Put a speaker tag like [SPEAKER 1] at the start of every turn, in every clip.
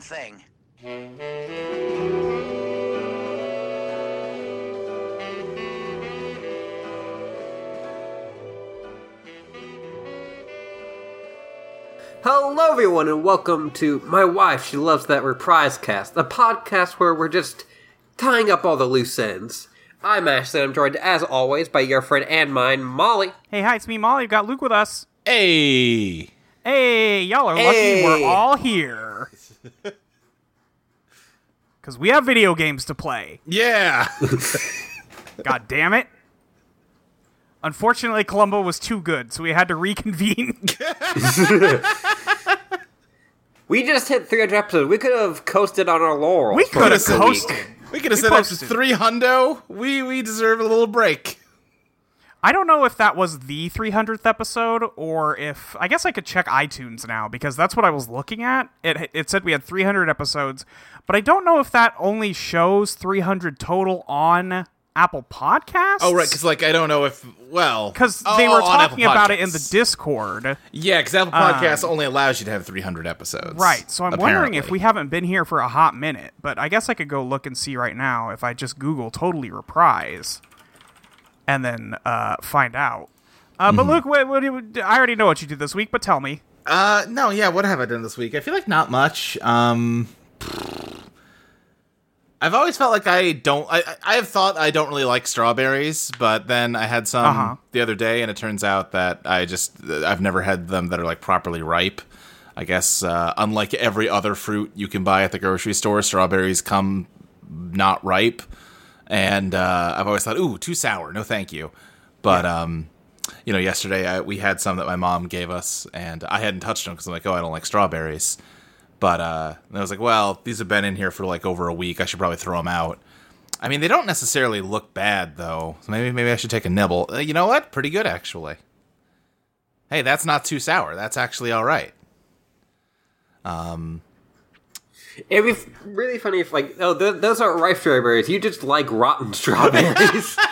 [SPEAKER 1] thing.
[SPEAKER 2] Hello, everyone, and welcome to My Wife, She Loves That Reprise Cast, a podcast where we're just tying up all the loose ends. I'm Ashley, and I'm joined, as always, by your friend and mine, Molly.
[SPEAKER 3] Hey, hi, it's me, Molly. We've got Luke with us.
[SPEAKER 4] Hey,
[SPEAKER 3] Hey, y'all are
[SPEAKER 2] Hey.
[SPEAKER 3] lucky we're all here. Because we have video games to play.
[SPEAKER 4] yeah,
[SPEAKER 3] God damn it. Unfortunately, Columbo was too good, so we had to reconvene.
[SPEAKER 2] We just hit 300 episodes. We could have coasted on our laurels.
[SPEAKER 3] We
[SPEAKER 2] for
[SPEAKER 3] could
[SPEAKER 2] like
[SPEAKER 3] have
[SPEAKER 2] a week.
[SPEAKER 3] coasted.
[SPEAKER 4] we could have set up
[SPEAKER 3] posted.
[SPEAKER 4] three hundo. We we deserve a little break.
[SPEAKER 3] I don't know if that was the 300th episode or if I guess I could check iTunes now because that's what I was looking at. It it said we had 300 episodes, but I don't know if that only shows 300 total on Apple Podcasts.
[SPEAKER 4] Oh right, because like I don't know if well
[SPEAKER 3] because
[SPEAKER 4] Oh,
[SPEAKER 3] they were
[SPEAKER 4] oh, on
[SPEAKER 3] talking
[SPEAKER 4] Apple
[SPEAKER 3] about it in the
[SPEAKER 4] Podcasts.
[SPEAKER 3] Discord,
[SPEAKER 4] yeah, because Apple Podcasts only allows you to have three hundred episodes.
[SPEAKER 3] right? So I'm wondering if
[SPEAKER 4] apparently.
[SPEAKER 3] we haven't been here for a hot minute, but I guess I could go look and see right now if I just Google "totally reprise" and then uh, find out. Uh,
[SPEAKER 4] Mm-hmm.
[SPEAKER 3] But Luke, what, what, do you- I already know what you did this week, but tell me.
[SPEAKER 4] Uh, no, yeah. What have I done this week? I feel like not much. Um, I've always felt like I don't. I I- I have thought I don't really like strawberries, but then I had some
[SPEAKER 3] Uh-huh.
[SPEAKER 4] the other day, and it turns out that I just I've never had them that are like properly ripe. I guess uh, unlike every other fruit you can buy at the grocery store, strawberries come not ripe, and uh, I've always thought, ooh, too sour. No, thank you. But um, you know, yesterday I, we had some that my mom gave us, and I hadn't touched them because I'm like, oh, I don't like strawberries. But uh, and I was like, well, these have been in here for like over a week. I should probably throw them out. I mean, they don't necessarily look bad though. So maybe maybe I should take a nibble. Uh, you know what? Pretty good actually. Hey, that's not too sour. That's actually all right.
[SPEAKER 2] It'd be f- really funny if, like, oh, th- those aren't ripe strawberries. You just like rotten strawberries.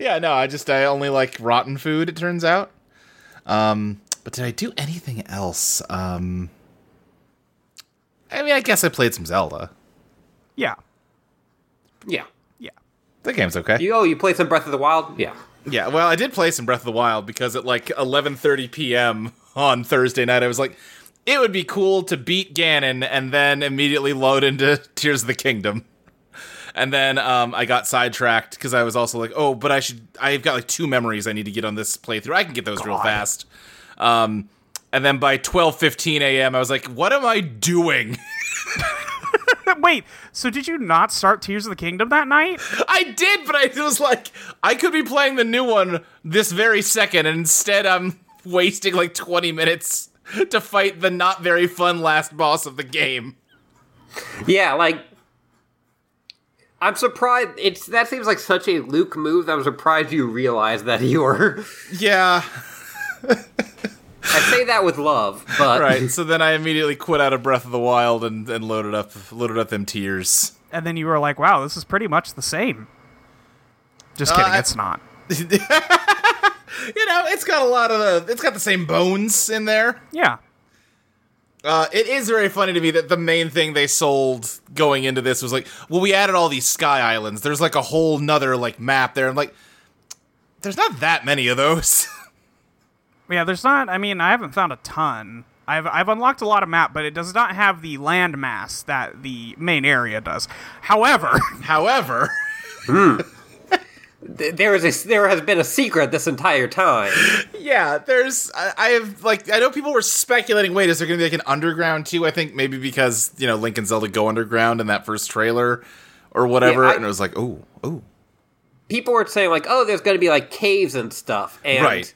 [SPEAKER 4] Yeah, no, I just I only like rotten food. It turns out. Um, but did I do anything else? Um, I mean, I guess I played some Zelda.
[SPEAKER 3] Yeah,
[SPEAKER 2] yeah.
[SPEAKER 3] yeah.
[SPEAKER 4] That game's okay.
[SPEAKER 2] You, oh, you played some Breath of the Wild? Yeah.
[SPEAKER 4] Yeah, well, I did play some Breath of the Wild because at like 11:30 p.m. on Thursday night, I was like, it would be cool to beat Ganon and then immediately load into Tears of the Kingdom. And then um, I got sidetracked because I was also like, oh, but I should. I've got like two memories I need to get on this playthrough. I can get those real fast. Um, and then by 12:15 a.m., I was like, what am I doing?
[SPEAKER 3] But wait, so did you not start Tears of the Kingdom that night?
[SPEAKER 4] I did, but I was like, I could be playing the new one this very second, and instead I'm wasting like 20 minutes to fight the not very fun last boss of the game.
[SPEAKER 2] Yeah, like I'm surprised. It's that seems like such a Luke move. That I'm surprised you realized that you were.
[SPEAKER 4] Yeah.
[SPEAKER 2] I say that with love, but
[SPEAKER 4] Right. So then I immediately quit out of Breath of the Wild and, and loaded up loaded up them tears.
[SPEAKER 3] And then you were like, "Wow, this is pretty much the same." Just
[SPEAKER 4] Uh,
[SPEAKER 3] kidding,
[SPEAKER 4] I-
[SPEAKER 3] it's not.
[SPEAKER 4] You know, it's got a lot of the it's got the same bones in there.
[SPEAKER 3] Yeah,
[SPEAKER 4] Uh, it is very funny to me that the main thing they sold going into this was like, well, we added all these sky islands. There's like a whole nother like map there. I'm like, there's not that many of those.
[SPEAKER 3] Yeah, there's not. I mean, I haven't found a ton. I've I've unlocked a lot of map, but it does not have the land mass that the main area does. However,
[SPEAKER 4] However,
[SPEAKER 2] th- there is a, there has been a secret this entire time.
[SPEAKER 4] yeah, there's I, I have like I know people were speculating. Wait, is there going to be like an underground too? I think maybe because you know Link and Zelda go underground in that first trailer or whatever,
[SPEAKER 2] I-
[SPEAKER 4] and it was like, oh, oh,
[SPEAKER 2] People were saying like, oh, there's going to be like caves and stuff, and
[SPEAKER 4] right.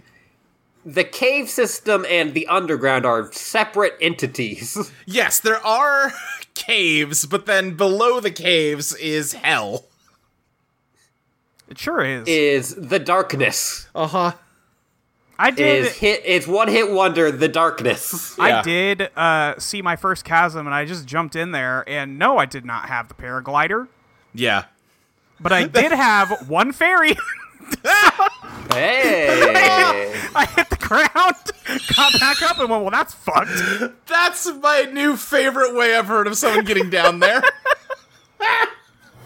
[SPEAKER 2] the cave system and the underground are separate entities.
[SPEAKER 4] Yes, there are caves, but then below the caves is hell.
[SPEAKER 3] it sure is.
[SPEAKER 2] is the darkness
[SPEAKER 4] Uh huh.
[SPEAKER 3] I did.
[SPEAKER 2] is hit? It's one hit wonder. The darkness.
[SPEAKER 4] Yeah.
[SPEAKER 3] I did uh, see my first chasm, and I just jumped in there. And no, I did not have the paraglider,
[SPEAKER 4] Yeah.
[SPEAKER 3] but I did have one fairy.
[SPEAKER 2] Hey.
[SPEAKER 3] I hit the ground, got back up, and went, well, that's fucked.
[SPEAKER 4] That's my new favorite way I've heard of someone getting down there.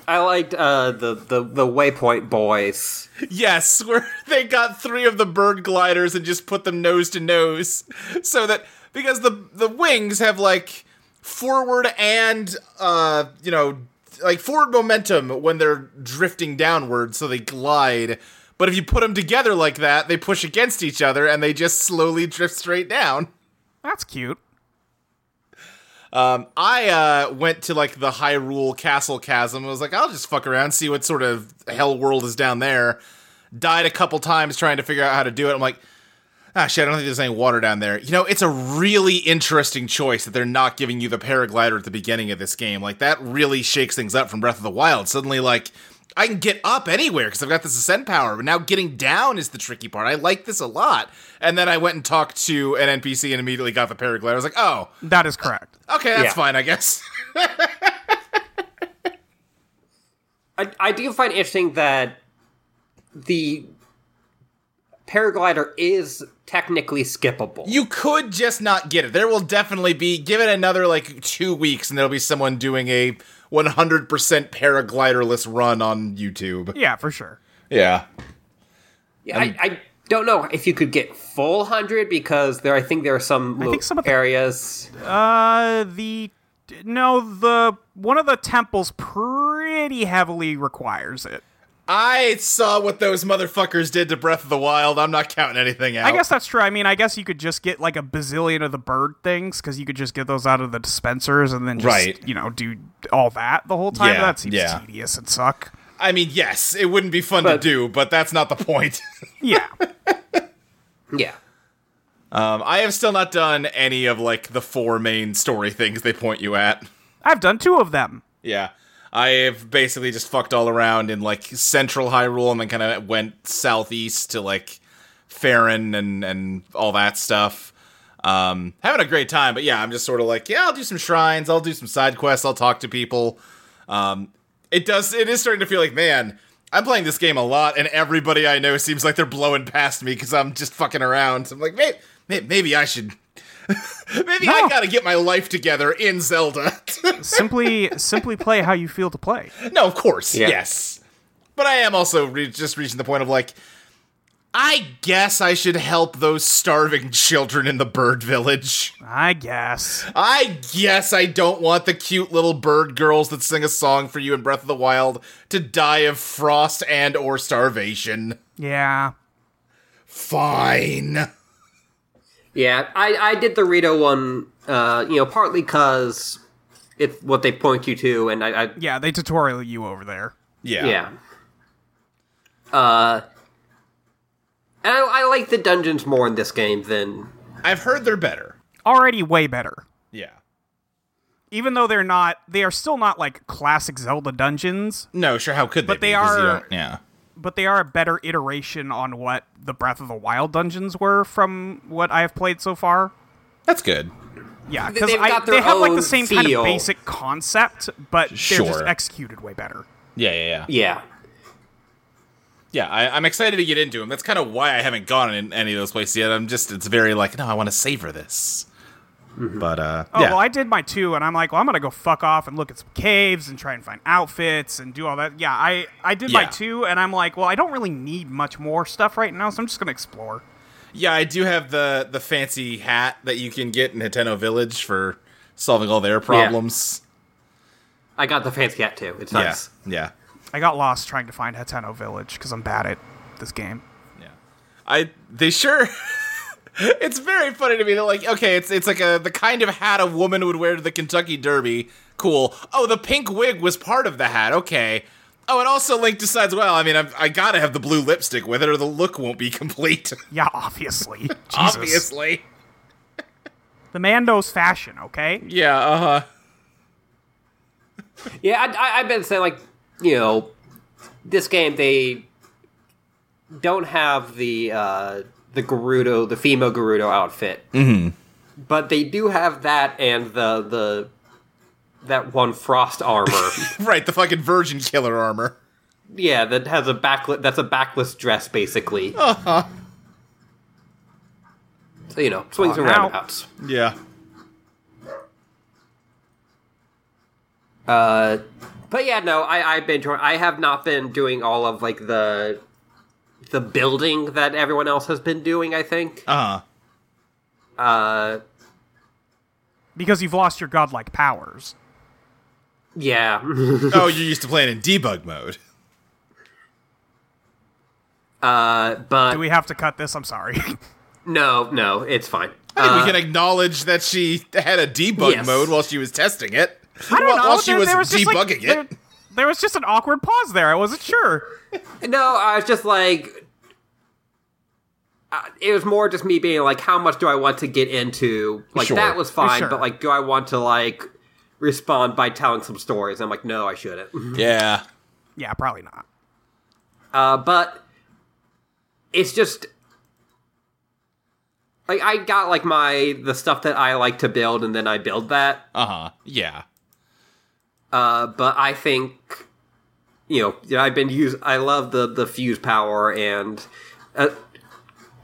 [SPEAKER 2] I liked uh, the, the the waypoint boys.
[SPEAKER 4] yes, where they got three of the bird gliders and just put them nose to nose, so that because the the wings have like forward and uh you know like forward momentum when they're drifting downward, so they glide. But if you put them together like that, they push against each other and they just slowly drift straight down.
[SPEAKER 3] That's cute.
[SPEAKER 4] Um, I uh, went to like the Hyrule Castle Chasm. I was like, I'll just fuck around, see what sort of hell world is down there. Died a couple times trying to figure out how to do it. I'm like, ah, shit, I don't think there's any water down there. You know, it's a really interesting choice that they're not giving you the paraglider at the beginning of this game. Like, that really shakes things up from Breath of the Wild. Suddenly, like, I can get up anywhere because I've got this ascent power, but now getting down is the tricky part. I like this a lot. And then I went and talked to an NPC and immediately got the paraglider. I was like, oh,
[SPEAKER 3] That is correct.
[SPEAKER 4] Okay, that's
[SPEAKER 2] Yeah.
[SPEAKER 4] fine, I guess.
[SPEAKER 2] I, I do find it interesting that the paraglider is technically skippable.
[SPEAKER 4] You could just not get it. There will definitely be give it another like 2 weeks and there'll be someone doing a 100% paragliderless run on YouTube.
[SPEAKER 3] Yeah, for sure.
[SPEAKER 4] Yeah.
[SPEAKER 2] Yeah,
[SPEAKER 3] Um,
[SPEAKER 2] I, I don't know if you could get full hundred because there. I think there are some, little
[SPEAKER 3] think some of the-
[SPEAKER 2] areas.
[SPEAKER 3] Uh, the no, the one of the temples pretty heavily requires it.
[SPEAKER 4] I saw what those motherfuckers did to Breath of the Wild. I'm not counting anything out.
[SPEAKER 3] I guess that's true. I mean, I guess you could just get like a bazillion of the bird things because you could just get those out of the dispensers and then just
[SPEAKER 4] Right.
[SPEAKER 3] you know do all that the whole time.
[SPEAKER 4] Yeah,
[SPEAKER 3] that seems
[SPEAKER 4] yeah.
[SPEAKER 3] tedious and suck.
[SPEAKER 4] I mean, yes, it wouldn't be fun
[SPEAKER 2] But-
[SPEAKER 4] to do, but that's not the point.
[SPEAKER 3] Yeah,
[SPEAKER 2] Yeah,
[SPEAKER 4] um, I have still not done any of like the four main story things they point you at.
[SPEAKER 3] I've done two of them.
[SPEAKER 4] Yeah. I have basically just fucked all around in like central Hyrule and then kind of went southeast to like Farron and and all that stuff. Um, having a great time, but yeah, I'm just sort of like, yeah, I'll do some shrines, I'll do some side quests, I'll talk to people. Um, it does, it is starting to feel like, man, I'm playing this game a lot, and everybody I know seems like they're blowing past me because I'm just fucking around. I'm like, maybe, maybe I should, maybe I
[SPEAKER 3] No.
[SPEAKER 4] gotta get my life together in Zelda.
[SPEAKER 3] Simply, simply play how you feel to play.
[SPEAKER 4] No, of course,
[SPEAKER 2] Yeah.
[SPEAKER 4] yes. But I am also re- just reaching the point of like, I guess I should help those starving children in the bird village.
[SPEAKER 3] I guess.
[SPEAKER 4] I guess I don't want the cute little bird girls that sing a song for you in Breath of the Wild to die of frost and or starvation.
[SPEAKER 3] Yeah.
[SPEAKER 4] Fine.
[SPEAKER 2] yeah. I, I did the Rito one. Uh, you know, partly because it's what they point you to, and I, I
[SPEAKER 3] Yeah, they tutorial you over there.
[SPEAKER 4] Yeah.
[SPEAKER 2] yeah. Uh, and I, I like the dungeons more in this game than
[SPEAKER 4] I've heard they're better.
[SPEAKER 3] Already way better.
[SPEAKER 4] Yeah.
[SPEAKER 3] Even though they're not they are still not like classic Zelda dungeons,
[SPEAKER 4] No, sure. How could they?
[SPEAKER 3] But they
[SPEAKER 4] be? 'Cause you
[SPEAKER 3] are-
[SPEAKER 4] don't- Yeah.
[SPEAKER 3] but they are a better iteration on what the Breath of the Wild dungeons were from what I have played so far.
[SPEAKER 4] That's good.
[SPEAKER 3] Yeah,
[SPEAKER 2] They-
[SPEAKER 3] because
[SPEAKER 2] they've got
[SPEAKER 3] they
[SPEAKER 2] their
[SPEAKER 3] have like
[SPEAKER 2] own
[SPEAKER 3] the same kind
[SPEAKER 2] feel.
[SPEAKER 3] of basic concept, but they're just
[SPEAKER 4] Sure.
[SPEAKER 3] executed way better.
[SPEAKER 4] Yeah. Yeah. Yeah.
[SPEAKER 2] yeah.
[SPEAKER 4] Yeah, I, I'm excited to get into them. That's kind of why I haven't gone in any of those places yet. I'm just, it's very like, no, I want to savor this. But, uh,
[SPEAKER 3] Oh
[SPEAKER 4] yeah.
[SPEAKER 3] well, I did my two, and I'm like, well, I'm gonna go fuck off and look at some caves and try and find outfits and do all that. Yeah, I I did my
[SPEAKER 4] Yeah.
[SPEAKER 3] two, and I'm like, well, I don't really need much more stuff right now, so I'm just gonna explore.
[SPEAKER 4] yeah, I do have the, the fancy hat that you can get in Hiteno Village for solving all their problems.
[SPEAKER 2] I got the fancy cat too. It's
[SPEAKER 4] Yeah.
[SPEAKER 2] nice.
[SPEAKER 4] Yeah.
[SPEAKER 3] I got lost trying to find Hateno Village because I'm bad at this game.
[SPEAKER 4] Yeah. I, they sure. It's very funny to me that like okay, it's it's like a the kind of hat a woman would wear to the Kentucky Derby. Cool. Oh, the pink wig was part of the hat. Okay. Oh, and also Link decides. Well, I mean, I've, I gotta have the blue lipstick with it, or the look won't be complete.
[SPEAKER 3] Yeah, obviously. Jesus.
[SPEAKER 4] Obviously.
[SPEAKER 3] The man knows fashion, okay?
[SPEAKER 4] Yeah. Uh huh.
[SPEAKER 2] Yeah, I, I, I've been saying like, you know, this game they don't have the uh, the Gerudo, the female Gerudo outfit, mm-hmm. but they do have that and the the that one frost armor.
[SPEAKER 4] Right. The fucking virgin killer armor.
[SPEAKER 2] yeah, that has a backlit. That's a backless dress, basically. So, you know, swings
[SPEAKER 3] Oh,
[SPEAKER 2] and
[SPEAKER 3] now-
[SPEAKER 2] roundabouts.
[SPEAKER 4] Yeah.
[SPEAKER 2] Uh, but yeah, no, I I've been touring. I have not been doing all of like the the building that everyone else has been doing. I think.
[SPEAKER 4] Uh huh.
[SPEAKER 2] Uh,
[SPEAKER 3] because you've lost your godlike powers.
[SPEAKER 2] yeah.
[SPEAKER 4] oh, you're used to playing in debug mode.
[SPEAKER 2] uh, but
[SPEAKER 3] Do we have to cut this? I'm sorry.
[SPEAKER 2] no, no, it's fine.
[SPEAKER 4] I
[SPEAKER 3] Uh-huh.
[SPEAKER 4] think we can acknowledge that she had a debug
[SPEAKER 2] Yes.
[SPEAKER 4] mode while she was testing it.
[SPEAKER 3] I don't
[SPEAKER 4] while,
[SPEAKER 3] know.
[SPEAKER 4] While she
[SPEAKER 3] there,
[SPEAKER 4] was,
[SPEAKER 3] there was just,
[SPEAKER 4] debugging
[SPEAKER 3] like,
[SPEAKER 4] it.
[SPEAKER 3] There, there was just an awkward pause there. I wasn't sure.
[SPEAKER 2] No, I was just like, uh, it was more just me being like, how much do I want to get into? Like
[SPEAKER 4] Sure.
[SPEAKER 2] that was fine,
[SPEAKER 3] Sure.
[SPEAKER 2] but like, do I want to like respond by telling some stories? I'm like, no, I shouldn't.
[SPEAKER 4] Yeah.
[SPEAKER 3] Yeah, probably not.
[SPEAKER 2] Uh, but it's just like I got like my the stuff that I like to build, and then I build that.
[SPEAKER 4] Uh
[SPEAKER 3] Uh-huh.
[SPEAKER 4] huh. Yeah.
[SPEAKER 2] Uh, but I think you know, you know, I've been use. I love the the fuse power and uh,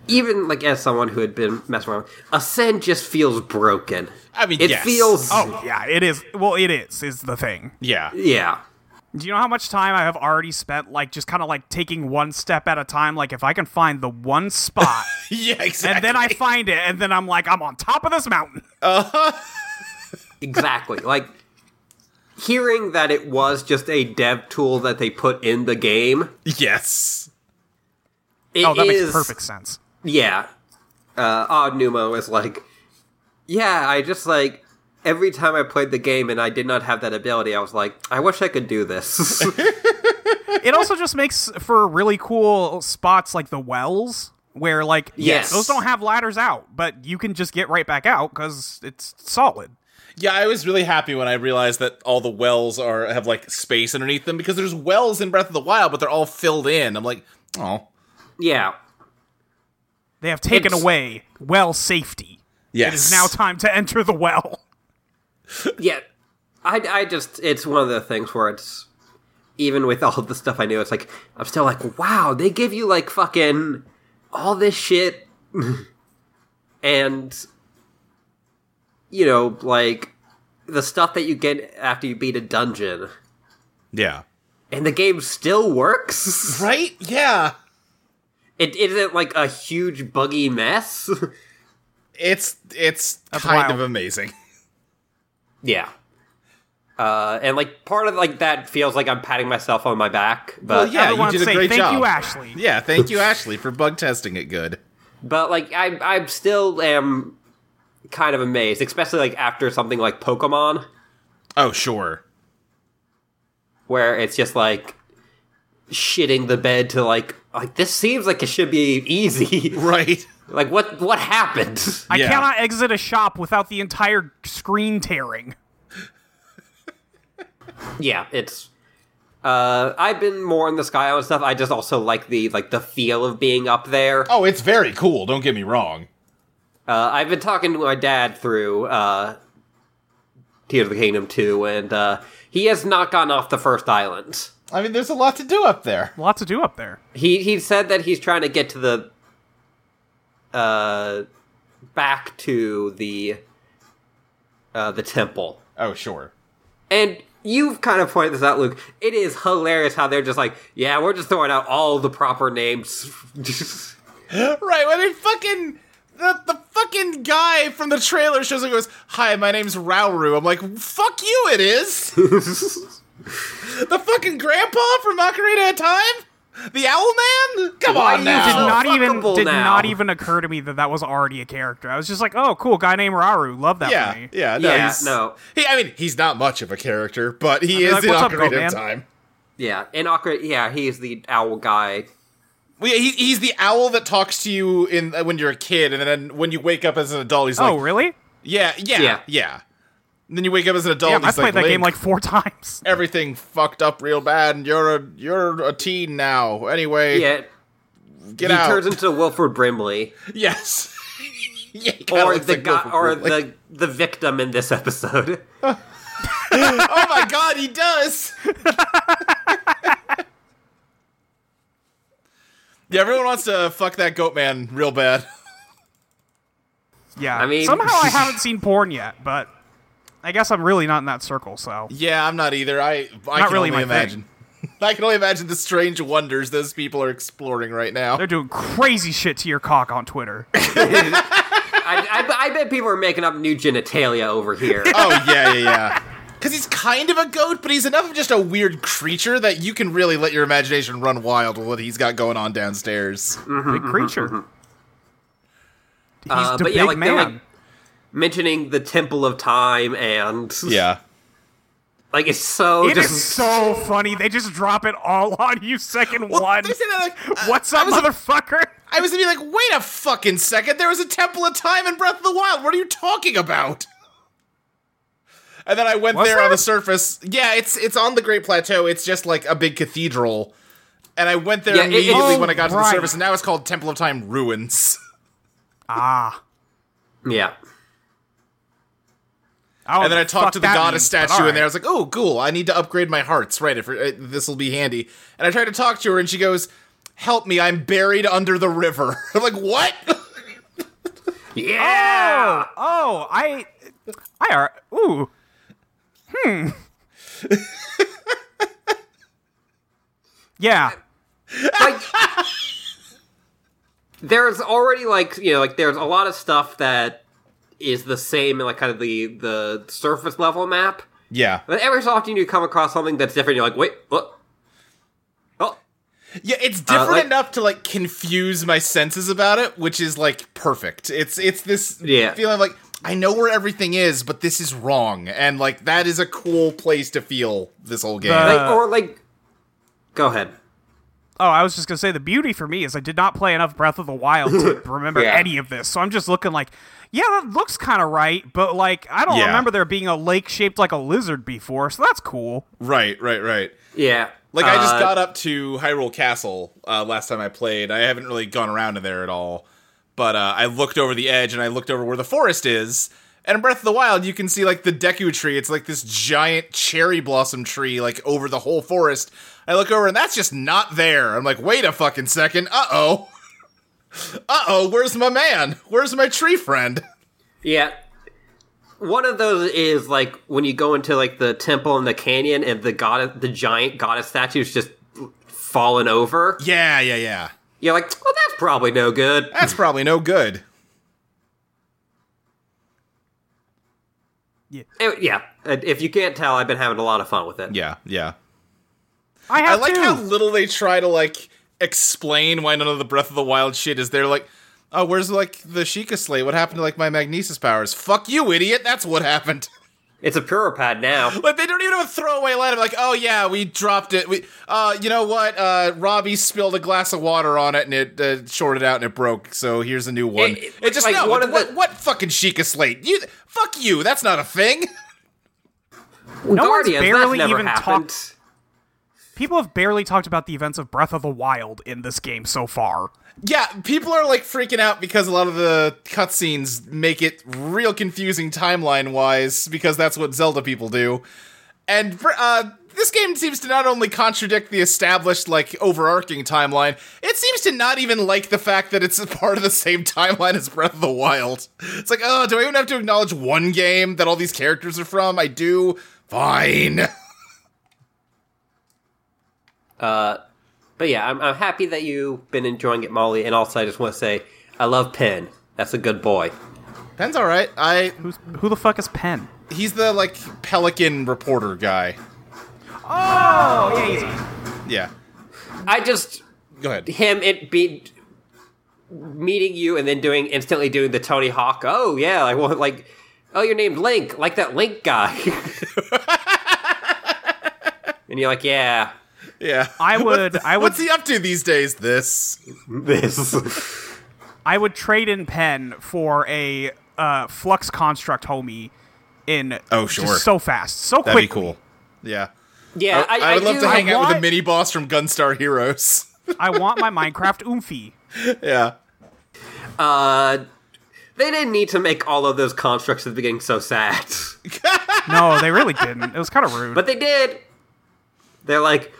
[SPEAKER 2] even like as someone who had been messing around, ascend just feels broken.
[SPEAKER 4] I mean,
[SPEAKER 2] it
[SPEAKER 4] yes.
[SPEAKER 2] feels
[SPEAKER 3] Oh, yeah, it is. Well, it is is the thing.
[SPEAKER 4] Yeah.
[SPEAKER 2] yeah.
[SPEAKER 3] Do you know how much time I have already spent, like just kind of like taking one step at a time? Like if I can find the one spot,
[SPEAKER 4] Yeah. Exactly.
[SPEAKER 3] and then I find it, and then I'm like, I'm on top of this mountain.
[SPEAKER 2] Exactly. like hearing that it was just a dev tool that they put in the game.
[SPEAKER 4] yes.
[SPEAKER 2] it
[SPEAKER 3] oh, that makes
[SPEAKER 2] is-
[SPEAKER 3] perfect sense.
[SPEAKER 2] Yeah. Uh, Odd Numa was like, yeah, I just like. Every time I played the game and I did not have that ability, I was like, I wish I could do this.
[SPEAKER 3] it also just makes for really cool spots like the wells where like
[SPEAKER 2] Yes.
[SPEAKER 3] those don't have ladders out but you can just get right back out because it's solid
[SPEAKER 4] Yeah, I was really happy when I realized that all the wells are have like space underneath them because there's wells in Breath of the Wild, but they're all filled in. I'm like, oh,
[SPEAKER 2] yeah.
[SPEAKER 3] they have taken
[SPEAKER 2] It's-
[SPEAKER 3] away well safety
[SPEAKER 4] yes.
[SPEAKER 3] it is now time to enter the well
[SPEAKER 2] Yeah. I, I just, it's one of the things where it's, even with all of the stuff I knew, it's like, I'm still like, wow, they give you like fucking all this shit. and, you know, like the stuff that you get after you beat a dungeon.
[SPEAKER 4] yeah.
[SPEAKER 2] and the game still works.
[SPEAKER 4] Right? Yeah.
[SPEAKER 2] It isn't like a huge buggy mess.
[SPEAKER 4] It's it's
[SPEAKER 3] That's
[SPEAKER 4] kind
[SPEAKER 3] wild.
[SPEAKER 4] of amazing.
[SPEAKER 2] yeah. Uh, and like part of like that feels like I'm patting myself on my back, but
[SPEAKER 4] Well, yeah,
[SPEAKER 3] Everyone
[SPEAKER 4] you did
[SPEAKER 3] say,
[SPEAKER 4] a great
[SPEAKER 3] thank
[SPEAKER 4] job.
[SPEAKER 3] you ashley
[SPEAKER 4] Yeah, thank you, Ashley, for bug testing it good.
[SPEAKER 2] but like I I still am kind of amazed, especially like after something like Pokemon,
[SPEAKER 4] Oh, sure.
[SPEAKER 2] where it's just like shitting the bed to like like this seems like it should be easy.
[SPEAKER 4] Right.
[SPEAKER 2] like what what happened?
[SPEAKER 3] i
[SPEAKER 4] Yeah.
[SPEAKER 3] cannot exit a shop without the entire screen tearing
[SPEAKER 2] yeah, it's. Uh, I've been more in the sky on stuff. I just also like the like the feel of being up there.
[SPEAKER 4] Oh, it's very cool, don't get me wrong.
[SPEAKER 2] Uh, I've been talking to my dad through uh, Tears of the Kingdom two, and uh, he has not gone off the first island.
[SPEAKER 4] I mean, there's a lot to do up there.
[SPEAKER 3] a lot to do up there
[SPEAKER 2] He he said that he's trying to get to the uh back to the uh the temple.
[SPEAKER 4] Oh, sure.
[SPEAKER 2] And you've kind of pointed this out, Luke. It is hilarious how they're just like, yeah, we're just throwing out all the proper names.
[SPEAKER 4] Right, when they fucking the, the fucking guy from the trailer shows up and goes, Hi, my name's Rauru. I'm like, fuck you it is. the fucking grandpa from Ocarina of Time? The Owl Man? Come
[SPEAKER 2] Why
[SPEAKER 4] on
[SPEAKER 2] you
[SPEAKER 4] now.
[SPEAKER 3] did
[SPEAKER 2] Oh,
[SPEAKER 3] not even
[SPEAKER 2] fuckable
[SPEAKER 3] did
[SPEAKER 2] now.
[SPEAKER 3] not even occur to me that that was already a character. I was just like, oh, cool, guy named Raru, love that. for
[SPEAKER 4] yeah,
[SPEAKER 3] me.
[SPEAKER 4] yeah, no,
[SPEAKER 2] Yeah,
[SPEAKER 4] he's,
[SPEAKER 2] no.
[SPEAKER 4] He, I mean, he's not much of a character, but he is
[SPEAKER 3] like,
[SPEAKER 4] in
[SPEAKER 3] "What's up,
[SPEAKER 4] Ocarina
[SPEAKER 3] Goatman?"
[SPEAKER 4] of Time.
[SPEAKER 2] yeah, and Ocarina, yeah, he's the owl guy.
[SPEAKER 4] Well, yeah, he, he's the owl that talks to you in uh, when you're a kid, and then when you wake up as an adult, he's
[SPEAKER 3] Oh,
[SPEAKER 4] like,
[SPEAKER 3] really?
[SPEAKER 4] yeah, yeah,
[SPEAKER 2] Yeah.
[SPEAKER 4] yeah, And then you wake up as an adult.
[SPEAKER 3] Damn, I
[SPEAKER 4] he's
[SPEAKER 3] played that game like
[SPEAKER 4] "Link,
[SPEAKER 3] four times.
[SPEAKER 4] everything fucked up real bad, and you're a you're a teen now. Anyway,
[SPEAKER 2] Yeah,
[SPEAKER 4] get
[SPEAKER 2] he
[SPEAKER 4] out.
[SPEAKER 2] turns into Wilford Brimley,
[SPEAKER 4] yes, yeah, he kinda
[SPEAKER 2] or
[SPEAKER 4] looks
[SPEAKER 2] the
[SPEAKER 4] like
[SPEAKER 2] guy,
[SPEAKER 4] Wilford
[SPEAKER 2] or
[SPEAKER 4] Brimley.
[SPEAKER 2] the the victim in this episode.
[SPEAKER 4] oh my god, he does. yeah, everyone wants to fuck that goat man real bad.
[SPEAKER 3] Yeah.
[SPEAKER 2] I mean-
[SPEAKER 3] somehow I haven't seen porn yet, but I guess I'm really not in that circle. So
[SPEAKER 4] Yeah, I'm not either. I
[SPEAKER 3] Not
[SPEAKER 4] I can
[SPEAKER 3] really
[SPEAKER 4] only
[SPEAKER 3] my
[SPEAKER 4] imagine. I can only imagine the strange wonders those people are exploring right now.
[SPEAKER 3] they're doing crazy shit to your cock on Twitter.
[SPEAKER 2] I, I, I bet people are making up new genitalia over here.
[SPEAKER 4] oh yeah, yeah, yeah. Because he's kind of a goat, but he's enough of just a weird creature that you can really let your imagination run wild with what he's got going on downstairs.
[SPEAKER 2] Mm.
[SPEAKER 3] Big creature. He's
[SPEAKER 2] Uh,
[SPEAKER 3] the
[SPEAKER 2] but
[SPEAKER 3] big
[SPEAKER 2] yeah, like
[SPEAKER 3] man.
[SPEAKER 2] they're like mentioning the Temple of Time and
[SPEAKER 4] Yeah.
[SPEAKER 2] like it's so
[SPEAKER 3] It
[SPEAKER 2] oh, just
[SPEAKER 3] is so funny. They just drop it all on you second one.
[SPEAKER 4] they said that, like, uh,
[SPEAKER 3] What's up, motherfucker?
[SPEAKER 4] I was gonna be like, wait a fucking second. There was a Temple of Time in Breath of the Wild. What are you talking about? And then I went
[SPEAKER 3] Was
[SPEAKER 4] there on
[SPEAKER 3] there?
[SPEAKER 4] the surface. Yeah, it's it's on the Great Plateau. It's just like a big cathedral. And I went there
[SPEAKER 2] Yeah, it-
[SPEAKER 4] immediately
[SPEAKER 2] it-
[SPEAKER 4] when I got to the
[SPEAKER 3] Right.
[SPEAKER 4] surface, and now it's called Temple of Time Ruins.
[SPEAKER 3] Ah.
[SPEAKER 2] yeah.
[SPEAKER 3] Oh,
[SPEAKER 4] and then I
[SPEAKER 3] the fuck
[SPEAKER 4] talked to the
[SPEAKER 3] that
[SPEAKER 4] goddess
[SPEAKER 3] means, but
[SPEAKER 4] statue in
[SPEAKER 3] alright.
[SPEAKER 4] there. I was like, "Oh, cool! I need to upgrade my hearts. Right, if uh, this will be handy." And I tried to talk to her, and she goes, "Help me! I'm buried under the river." I'm like, "What?"
[SPEAKER 2] Yeah.
[SPEAKER 3] Oh, I, I are. Ooh, hmm. yeah,
[SPEAKER 2] Like there's already like you know like there's a lot of stuff that is the same in like kind of the the surface level map.
[SPEAKER 4] yeah,
[SPEAKER 2] But every so often you come across something that's different. You're like, wait, what? Oh,
[SPEAKER 4] yeah. It's
[SPEAKER 3] Uh,
[SPEAKER 4] different
[SPEAKER 2] like-
[SPEAKER 4] enough to like confuse my senses about it, which is like perfect. It's it's this
[SPEAKER 2] Yeah.
[SPEAKER 4] feeling of, like I know where everything is, but this is wrong, and like that is a cool place to feel this whole game.
[SPEAKER 3] The-
[SPEAKER 2] like,
[SPEAKER 3] Uh,
[SPEAKER 2] or like, go ahead.
[SPEAKER 3] Oh, I was just gonna say the beauty for me is I did not play enough Breath of the Wild to remember
[SPEAKER 2] Yeah.
[SPEAKER 3] any of this, so I'm just looking like, yeah, that looks kind of right, but like I don't
[SPEAKER 4] Yeah.
[SPEAKER 3] remember there being a lake shaped like a lizard before, so that's cool.
[SPEAKER 4] right, right, right.
[SPEAKER 2] Yeah,
[SPEAKER 4] Like I just
[SPEAKER 2] Uh,
[SPEAKER 4] got up to Hyrule Castle uh, last time I played. I haven't really gone around to there at all, but uh, I looked over the edge and I looked over where the forest is. And in Breath of the Wild, you can see like the Deku tree. It's like this giant cherry blossom tree, like over the whole forest. I look over and that's just not there. I'm like, wait a fucking second. Uh oh. uh oh. Where's my man? Where's my tree friend?
[SPEAKER 2] Yeah. One of those is like when you go into like the temple in the canyon and the god the giant goddess statue's just fallen over.
[SPEAKER 4] Yeah, yeah, yeah.
[SPEAKER 2] You're like, well that's probably no good.
[SPEAKER 4] That's probably no good.
[SPEAKER 2] Eh, yeah. And If you can't tell, I've been having a lot of fun with it.
[SPEAKER 4] Yeah, yeah.
[SPEAKER 3] I
[SPEAKER 4] I
[SPEAKER 3] have
[SPEAKER 4] like
[SPEAKER 3] to.
[SPEAKER 4] how little they try to like explain why none of the Breath of the Wild shit is there. Like, oh, where's like the Sheikah Slate? What happened to like my Magnesis powers? Fuck you, idiot! That's what happened.
[SPEAKER 2] It's a puropad now.
[SPEAKER 4] like they don't even have a throwaway line of like, oh yeah, we dropped it. We, uh, you know what? Uh, Robbie spilled a glass of water on it and it uh, shorted out and it broke. So here's a new one. It,
[SPEAKER 2] It- it-
[SPEAKER 4] just
[SPEAKER 2] like,
[SPEAKER 4] no.
[SPEAKER 2] one
[SPEAKER 4] What,
[SPEAKER 2] of
[SPEAKER 4] what,
[SPEAKER 2] the-
[SPEAKER 4] what fucking Sheikah Slate? You fuck you. That's not a thing.
[SPEAKER 3] one's
[SPEAKER 2] Guardians, that's
[SPEAKER 3] barely
[SPEAKER 2] never
[SPEAKER 3] even
[SPEAKER 2] happened.
[SPEAKER 3] talked- People have barely talked about the events of Breath of the Wild in this game so far.
[SPEAKER 4] Yeah, people are like freaking out because a lot of the cutscenes make it real confusing timeline wise because that's what Zelda people do. And uh, this game seems to not only contradict the established, like, overarching timeline, it seems to not even like the fact that it's a part of the same timeline as Breath of the Wild. It's like, oh, do I even have to acknowledge one game that all these characters are from? I do. Fine.
[SPEAKER 2] But yeah, I'm I'm happy that you've been enjoying it, Molly, and also I just want to say I love Penn. That's a good boy.
[SPEAKER 4] Pen's alright. I
[SPEAKER 3] Who's who the fuck is Pen?
[SPEAKER 4] he's the like pelican reporter guy.
[SPEAKER 3] Oh, yeah, he's-
[SPEAKER 4] Yeah.
[SPEAKER 2] I just
[SPEAKER 4] Go ahead.
[SPEAKER 2] him it be meeting you and then doing instantly doing the Tony Hawk. Oh yeah, like well, like oh you're named Link, like that Link guy. and you're like, yeah,
[SPEAKER 4] Yeah.
[SPEAKER 3] I would, I would,
[SPEAKER 4] What's he up to these days? This.
[SPEAKER 2] this.
[SPEAKER 3] I would trade in Pen for a uh, Flux Construct homie in
[SPEAKER 4] Oh,
[SPEAKER 3] just
[SPEAKER 4] sure.
[SPEAKER 3] so fast, so
[SPEAKER 4] That'd
[SPEAKER 3] quick.
[SPEAKER 4] be cool. Yeah.
[SPEAKER 2] yeah, I,
[SPEAKER 4] I, would love
[SPEAKER 2] do-
[SPEAKER 4] to hang out with
[SPEAKER 3] want-
[SPEAKER 4] a mini boss from Gunstar Heroes.
[SPEAKER 3] I want my Minecraft oomphy.
[SPEAKER 4] yeah.
[SPEAKER 2] Uh, they didn't need to make all of those constructs at the beginning so sad,
[SPEAKER 3] No, they really didn't. It was kind of rude.
[SPEAKER 2] but they did. They're like.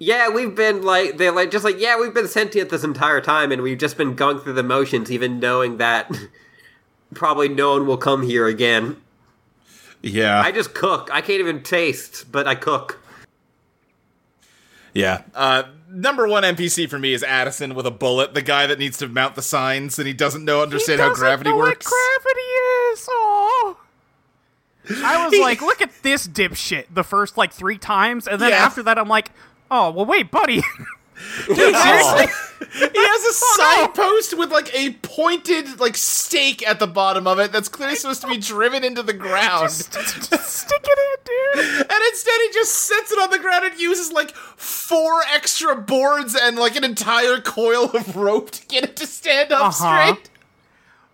[SPEAKER 2] Yeah, we've been like they're like just like yeah, we've been sentient this entire time, and we've just been going through the motions, even knowing that probably no one will come here again.
[SPEAKER 4] Yeah.
[SPEAKER 2] I just cook. I can't even taste, but I cook.
[SPEAKER 4] Yeah. Uh, number one NPC for me is Addison with a bullet, the guy that needs to mount the signs and he doesn't know understand how
[SPEAKER 3] doesn't
[SPEAKER 4] gravity
[SPEAKER 3] know what
[SPEAKER 4] works.
[SPEAKER 3] gravity is. Aw. I was like, look at this dipshit the first like three times, and then
[SPEAKER 4] Yeah.
[SPEAKER 3] after that, I'm like, oh well, wait, buddy.
[SPEAKER 4] Dude, seriously? he has a signpost with like a pointed like stake at the bottom of it that's clearly supposed to be driven into the ground.
[SPEAKER 3] just, just stick it in, dude.
[SPEAKER 4] And instead, he just sets it on the ground and uses like four extra boards and like an entire coil of rope to get it to stand up
[SPEAKER 3] Uh-huh.
[SPEAKER 4] straight.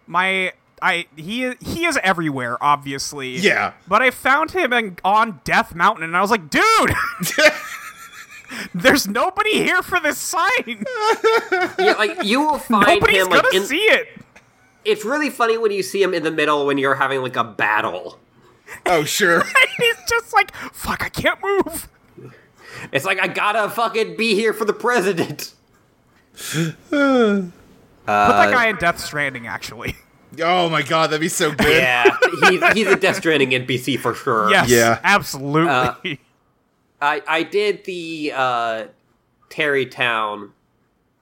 [SPEAKER 3] My. I he is he is everywhere, obviously.
[SPEAKER 4] Yeah.
[SPEAKER 3] But I found him in, on Death Mountain, and I was like, dude, there's nobody here for this sign.
[SPEAKER 2] Yeah, like you will find
[SPEAKER 3] Nobody's
[SPEAKER 2] him.
[SPEAKER 3] gonna
[SPEAKER 2] Like, in,
[SPEAKER 3] see it.
[SPEAKER 2] it's really funny when you see him in the middle when you're having like a battle.
[SPEAKER 4] Oh, sure.
[SPEAKER 3] He's just like, fuck, I can't move.
[SPEAKER 2] It's like I gotta fucking be here for the president.
[SPEAKER 3] Put
[SPEAKER 2] Uh,
[SPEAKER 3] that guy in Death Stranding, actually.
[SPEAKER 4] Oh my god, that'd be so good.
[SPEAKER 2] Yeah, he's, he's a Death Stranding NPC for sure.
[SPEAKER 3] Yes,
[SPEAKER 4] Yeah.
[SPEAKER 3] absolutely.
[SPEAKER 2] I, I did the uh, Terrytown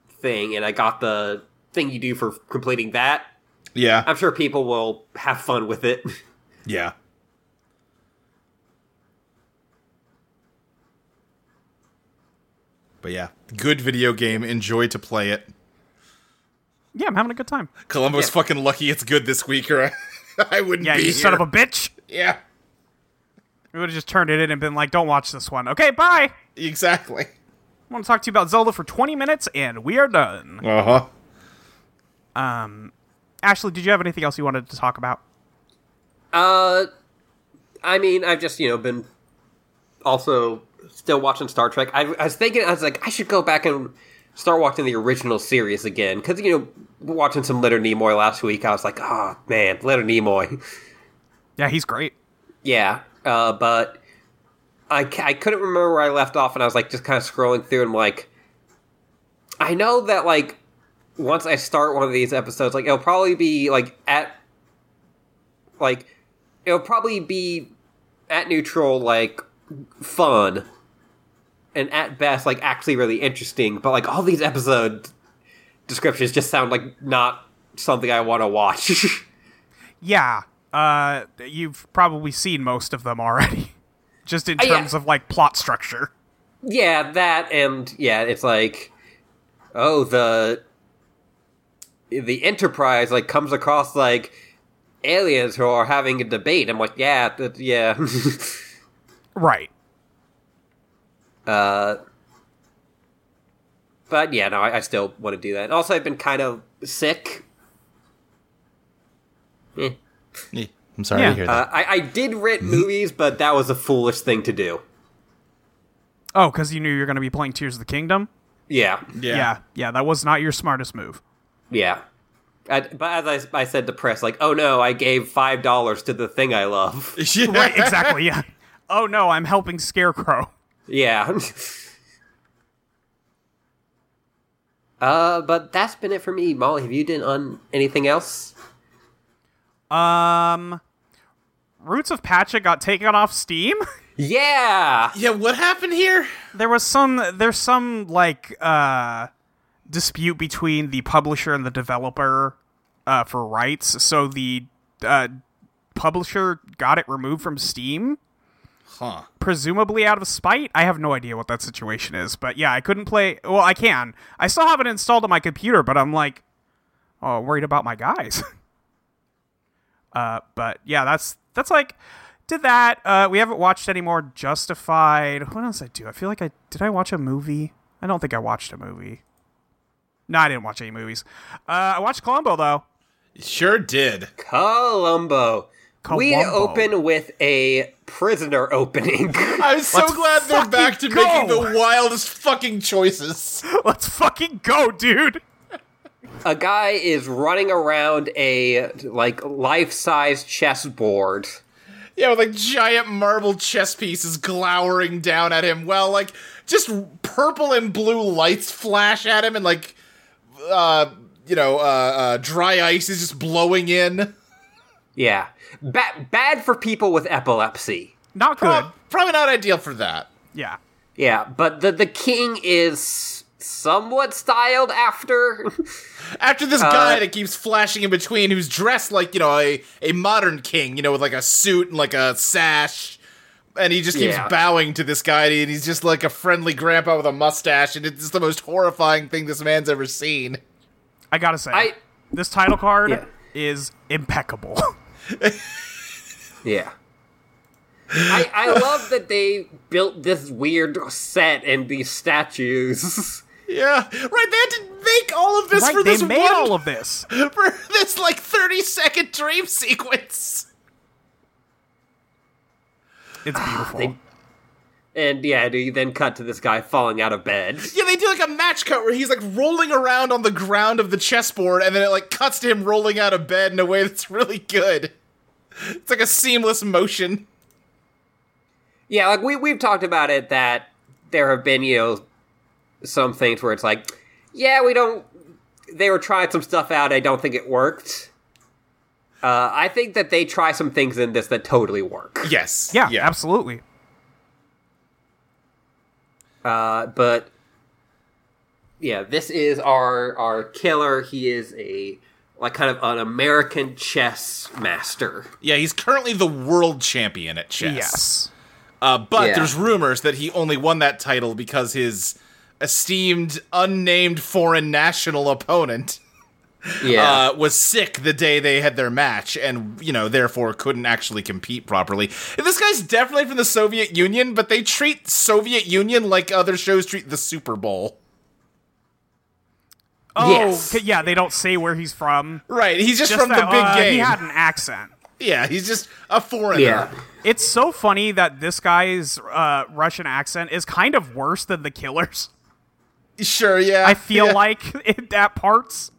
[SPEAKER 2] thing, and I got the thing you do for completing that.
[SPEAKER 4] Yeah.
[SPEAKER 2] I'm sure people will have fun with it.
[SPEAKER 4] Um, Yeah. But yeah, good video game. Enjoy to play it.
[SPEAKER 3] yeah, I'm having a good time.
[SPEAKER 4] Columbo's fucking lucky it's good this week, or I, I wouldn't
[SPEAKER 3] Yeah,
[SPEAKER 4] be
[SPEAKER 3] you
[SPEAKER 4] here.
[SPEAKER 3] son of a bitch.
[SPEAKER 4] yeah,
[SPEAKER 3] We would have just turned it in and been like, don't watch this one. Okay, bye. I
[SPEAKER 4] exactly.
[SPEAKER 3] want to talk to you about Zelda for 20 minutes, and we are done.
[SPEAKER 4] Uh huh.
[SPEAKER 3] Ashley, did you have anything else you wanted to talk about?
[SPEAKER 2] Uh, I mean, I've just you know been also still watching Star Trek. I, I was thinking, I was like, I should go back and start watching the original series again because you know we're watching some Leonard Nimoy last week. I was like, oh man, Leonard Nimoy.
[SPEAKER 3] Yeah, he's great.
[SPEAKER 2] Yeah, uh, but I, ca- I couldn't remember where I left off, and I was like just kind of scrolling through, and I'm like, I know that like once I start one of these episodes, like it'll probably be like at like it'll probably be at neutral, like fun, and at best like actually really interesting. But like all these episode descriptions just sound like not something I want to watch.
[SPEAKER 3] Yeah, uh, you've probably seen most of them already, just in
[SPEAKER 2] Uh, yeah.
[SPEAKER 3] terms of like plot structure.
[SPEAKER 2] Yeah, that and yeah, it's like oh the the Enterprise like comes across like aliens who are having a debate. I'm like, yeah, that, yeah.
[SPEAKER 3] Right.
[SPEAKER 2] uh, but yeah, no, I, I still want to do that. Also, I've been kind of sick. Eh.
[SPEAKER 4] I'm sorry
[SPEAKER 3] Yeah.
[SPEAKER 4] to hear that.
[SPEAKER 2] Uh, I, I did rent movies, but that was a foolish thing to do.
[SPEAKER 3] Oh, because you knew you were going to be playing Tears of the Kingdom?
[SPEAKER 2] Yeah,
[SPEAKER 4] yeah.
[SPEAKER 3] yeah, yeah, that was not your smartest move.
[SPEAKER 2] yeah. I, but as I, I said to press, like, oh no, I gave five dollars to the thing I love.
[SPEAKER 4] Yeah.
[SPEAKER 3] Right, exactly, yeah. Oh no, I'm helping Scarecrow.
[SPEAKER 2] Yeah. uh, but that's been it for me. Molly, have you done on anything else?
[SPEAKER 3] Um, Roots of Pacha got taken off Steam.
[SPEAKER 2] Yeah.
[SPEAKER 4] Yeah, what happened here?
[SPEAKER 3] there was some. There's some like uh dispute between the publisher and the developer uh, for rights. So the uh, publisher got it removed from Steam,
[SPEAKER 4] Huh.
[SPEAKER 3] presumably out of spite. I have no idea what that situation is, but yeah, I couldn't play. Well, I can. I still have it installed on my computer, but I'm like, oh, worried about my guys. uh, but yeah, that's that's like did that. Uh, we haven't watched any more Justified. What else I do? I feel like I did. I watch a movie. I don't think I watched a movie. No, I didn't watch any movies. Uh, I watched Columbo though.
[SPEAKER 4] Sure did.
[SPEAKER 2] Columbo. We
[SPEAKER 3] Columbo.
[SPEAKER 2] open with a prisoner opening.
[SPEAKER 4] I'm so glad they're back to
[SPEAKER 3] fucking go.
[SPEAKER 4] making the wildest fucking choices.
[SPEAKER 3] Let's fucking go, dude.
[SPEAKER 2] a guy is running around a like life-size chessboard.
[SPEAKER 4] Yeah, with like giant marble chess pieces glowering down at him. Well, like just purple and blue lights flash at him, and like, uh, you know, uh, uh dry ice is just blowing in.
[SPEAKER 2] Yeah. Ba- bad for people with epilepsy.
[SPEAKER 3] Not good.
[SPEAKER 4] Prob- probably not ideal for that.
[SPEAKER 3] yeah.
[SPEAKER 2] Yeah, but the the king is somewhat styled after.
[SPEAKER 4] After this
[SPEAKER 3] Uh,
[SPEAKER 4] guy that keeps flashing in between, who's dressed like you know a a modern king, you know, with like a suit and like a sash, and he just keeps
[SPEAKER 2] Yeah.
[SPEAKER 4] bowing to this guy, and he's just like a friendly grandpa with a mustache, and it's just the most horrifying thing this man's ever seen.
[SPEAKER 3] I gotta say,
[SPEAKER 2] I-
[SPEAKER 3] this title card
[SPEAKER 2] Yeah.
[SPEAKER 3] is impeccable.
[SPEAKER 2] yeah. I, I love that they built this weird set and these statues.
[SPEAKER 4] Yeah, right. They had to make all of this
[SPEAKER 3] right?
[SPEAKER 4] for
[SPEAKER 3] They
[SPEAKER 4] this
[SPEAKER 3] made
[SPEAKER 4] one,
[SPEAKER 3] all of this.
[SPEAKER 4] for this like thirty second dream sequence.
[SPEAKER 3] It's beautiful.
[SPEAKER 2] They- And yeah, you then cut to this guy falling out of bed.
[SPEAKER 4] Yeah, they do like a match cut where he's like rolling around on the ground of the chessboard, and then it like cuts to him rolling out of bed in a way that's really good. It's like a seamless motion.
[SPEAKER 2] Yeah, like we we've talked about it that there have been you know some things where it's like, yeah, we don't. They were trying some stuff out. I don't think it worked. Uh, I think that they try some things in this that totally work.
[SPEAKER 4] Yes.
[SPEAKER 3] yeah, absolutely.
[SPEAKER 2] Uh, but yeah, this is our our killer. He is a like kind of an American chess master.
[SPEAKER 4] Yeah, he's currently the world champion at chess.
[SPEAKER 3] Yes.
[SPEAKER 4] Uh, but
[SPEAKER 2] Yeah.
[SPEAKER 4] there's rumors that he only won that title because his esteemed, unnamed foreign national opponent
[SPEAKER 2] Yeah,
[SPEAKER 4] uh, was sick the day they had their match and, you know, therefore couldn't actually compete properly. And this guy's definitely from the Soviet Union, but they treat Soviet Union like other shows treat the Super Bowl.
[SPEAKER 3] Oh,
[SPEAKER 2] Yes.
[SPEAKER 3] okay, yeah. They don't say where he's from.
[SPEAKER 4] Right, he's just,
[SPEAKER 3] Just
[SPEAKER 4] from
[SPEAKER 3] that,
[SPEAKER 4] the big
[SPEAKER 3] uh,
[SPEAKER 4] game.
[SPEAKER 3] He had an accent.
[SPEAKER 4] yeah, he's just a foreigner.
[SPEAKER 2] yeah,
[SPEAKER 3] It's so funny that this guy's uh, Russian accent is kind of worse than the killer's.
[SPEAKER 4] Sure, yeah.
[SPEAKER 3] I feel
[SPEAKER 4] yeah.
[SPEAKER 3] like it, at parts.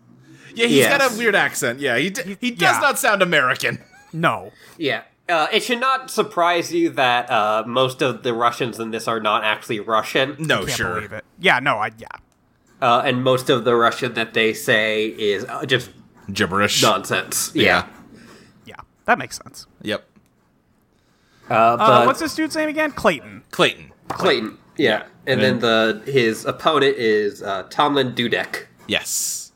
[SPEAKER 4] Yeah, he's got
[SPEAKER 2] Yes.
[SPEAKER 4] a weird accent. Yeah, he, d- he does
[SPEAKER 3] yeah.
[SPEAKER 4] not sound American.
[SPEAKER 3] No.
[SPEAKER 2] yeah. Uh, it should not surprise you that uh, most of the Russians in this are not actually Russian.
[SPEAKER 4] No,
[SPEAKER 3] Can't
[SPEAKER 4] Oh, sure.
[SPEAKER 3] believe it. Yeah, no, I yeah.
[SPEAKER 2] uh, and most of the Russian that they say is uh, just
[SPEAKER 4] Gibberish.
[SPEAKER 2] nonsense.
[SPEAKER 4] Yeah.
[SPEAKER 2] Yeah,
[SPEAKER 3] Yeah. That makes sense.
[SPEAKER 4] Yep.
[SPEAKER 2] Uh,
[SPEAKER 3] Uh,
[SPEAKER 2] but
[SPEAKER 3] what's this dude's name again? Clayton.
[SPEAKER 4] Clayton.
[SPEAKER 2] Clayton. Yeah, and then the his opponent is uh, Tomlin Dudek.
[SPEAKER 4] Yes.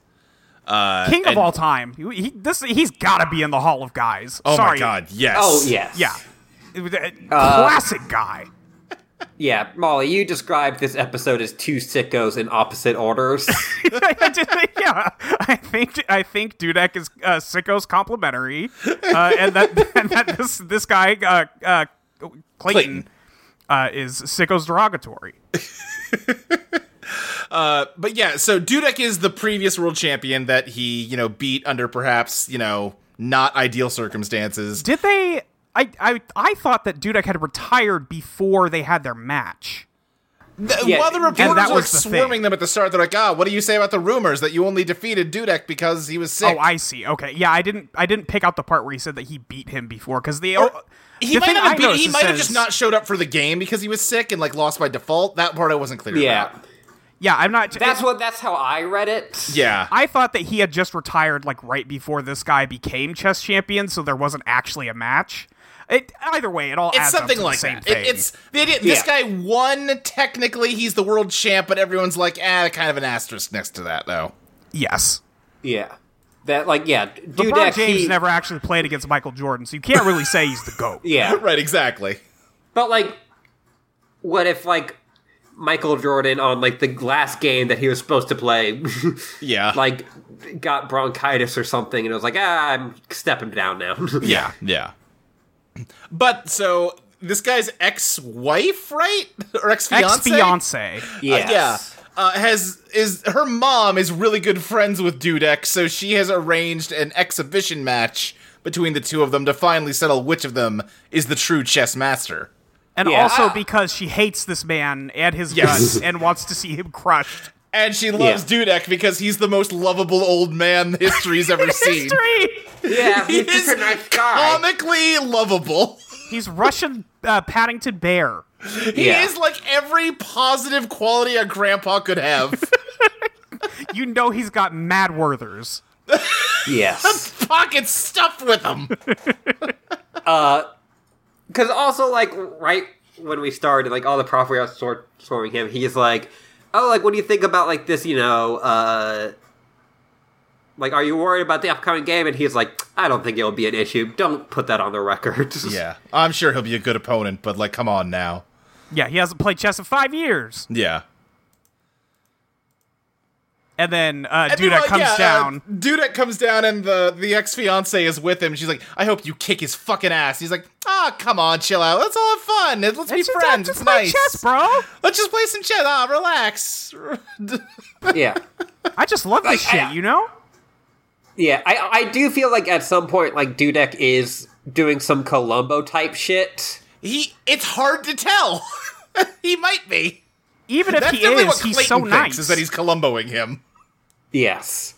[SPEAKER 4] Uh,
[SPEAKER 3] King of
[SPEAKER 4] and-
[SPEAKER 3] all time. He, he- this he's got to be in the Hall of Guys.
[SPEAKER 4] Oh
[SPEAKER 3] Sorry.
[SPEAKER 4] my God! Yes.
[SPEAKER 2] Oh yes,
[SPEAKER 3] Yeah. It was a
[SPEAKER 4] Uh,
[SPEAKER 3] Classic guy.
[SPEAKER 2] yeah. Molly, you described this episode as two sickos in opposite orders.
[SPEAKER 3] I did think- yeah, I think I think Dudek is uh, Sicko's complimentary, uh, and that and that this this guy uh, uh, Clayton,
[SPEAKER 4] Clayton.
[SPEAKER 3] Uh, is Sicko's derogatory.
[SPEAKER 4] But yeah, so Dudek is the previous world champion that he, you know, beat under perhaps, you know, not ideal circumstances.
[SPEAKER 3] Did they? I I I thought that Dudek had retired before they had their match.
[SPEAKER 4] Th-
[SPEAKER 2] Yeah,
[SPEAKER 4] While the
[SPEAKER 2] and
[SPEAKER 4] reporters
[SPEAKER 3] that
[SPEAKER 4] were like
[SPEAKER 3] was the
[SPEAKER 4] swarming
[SPEAKER 3] thing.
[SPEAKER 4] them at the start, they're like, "Ah, what do you say about the rumors that you only defeated Dudek because he was sick?"
[SPEAKER 3] Oh, I see. Okay, yeah, I didn't I didn't pick out the part where he said that he beat him before because the oh,
[SPEAKER 4] he
[SPEAKER 3] the
[SPEAKER 4] might
[SPEAKER 3] thing
[SPEAKER 4] not
[SPEAKER 3] I
[SPEAKER 4] have beat,
[SPEAKER 3] noticed
[SPEAKER 4] he
[SPEAKER 3] is
[SPEAKER 4] might have
[SPEAKER 3] says-
[SPEAKER 4] just not showed up for the game because he was sick and like lost by default. That part I wasn't clear.
[SPEAKER 2] yeah,
[SPEAKER 4] about.
[SPEAKER 3] Yeah, I'm not.
[SPEAKER 2] that's what that's how I read it.
[SPEAKER 4] yeah.
[SPEAKER 3] I thought that he had just retired like right before this guy became chess champion, so there wasn't actually a match. It, either way, it all
[SPEAKER 4] it's
[SPEAKER 3] adds up to
[SPEAKER 4] something
[SPEAKER 3] the
[SPEAKER 4] like
[SPEAKER 3] same
[SPEAKER 4] that.
[SPEAKER 3] thing.
[SPEAKER 4] It, it's the idea, this
[SPEAKER 2] Yeah.
[SPEAKER 4] guy won technically. He's the world champ, but everyone's like, "Ah, kind of an asterisk next to that, though."
[SPEAKER 3] yes.
[SPEAKER 2] yeah. That like yeah, Dudek.
[SPEAKER 3] LeBron James
[SPEAKER 2] he-
[SPEAKER 3] never actually played against Michael Jordan, so you can't really say he's the goat.
[SPEAKER 2] Yeah,
[SPEAKER 4] Right, exactly.
[SPEAKER 2] But like, what if like Michael Jordan on like the last game that he was supposed to play,
[SPEAKER 4] Yeah.
[SPEAKER 2] like got bronchitis or something, and it was like, ah, I'm stepping down now.
[SPEAKER 4] Yeah, yeah. But so this guy's ex-wife, right, or ex-fiance?
[SPEAKER 3] Ex fiance.
[SPEAKER 2] yes.
[SPEAKER 4] Yeah. Uh, has is her mom is really good friends with Dudek, so she has arranged an exhibition match between the two of them to finally settle which of them is the true chess master.
[SPEAKER 3] And
[SPEAKER 2] Yeah.
[SPEAKER 3] also
[SPEAKER 2] Ah.
[SPEAKER 3] because she hates this man and his
[SPEAKER 4] Yes.
[SPEAKER 3] guts and wants to see him crushed.
[SPEAKER 4] And she loves Dudek because he's the most lovable old man history's ever seen.
[SPEAKER 3] History!
[SPEAKER 2] Yeah, he's
[SPEAKER 4] He
[SPEAKER 2] just a
[SPEAKER 4] is
[SPEAKER 2] nice guy.
[SPEAKER 4] Comically lovable.
[SPEAKER 3] He's Russian uh, Paddington Bear.
[SPEAKER 2] Yeah.
[SPEAKER 4] He is like every positive quality a grandpa could have.
[SPEAKER 3] You know he's got mad worthers.
[SPEAKER 2] yes.
[SPEAKER 4] pockets stuffed with them.
[SPEAKER 2] Because also, like, right when we started, like, all the prof were out sort- storming him, he's like, oh, like, what do you think about, like, this, you know, uh, like, are you worried about the upcoming game? And he's like, I don't think it'll be an issue. Don't put that on the record.
[SPEAKER 4] yeah, I'm sure he'll be a good opponent, but like, come on now.
[SPEAKER 3] Yeah, he hasn't played chess in five years.
[SPEAKER 4] Yeah.
[SPEAKER 3] And then uh, Duda comes down.
[SPEAKER 4] Duda comes down, and the the ex fiance is with him. She's like, "I hope you kick his fucking ass." He's like, "Ah, come on, chill out. Let's all have fun. Let's be
[SPEAKER 3] It's just-
[SPEAKER 4] friends.
[SPEAKER 3] just
[SPEAKER 4] it's
[SPEAKER 3] play
[SPEAKER 4] nice.
[SPEAKER 3] chess, bro.
[SPEAKER 4] Let's just play some chess. Ah, relax."
[SPEAKER 2] yeah.
[SPEAKER 3] I just love this
[SPEAKER 2] Like, I-
[SPEAKER 3] shit, you know?
[SPEAKER 2] Yeah, I, I do feel like at some point, like, Dudek is doing some Columbo type shit.
[SPEAKER 4] he. It's hard to tell. he might be.
[SPEAKER 3] Even if
[SPEAKER 4] That's
[SPEAKER 3] he
[SPEAKER 4] definitely
[SPEAKER 3] is,
[SPEAKER 4] what Clayton
[SPEAKER 3] he's so
[SPEAKER 4] thinks
[SPEAKER 3] nice.
[SPEAKER 4] is that he's Columboing him.
[SPEAKER 2] Yes.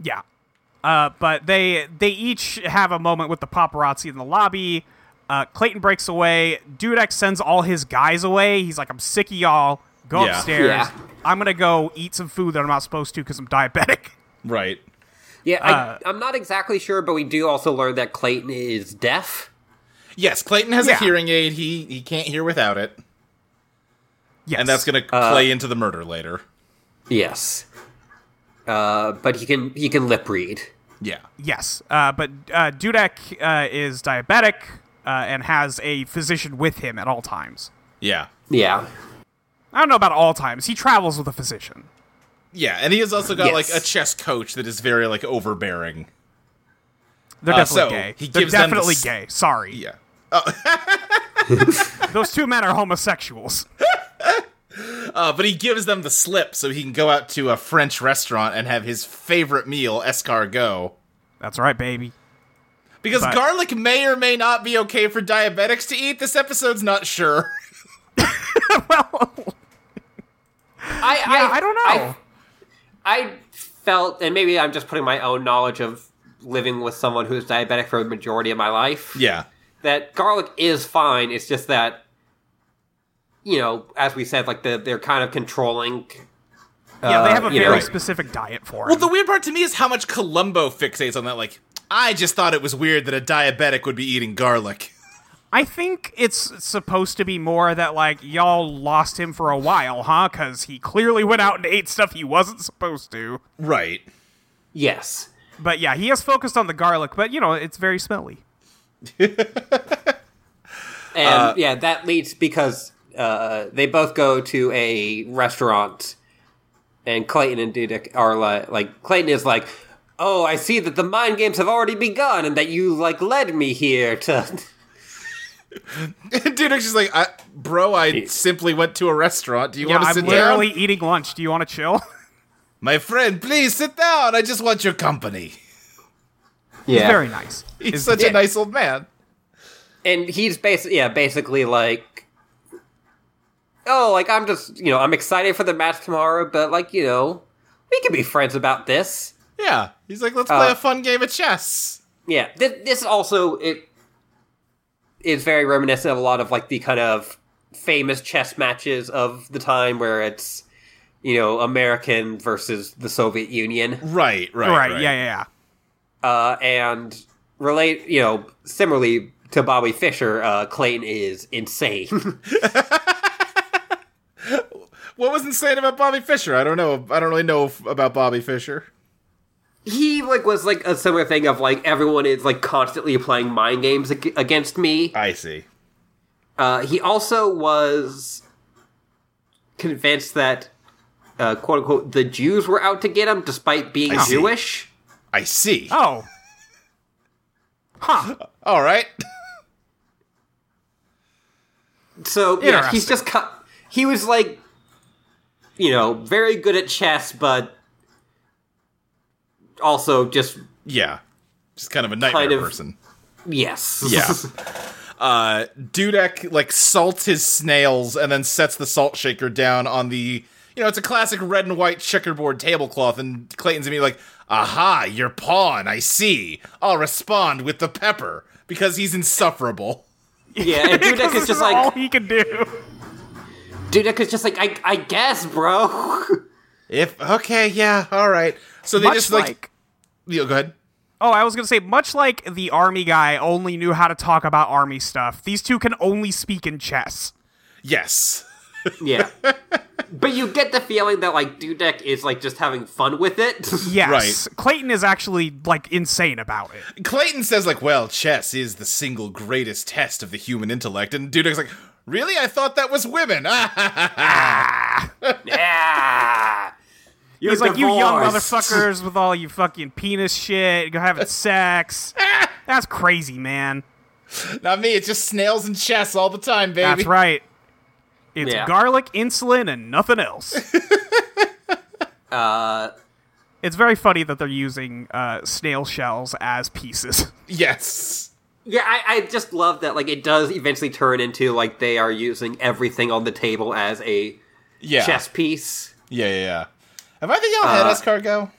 [SPEAKER 3] Yeah. Uh, but they they each have a moment with the paparazzi in the lobby. Uh, Clayton breaks away. Dudek sends all his guys away. He's like, "I'm sick of y'all. Go
[SPEAKER 4] Yeah.
[SPEAKER 3] upstairs.
[SPEAKER 2] Yeah.
[SPEAKER 3] I'm gonna go eat some food that I'm not supposed to because I'm diabetic."
[SPEAKER 4] Right.
[SPEAKER 2] Yeah, I, I'm not exactly sure, but we do also learn that Clayton is deaf.
[SPEAKER 4] Yes, Clayton has a
[SPEAKER 3] Yeah.
[SPEAKER 4] hearing aid. He he can't hear without it,
[SPEAKER 3] Yes.
[SPEAKER 4] and that's gonna play into the murder later.
[SPEAKER 2] Yes. Uh, but he can he can lip read.
[SPEAKER 4] Yeah.
[SPEAKER 3] yes. Uh, but uh, Dudek uh, is diabetic uh, and has a physician with him at all times.
[SPEAKER 4] Yeah.
[SPEAKER 2] Yeah.
[SPEAKER 3] I don't know about all times. He travels with a physician.
[SPEAKER 4] Yeah, and he has also got
[SPEAKER 2] Yes.
[SPEAKER 4] like a chess coach that is very like overbearing.
[SPEAKER 3] They're
[SPEAKER 4] Uh,
[SPEAKER 3] definitely
[SPEAKER 4] so,
[SPEAKER 3] gay.
[SPEAKER 4] he
[SPEAKER 3] They're
[SPEAKER 4] gives them the
[SPEAKER 3] definitely
[SPEAKER 4] s-
[SPEAKER 3] gay. Sorry.
[SPEAKER 4] Yeah.
[SPEAKER 3] Those two men are homosexuals.
[SPEAKER 4] Uh, but he gives them the slip so he can go out to a French restaurant and have his favorite meal, escargot.
[SPEAKER 3] That's right, baby.
[SPEAKER 4] Because
[SPEAKER 3] But-
[SPEAKER 4] garlic may or may not be okay for diabetics to eat. This episode's not sure.
[SPEAKER 2] I
[SPEAKER 3] Yeah, I, don't know.
[SPEAKER 2] I, I felt, and maybe I'm just putting my own knowledge of living with someone who's diabetic for the majority of my life.
[SPEAKER 4] Yeah.
[SPEAKER 2] That garlic is fine. It's just that, you know, as we said, like the, they're kind of controlling.
[SPEAKER 3] yeah,
[SPEAKER 2] uh,
[SPEAKER 3] they have a
[SPEAKER 2] you
[SPEAKER 3] very
[SPEAKER 2] know-
[SPEAKER 3] specific diet for
[SPEAKER 4] Well,
[SPEAKER 3] it.
[SPEAKER 4] the weird part to me is how much Columbo fixates on that. Like, I just thought it was weird that a diabetic would be eating garlic.
[SPEAKER 3] I think it's supposed to be more that like y'all lost him for a while, huh? Because he clearly went out and ate stuff he wasn't supposed to.
[SPEAKER 4] Right.
[SPEAKER 2] Yes.
[SPEAKER 3] But yeah, he has focused on the garlic, but you know it's very smelly.
[SPEAKER 2] And yeah, that leads because uh, they both go to a restaurant, and Clayton and Dudek are like, like Clayton is like, "Oh, I see that the mind games have already begun, and that you like led me here to."
[SPEAKER 4] Dude, it's just like, I, bro, I simply went to a restaurant. Do you
[SPEAKER 3] Yeah,
[SPEAKER 4] want to
[SPEAKER 3] I'm
[SPEAKER 4] sit
[SPEAKER 3] literally
[SPEAKER 4] down?
[SPEAKER 3] eating lunch. Do you want to chill?
[SPEAKER 4] My friend, please sit down. I just want your company.
[SPEAKER 2] yeah,
[SPEAKER 3] very nice.
[SPEAKER 4] He's
[SPEAKER 3] Is-
[SPEAKER 4] such
[SPEAKER 2] yeah.
[SPEAKER 4] a nice old man.
[SPEAKER 2] and he's basically yeah, basically like, "Oh, like I'm just you know I'm excited for the match tomorrow, but like you know we can be friends about this."
[SPEAKER 4] Yeah. He's like, let's play
[SPEAKER 2] Uh,
[SPEAKER 4] a fun game of chess.
[SPEAKER 2] Yeah, this, this also it is very reminiscent of a lot of like the kind of famous chess matches of the time where it's you know American versus the Soviet Union,
[SPEAKER 4] Right, right,
[SPEAKER 3] right, Yeah, yeah, yeah.
[SPEAKER 2] uh, and relate you know similarly to Bobby Fischer, uh, Clayton is insane.
[SPEAKER 4] What was insane about Bobby Fischer? I don't know. I don't really know f- about Bobby Fischer.
[SPEAKER 2] he like was like a similar thing of like everyone is like constantly playing mind games ag- against me.
[SPEAKER 4] I see.
[SPEAKER 2] Uh, he also was convinced that, uh, quote unquote, the Jews were out to get him despite being
[SPEAKER 4] I see.
[SPEAKER 2] Jewish.
[SPEAKER 4] I see.
[SPEAKER 3] Oh, huh?
[SPEAKER 4] All right.
[SPEAKER 2] So, yeah, he's
[SPEAKER 3] Interesting.
[SPEAKER 2] just cut. He was like, you know, very good at chess, but also just,
[SPEAKER 4] yeah. Just kind of a nightmare
[SPEAKER 2] Kind of-
[SPEAKER 4] person.
[SPEAKER 2] yes.
[SPEAKER 4] Yeah. Uh, Dudek like salts his snails and then sets the salt shaker down on the you know it's a classic red and white checkerboard tablecloth and Clayton's gonna be like aha your pawn I see I'll respond with the pepper because he's insufferable
[SPEAKER 2] yeah, and
[SPEAKER 3] Because
[SPEAKER 2] Dudek
[SPEAKER 3] this
[SPEAKER 2] is just
[SPEAKER 3] is all
[SPEAKER 2] like,
[SPEAKER 3] he can do.
[SPEAKER 2] Dudek is just like, I, I guess, bro.
[SPEAKER 4] if okay yeah all right so they
[SPEAKER 3] Much
[SPEAKER 4] just
[SPEAKER 3] like,
[SPEAKER 4] like Yeah, go ahead.
[SPEAKER 3] Oh, I was going to say, much like the army guy only knew how to talk about army stuff, these two can only speak in chess.
[SPEAKER 4] Yes.
[SPEAKER 2] Yeah. but you get the feeling that like Dudek is like just having fun with it.
[SPEAKER 3] Yes. Clayton is actually, like, insane about it.
[SPEAKER 4] Clayton says, like, well, chess is the single greatest test of the human intellect. And Dudek's like, really? I thought that was women.
[SPEAKER 2] yeah. You're
[SPEAKER 3] He's like, you young
[SPEAKER 2] divorced."
[SPEAKER 3] motherfuckers with all you fucking penis shit, go having sex. That's crazy, man.
[SPEAKER 4] Not me. It's just snails and chess all the time, baby.
[SPEAKER 3] That's right. It's
[SPEAKER 2] Yeah.
[SPEAKER 3] garlic, insulin, and nothing else.
[SPEAKER 2] Uh,
[SPEAKER 3] it's very funny that they're using uh, snail shells as pieces.
[SPEAKER 4] Yes.
[SPEAKER 2] yeah, I, I just love that. Like, it does eventually turn into like they are using everything on the table as a
[SPEAKER 4] Yeah.
[SPEAKER 2] chess piece.
[SPEAKER 4] Yeah, yeah, yeah. Have either y'all had
[SPEAKER 2] Uh,
[SPEAKER 4] escargot?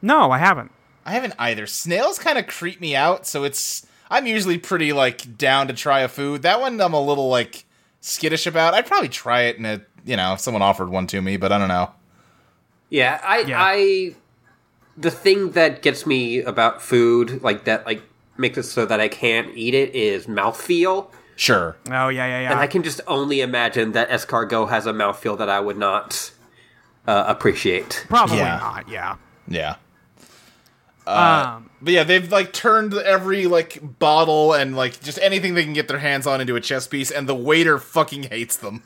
[SPEAKER 3] No, I haven't.
[SPEAKER 4] I haven't either. Snails kind of creep me out, so it's I'm usually pretty like down to try a food. That one I'm a little like skittish about. I'd probably try it, and it you know if someone offered one to me, but I don't know.
[SPEAKER 2] Yeah, I,
[SPEAKER 3] Yeah.
[SPEAKER 2] I, the thing that gets me about food, like that, like makes it so that I can't eat it, is mouthfeel,
[SPEAKER 4] Sure.
[SPEAKER 3] Oh yeah, yeah,
[SPEAKER 2] and
[SPEAKER 3] yeah.
[SPEAKER 2] I can just only imagine that escargot has a mouthfeel that I would not uh, appreciate.
[SPEAKER 3] Probably
[SPEAKER 4] Yeah. Uh,
[SPEAKER 3] not. Yeah.
[SPEAKER 4] Yeah.
[SPEAKER 3] um,
[SPEAKER 4] But yeah, they've like turned every like bottle and like just anything they can get their hands on into a chess piece, and the waiter fucking hates them.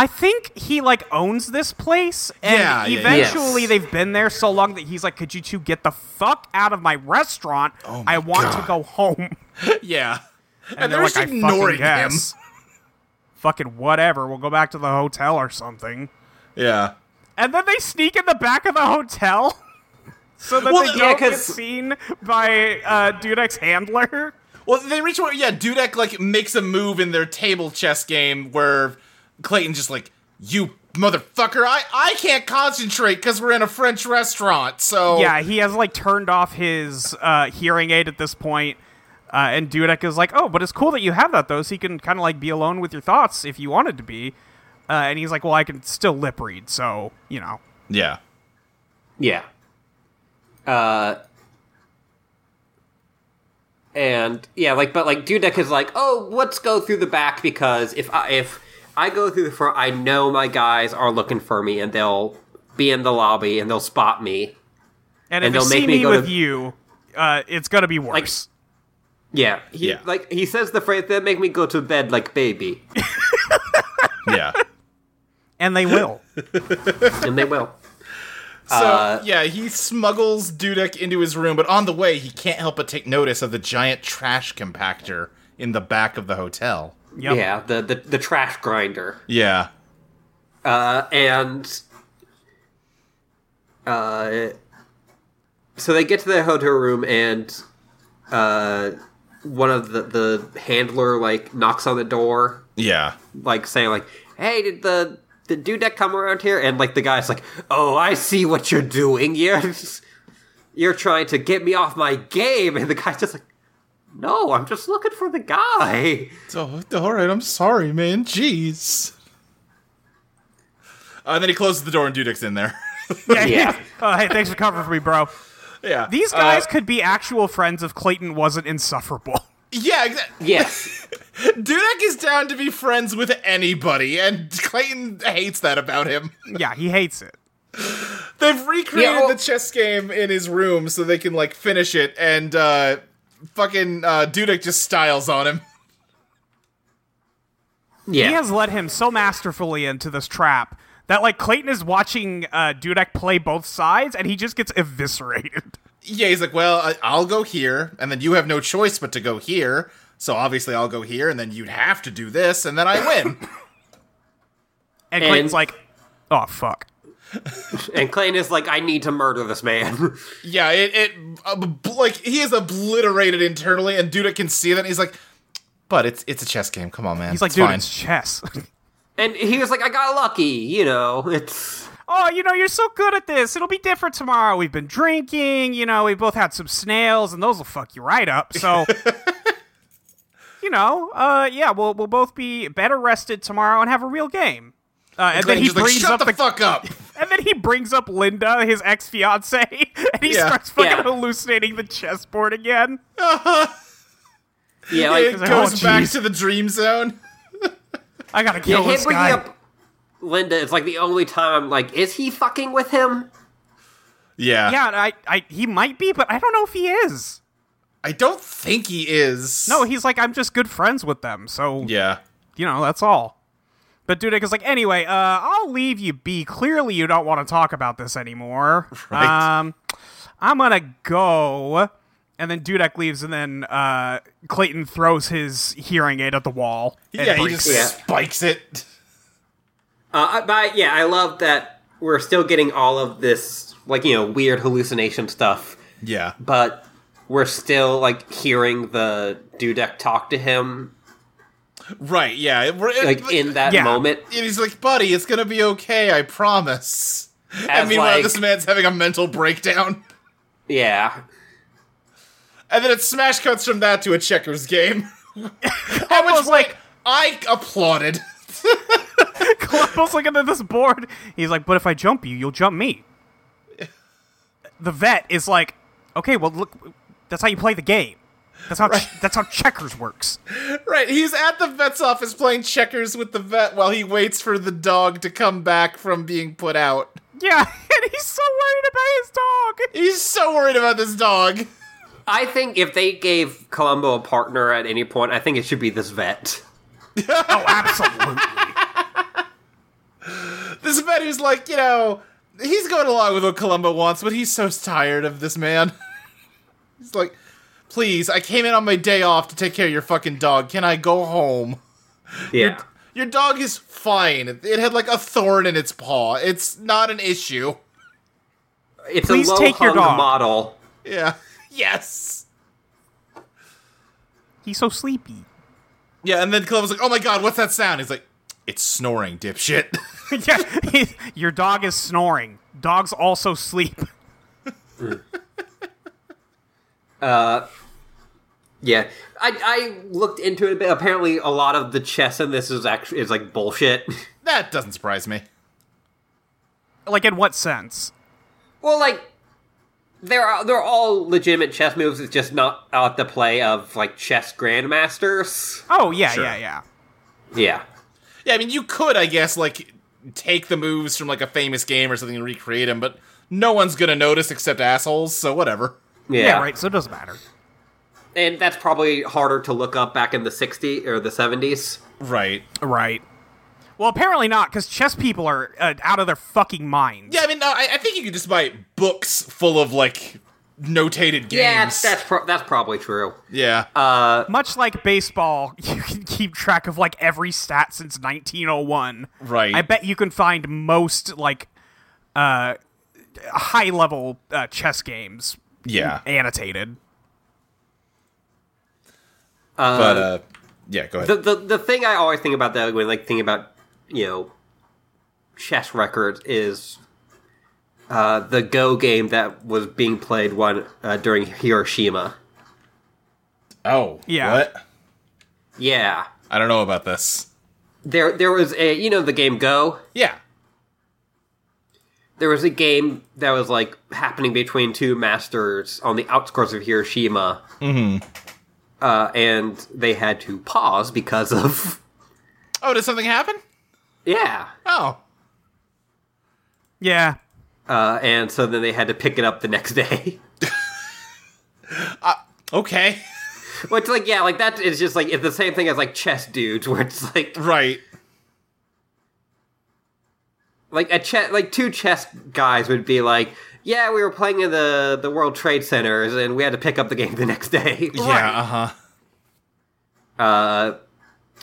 [SPEAKER 3] I think he like owns this place, and
[SPEAKER 4] Yeah, yeah,
[SPEAKER 3] eventually
[SPEAKER 2] yes.
[SPEAKER 3] they've been there so long that he's like, "Could you two get the fuck out of my restaurant?
[SPEAKER 4] Oh my
[SPEAKER 3] I want to
[SPEAKER 4] God.
[SPEAKER 3] go home."
[SPEAKER 4] Yeah. And,
[SPEAKER 3] And
[SPEAKER 4] they're, just
[SPEAKER 3] like,
[SPEAKER 4] ignoring
[SPEAKER 3] I fucking
[SPEAKER 4] him.
[SPEAKER 3] guess. fucking whatever. We'll go back to the hotel or something.
[SPEAKER 4] Yeah.
[SPEAKER 3] And then they sneak in the back of the hotel so that
[SPEAKER 4] Well,
[SPEAKER 3] they
[SPEAKER 2] yeah,
[SPEAKER 3] don't get
[SPEAKER 2] 'cause-
[SPEAKER 3] seen by uh, Dudek's handler.
[SPEAKER 4] Well, they reach where yeah, Dudek like makes a move in their table chess game where Clayton just like you motherfucker, I I can't concentrate because we're in a French restaurant. So
[SPEAKER 3] Yeah, he has like turned off his uh, hearing aid at this point. Uh, and Dudek is like, oh, but it's cool that you have that though, so you can kind of like be alone with your thoughts if you wanted to be. Uh, and he's like, well, I can still lip read, so you know.
[SPEAKER 4] yeah,
[SPEAKER 2] Yeah. Uh, and yeah, like, but like, Dudek is like, oh, let's go through the back because if I if I go through the front, I know my guys are looking for me and they'll be in the lobby and they'll spot me.
[SPEAKER 3] And,
[SPEAKER 2] And
[SPEAKER 3] if
[SPEAKER 2] they'll
[SPEAKER 3] they
[SPEAKER 2] make
[SPEAKER 3] see
[SPEAKER 2] me
[SPEAKER 3] me,
[SPEAKER 2] go
[SPEAKER 3] with
[SPEAKER 2] to-
[SPEAKER 3] you, uh, it's gonna be worse.
[SPEAKER 2] Yeah, he
[SPEAKER 4] Yeah.
[SPEAKER 2] like he says the phrase that make me go to bed like baby,
[SPEAKER 4] yeah.
[SPEAKER 3] and they will.
[SPEAKER 2] and they will.
[SPEAKER 4] So yeah, he smuggles Dudek into his room, but on the way he can't help but take notice of the giant trash compactor in the back of the hotel.
[SPEAKER 3] Yep.
[SPEAKER 2] Yeah, the, the the trash grinder.
[SPEAKER 4] Yeah.
[SPEAKER 2] Uh, and uh, so they get to the hotel room, and uh, one of the the handler like knocks on the door,
[SPEAKER 4] Yeah.
[SPEAKER 2] like saying like, "Hey, did the did Dudek come around here?" And like the guy's like, "Oh, I see what you're doing. You're you're trying to get me off my game." And the guy's just like, "No, I'm just looking for the guy."
[SPEAKER 4] Oh, all right. I'm sorry, man. Jeez. Uh, and then he closes the door, and Dudek's in there.
[SPEAKER 3] yeah,
[SPEAKER 2] Yeah.
[SPEAKER 3] Uh, hey, thanks for covering for me, bro.
[SPEAKER 4] yeah.
[SPEAKER 3] These
[SPEAKER 4] Uh,
[SPEAKER 3] guys could be actual friends if Clayton wasn't insufferable.
[SPEAKER 4] yeah. Exactly.
[SPEAKER 2] Yes.
[SPEAKER 4] Dudek is down to be friends with anybody, and Clayton hates that about him.
[SPEAKER 3] yeah, he hates it.
[SPEAKER 4] They've recreated
[SPEAKER 2] Yeah, well-
[SPEAKER 4] the chess game in his room so they can like finish it, and uh, fucking uh, Dudek just styles on him.
[SPEAKER 2] Yeah.
[SPEAKER 3] He has led him so masterfully into this trap that like Clayton is watching uh, Dudek play both sides, and he just gets eviscerated.
[SPEAKER 4] Yeah, he's like, well, I- I'll go here, and then you have no choice but to go here. So obviously, I'll go here, and then you'd have to do this, and then I win.
[SPEAKER 3] And,
[SPEAKER 2] And-
[SPEAKER 3] Clayton's like, "Oh fuck."
[SPEAKER 2] And Clayton is like, I need to murder this man.
[SPEAKER 4] Yeah, it, it ob- like he is obliterated internally, and Dudek can see that. And he's like, but it's it's a chess game. Come on, man.
[SPEAKER 3] He's like,
[SPEAKER 4] It's
[SPEAKER 3] "Dude,
[SPEAKER 4] fine."
[SPEAKER 3] it's chess."
[SPEAKER 2] and he was like, I got lucky, you know. It's
[SPEAKER 3] oh, you know, you're so good at this. It'll be different tomorrow. We've been drinking. You know, we both had some snails, and those will fuck you right up. So. You know, uh, yeah, we'll we'll both be better rested tomorrow and have a real game. Uh, and then
[SPEAKER 4] Clayton's
[SPEAKER 3] he
[SPEAKER 4] just like,
[SPEAKER 3] brings
[SPEAKER 4] shut
[SPEAKER 3] up
[SPEAKER 4] the, fuck up.
[SPEAKER 3] and then he brings up Linda, his ex fiance, and he
[SPEAKER 4] Yeah.
[SPEAKER 3] starts fucking
[SPEAKER 2] Yeah.
[SPEAKER 3] hallucinating the chessboard again.
[SPEAKER 2] Yeah,
[SPEAKER 4] It
[SPEAKER 2] like
[SPEAKER 3] like,
[SPEAKER 4] goes
[SPEAKER 3] oh,
[SPEAKER 4] back
[SPEAKER 3] geez.
[SPEAKER 4] to the dream zone.
[SPEAKER 3] I gotta
[SPEAKER 2] yeah,
[SPEAKER 3] kill
[SPEAKER 2] him
[SPEAKER 3] this guy.
[SPEAKER 2] bringing up Linda is like the only time I'm like, is he fucking with him?
[SPEAKER 4] Yeah.
[SPEAKER 3] yeah, and I, I, he might be, but I don't know if he is.
[SPEAKER 4] I don't think he is.
[SPEAKER 3] No, he's like, I'm just good friends with them, so
[SPEAKER 4] Yeah.
[SPEAKER 3] you know, that's all. But Dudek is like, anyway, uh, I'll leave you be. Clearly, you don't want to talk about this anymore.
[SPEAKER 4] Right.
[SPEAKER 3] Um, I'm gonna go. And then Dudek leaves, and then uh, Clayton throws his hearing aid at the wall. and
[SPEAKER 4] yeah, he
[SPEAKER 3] breaks
[SPEAKER 4] just
[SPEAKER 3] it.
[SPEAKER 2] Yeah.
[SPEAKER 4] spikes it.
[SPEAKER 2] Uh, I- but yeah, I love that we're still getting all of this like you know weird hallucination stuff,
[SPEAKER 4] Yeah.
[SPEAKER 2] but we're still like hearing the Dudek talk to him
[SPEAKER 4] Right. Yeah. It- we're- it-
[SPEAKER 2] like in that
[SPEAKER 3] Yeah.
[SPEAKER 2] moment.
[SPEAKER 4] and he's like, buddy, it's gonna be okay. I promise. and
[SPEAKER 2] As,
[SPEAKER 4] meanwhile,
[SPEAKER 2] like-
[SPEAKER 4] this man's having a mental breakdown.
[SPEAKER 2] Yeah,
[SPEAKER 4] And then it smash cuts from that to a checkers game. At which
[SPEAKER 3] was like-
[SPEAKER 4] point, like, I applauded.
[SPEAKER 3] Columbo's looking at this board. He's like, but if I jump you, you'll jump me. The vet is like, okay, well, look, that's how you play the game. That's how that's how checkers works.
[SPEAKER 4] right, he's at the vet's office playing checkers with the vet while he waits for the dog to come back from being put out.
[SPEAKER 3] Yeah, and he's so worried about his dog.
[SPEAKER 4] He's so worried about this dog.
[SPEAKER 2] I think if they gave Columbo a partner at any point, I think it should be this vet.
[SPEAKER 3] Oh, absolutely.
[SPEAKER 4] This vet who's like, you know, he's going along with what Columbo wants, but he's so tired of this man. he's like, please, I came in on my day off to take care of your fucking dog. Can I go home?
[SPEAKER 2] Yeah,
[SPEAKER 4] Your dog is fine. It had like a thorn in its paw. It's not an issue.
[SPEAKER 2] it's a
[SPEAKER 3] Please
[SPEAKER 2] low
[SPEAKER 3] take your
[SPEAKER 2] hung
[SPEAKER 3] dog.
[SPEAKER 2] model.
[SPEAKER 4] Yeah. Yes.
[SPEAKER 3] he's so sleepy.
[SPEAKER 4] Yeah, and then Columbo's like, oh my god, what's that sound? He's like, it's snoring, dipshit.
[SPEAKER 3] yeah, he- your dog is snoring. Dogs also sleep.
[SPEAKER 2] Yeah, I, I looked into it a bit. Apparently, a lot of the chess in this is actually is like bullshit.
[SPEAKER 4] that doesn't surprise me.
[SPEAKER 3] Like in what sense?
[SPEAKER 2] well, like they're all- they're all legitimate chess moves. It's just not out the play of like chess grandmasters.
[SPEAKER 3] Oh yeah,
[SPEAKER 4] Sure.
[SPEAKER 3] yeah, yeah.
[SPEAKER 2] Yeah,
[SPEAKER 4] Yeah, I mean, you could, I guess, like take the moves from like a famous game or something and recreate them, but no one's gonna notice except assholes. So whatever.
[SPEAKER 2] yeah,
[SPEAKER 3] Yeah, right. So it doesn't matter.
[SPEAKER 2] And that's probably harder to look up back in the '60s or the '70s.
[SPEAKER 4] Right.
[SPEAKER 3] Right. Well, apparently not, because chess people are uh, out of their fucking minds.
[SPEAKER 4] Yeah, I mean, I, I think you could just buy books full of like notated games.
[SPEAKER 2] Yeah, that's pro- that's probably true.
[SPEAKER 4] yeah.
[SPEAKER 3] Much like baseball, you can keep track of like every stat since 1901.
[SPEAKER 4] Right.
[SPEAKER 3] I bet you can find most like uh, high level uh, chess games
[SPEAKER 4] yeah.
[SPEAKER 3] annotated.
[SPEAKER 4] but uh, yeah, go ahead.
[SPEAKER 2] The, the the thing I always think about though when like thinking about you know chess records is uh, the Go game that was being played one uh, during Hiroshima.
[SPEAKER 4] oh,
[SPEAKER 3] Yeah.
[SPEAKER 4] What?
[SPEAKER 2] Yeah,
[SPEAKER 4] I don't know about this.
[SPEAKER 2] there there was a you know the game Go.
[SPEAKER 4] Yeah.
[SPEAKER 2] There was a game that was like happening between two masters on the outskirts of Hiroshima. Mm-hmm. Uh, and they had to pause because of
[SPEAKER 4] Oh, did something happen?
[SPEAKER 2] yeah.
[SPEAKER 4] Oh.
[SPEAKER 3] Yeah.
[SPEAKER 2] Uh, and so then they had to pick it up the next day.
[SPEAKER 4] Okay.
[SPEAKER 2] Which, like, yeah, like that is just like it's the same thing as like chess dudes, where it's like
[SPEAKER 4] right.
[SPEAKER 2] like a chess like two chess guys would be like, yeah, we were playing in the the World Trade Centers, and we had to pick up the game the next day.
[SPEAKER 4] Yeah. Uh huh.
[SPEAKER 2] Uh,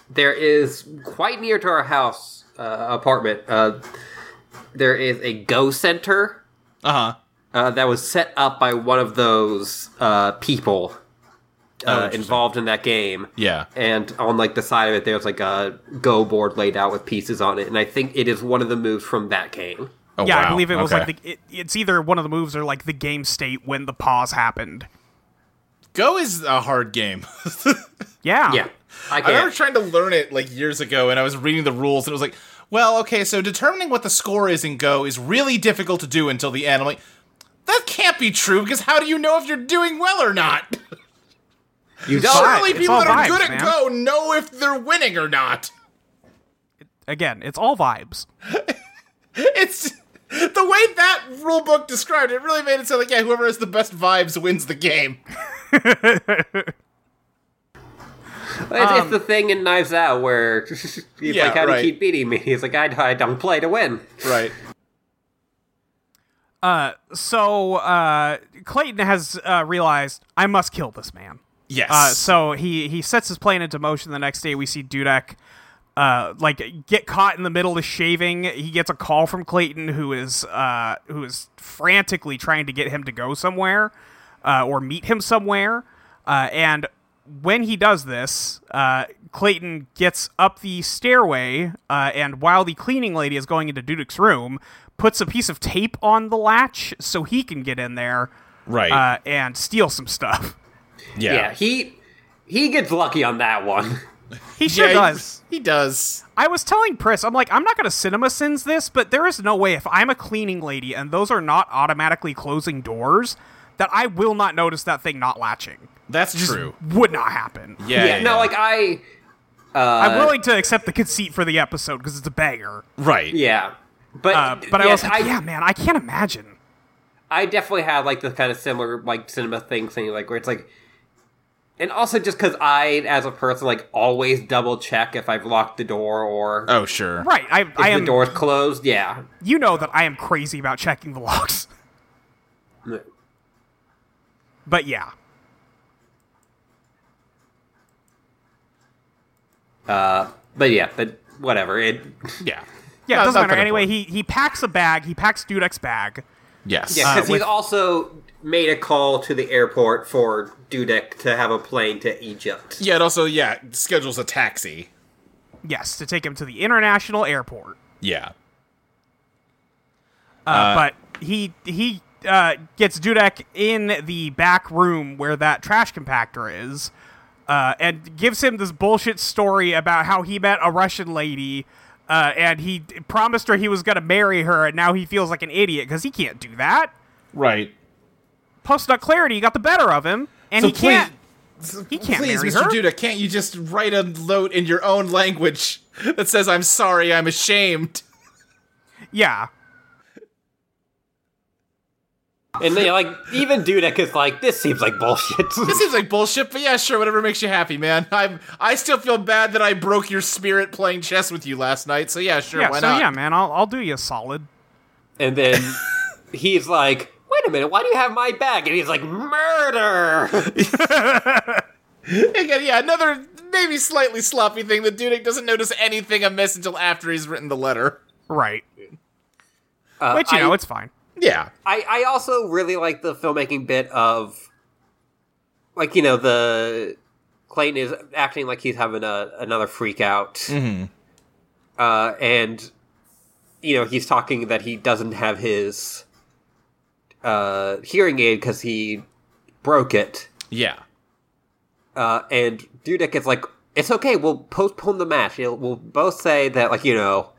[SPEAKER 2] there is quite near to our house uh, apartment. Uh, there is a Go Center
[SPEAKER 4] Uh huh.
[SPEAKER 2] uh, that was set up by one of those uh, people uh,
[SPEAKER 4] Oh, interesting.
[SPEAKER 2] involved in that game.
[SPEAKER 4] Yeah.
[SPEAKER 2] and on like the side of it there's like a go board laid out with pieces on it and i think it is one of the moves from that game
[SPEAKER 4] Oh,
[SPEAKER 3] yeah, I
[SPEAKER 4] wow.
[SPEAKER 3] believe it was
[SPEAKER 4] Okay.
[SPEAKER 3] like the, it, it's either one of the moves or like the game state when the pause happened.
[SPEAKER 4] Go is a hard game.
[SPEAKER 3] Yeah.
[SPEAKER 4] Ah.
[SPEAKER 2] yeah I
[SPEAKER 4] I remember
[SPEAKER 2] can't.
[SPEAKER 4] trying to learn it like years ago, and I was reading the rules, and it was like, well, okay, so determining what the score is in Go is really difficult to do until the end. I'm like, that can't be true because how do you know if you're doing well or not?
[SPEAKER 2] You
[SPEAKER 4] Surely
[SPEAKER 3] It's
[SPEAKER 4] people
[SPEAKER 3] all
[SPEAKER 4] that are
[SPEAKER 3] vibes,
[SPEAKER 4] good at
[SPEAKER 3] man.
[SPEAKER 4] Go know if they're winning or not.
[SPEAKER 3] Again, it's all vibes.
[SPEAKER 4] It's the way that rule book described it really made it sound like yeah, whoever has the best vibes wins the game.
[SPEAKER 2] It's, it's the thing in Knives Out where he's
[SPEAKER 4] Um, Yeah,
[SPEAKER 2] like, "How
[SPEAKER 4] right.
[SPEAKER 2] do you keep beating me?" He's like, "I, I don't play to win."
[SPEAKER 4] Right.
[SPEAKER 3] Uh, so uh, Clayton has uh, realized I must kill this man.
[SPEAKER 4] Yes.
[SPEAKER 3] Uh, so he he sets his plan into motion. The next day, we see Dudek, uh, like get caught in the middle of shaving. He gets a call from Clayton, who is uh, who is frantically trying to get him to go somewhere uh, or meet him somewhere. Uh, and when he does this, uh, Clayton gets up the stairway, uh, and while the cleaning lady is going into Dudek's room, puts a piece of tape on the latch so he can get in there
[SPEAKER 4] right.
[SPEAKER 3] uh, and steal some stuff.
[SPEAKER 4] yeah.
[SPEAKER 2] Yeah, he he gets lucky on that one.
[SPEAKER 3] He sure
[SPEAKER 4] Yeah, he-
[SPEAKER 3] does.
[SPEAKER 4] He does.
[SPEAKER 3] I was telling Pris, I'm like, I'm not going to cinema sins this, but there is no way if I'm a cleaning lady and those are not automatically closing doors, that I will not notice that thing not latching.
[SPEAKER 4] That's true.
[SPEAKER 3] Would not happen.
[SPEAKER 4] Yeah.
[SPEAKER 2] yeah, no, like I, uh,
[SPEAKER 3] I'm willing to accept the conceit for the episode because it's a banger.
[SPEAKER 4] right.
[SPEAKER 2] yeah, but
[SPEAKER 3] Uh, but I
[SPEAKER 2] yes,
[SPEAKER 3] was like, yeah, man, I can't imagine.
[SPEAKER 2] I definitely have like the kind of similar like cinema thing thing like where it's like, and also just because I as a person like always double check if I've locked the door or
[SPEAKER 4] Oh sure.
[SPEAKER 3] Right, I, I
[SPEAKER 2] if
[SPEAKER 3] am.
[SPEAKER 2] the door's closed. Yeah,
[SPEAKER 3] You know that I am crazy about checking the locks, but yeah,
[SPEAKER 2] but yeah, but whatever. It
[SPEAKER 3] yeah,
[SPEAKER 4] Yeah. No,
[SPEAKER 3] it
[SPEAKER 4] it's not
[SPEAKER 3] doesn't matter.
[SPEAKER 4] that
[SPEAKER 3] Anyway,
[SPEAKER 4] important.
[SPEAKER 3] he he packs a bag. He packs Dudek's bag.
[SPEAKER 4] Yes. Uh,
[SPEAKER 2] yeah, because
[SPEAKER 3] with-
[SPEAKER 2] he's also made a call to the airport for Dudek to have a plane to Egypt.
[SPEAKER 4] Yeah, it also yeah schedules a taxi.
[SPEAKER 3] Yes, to take him to the international airport.
[SPEAKER 4] Yeah.
[SPEAKER 3] Uh,
[SPEAKER 4] Uh,
[SPEAKER 3] but he he uh, gets Dudek in the back room where that trash compactor is, uh, and gives him this bullshit story about how he met a Russian lady, uh, and he d- promised her he was gonna marry her, and now he feels like an idiot because he can't do that.
[SPEAKER 4] Right.
[SPEAKER 3] Post nut clarity got the better of him, and he can't. He can't
[SPEAKER 4] please,
[SPEAKER 3] marry
[SPEAKER 4] Mr.
[SPEAKER 3] her.
[SPEAKER 4] Duda, can't you just write a note in your own language that says I'm sorry, I'm ashamed?
[SPEAKER 3] Yeah,
[SPEAKER 2] And they, like even Dudek is like, this seems like bullshit.
[SPEAKER 4] This seems like bullshit, but yeah, sure, whatever makes you happy, man. I'm I still feel bad that I broke your spirit playing chess with you last night, so yeah, sure,
[SPEAKER 3] yeah.
[SPEAKER 4] why
[SPEAKER 3] So
[SPEAKER 4] not?
[SPEAKER 3] yeah, man, I'll I'll do you a solid.
[SPEAKER 2] and then he's like, wait a minute, why do you have my bag? And he's like, murder.
[SPEAKER 4] Again, yeah, another maybe slightly sloppy thing that Dudek doesn't notice anything amiss until after he's written the letter.
[SPEAKER 3] Right.
[SPEAKER 4] Uh,
[SPEAKER 3] Which you
[SPEAKER 2] Uh, I-
[SPEAKER 3] know, it's fine.
[SPEAKER 4] Yeah.
[SPEAKER 2] I, I also really like the filmmaking bit of like you know the Clayton is acting like he's having a another freak out, uh, and you know he's talking that he doesn't have his uh, hearing aid because he broke it,
[SPEAKER 4] Yeah.
[SPEAKER 2] uh, and Dudek is like, "It's okay, we'll postpone the match. It'll- We'll both say that like you know."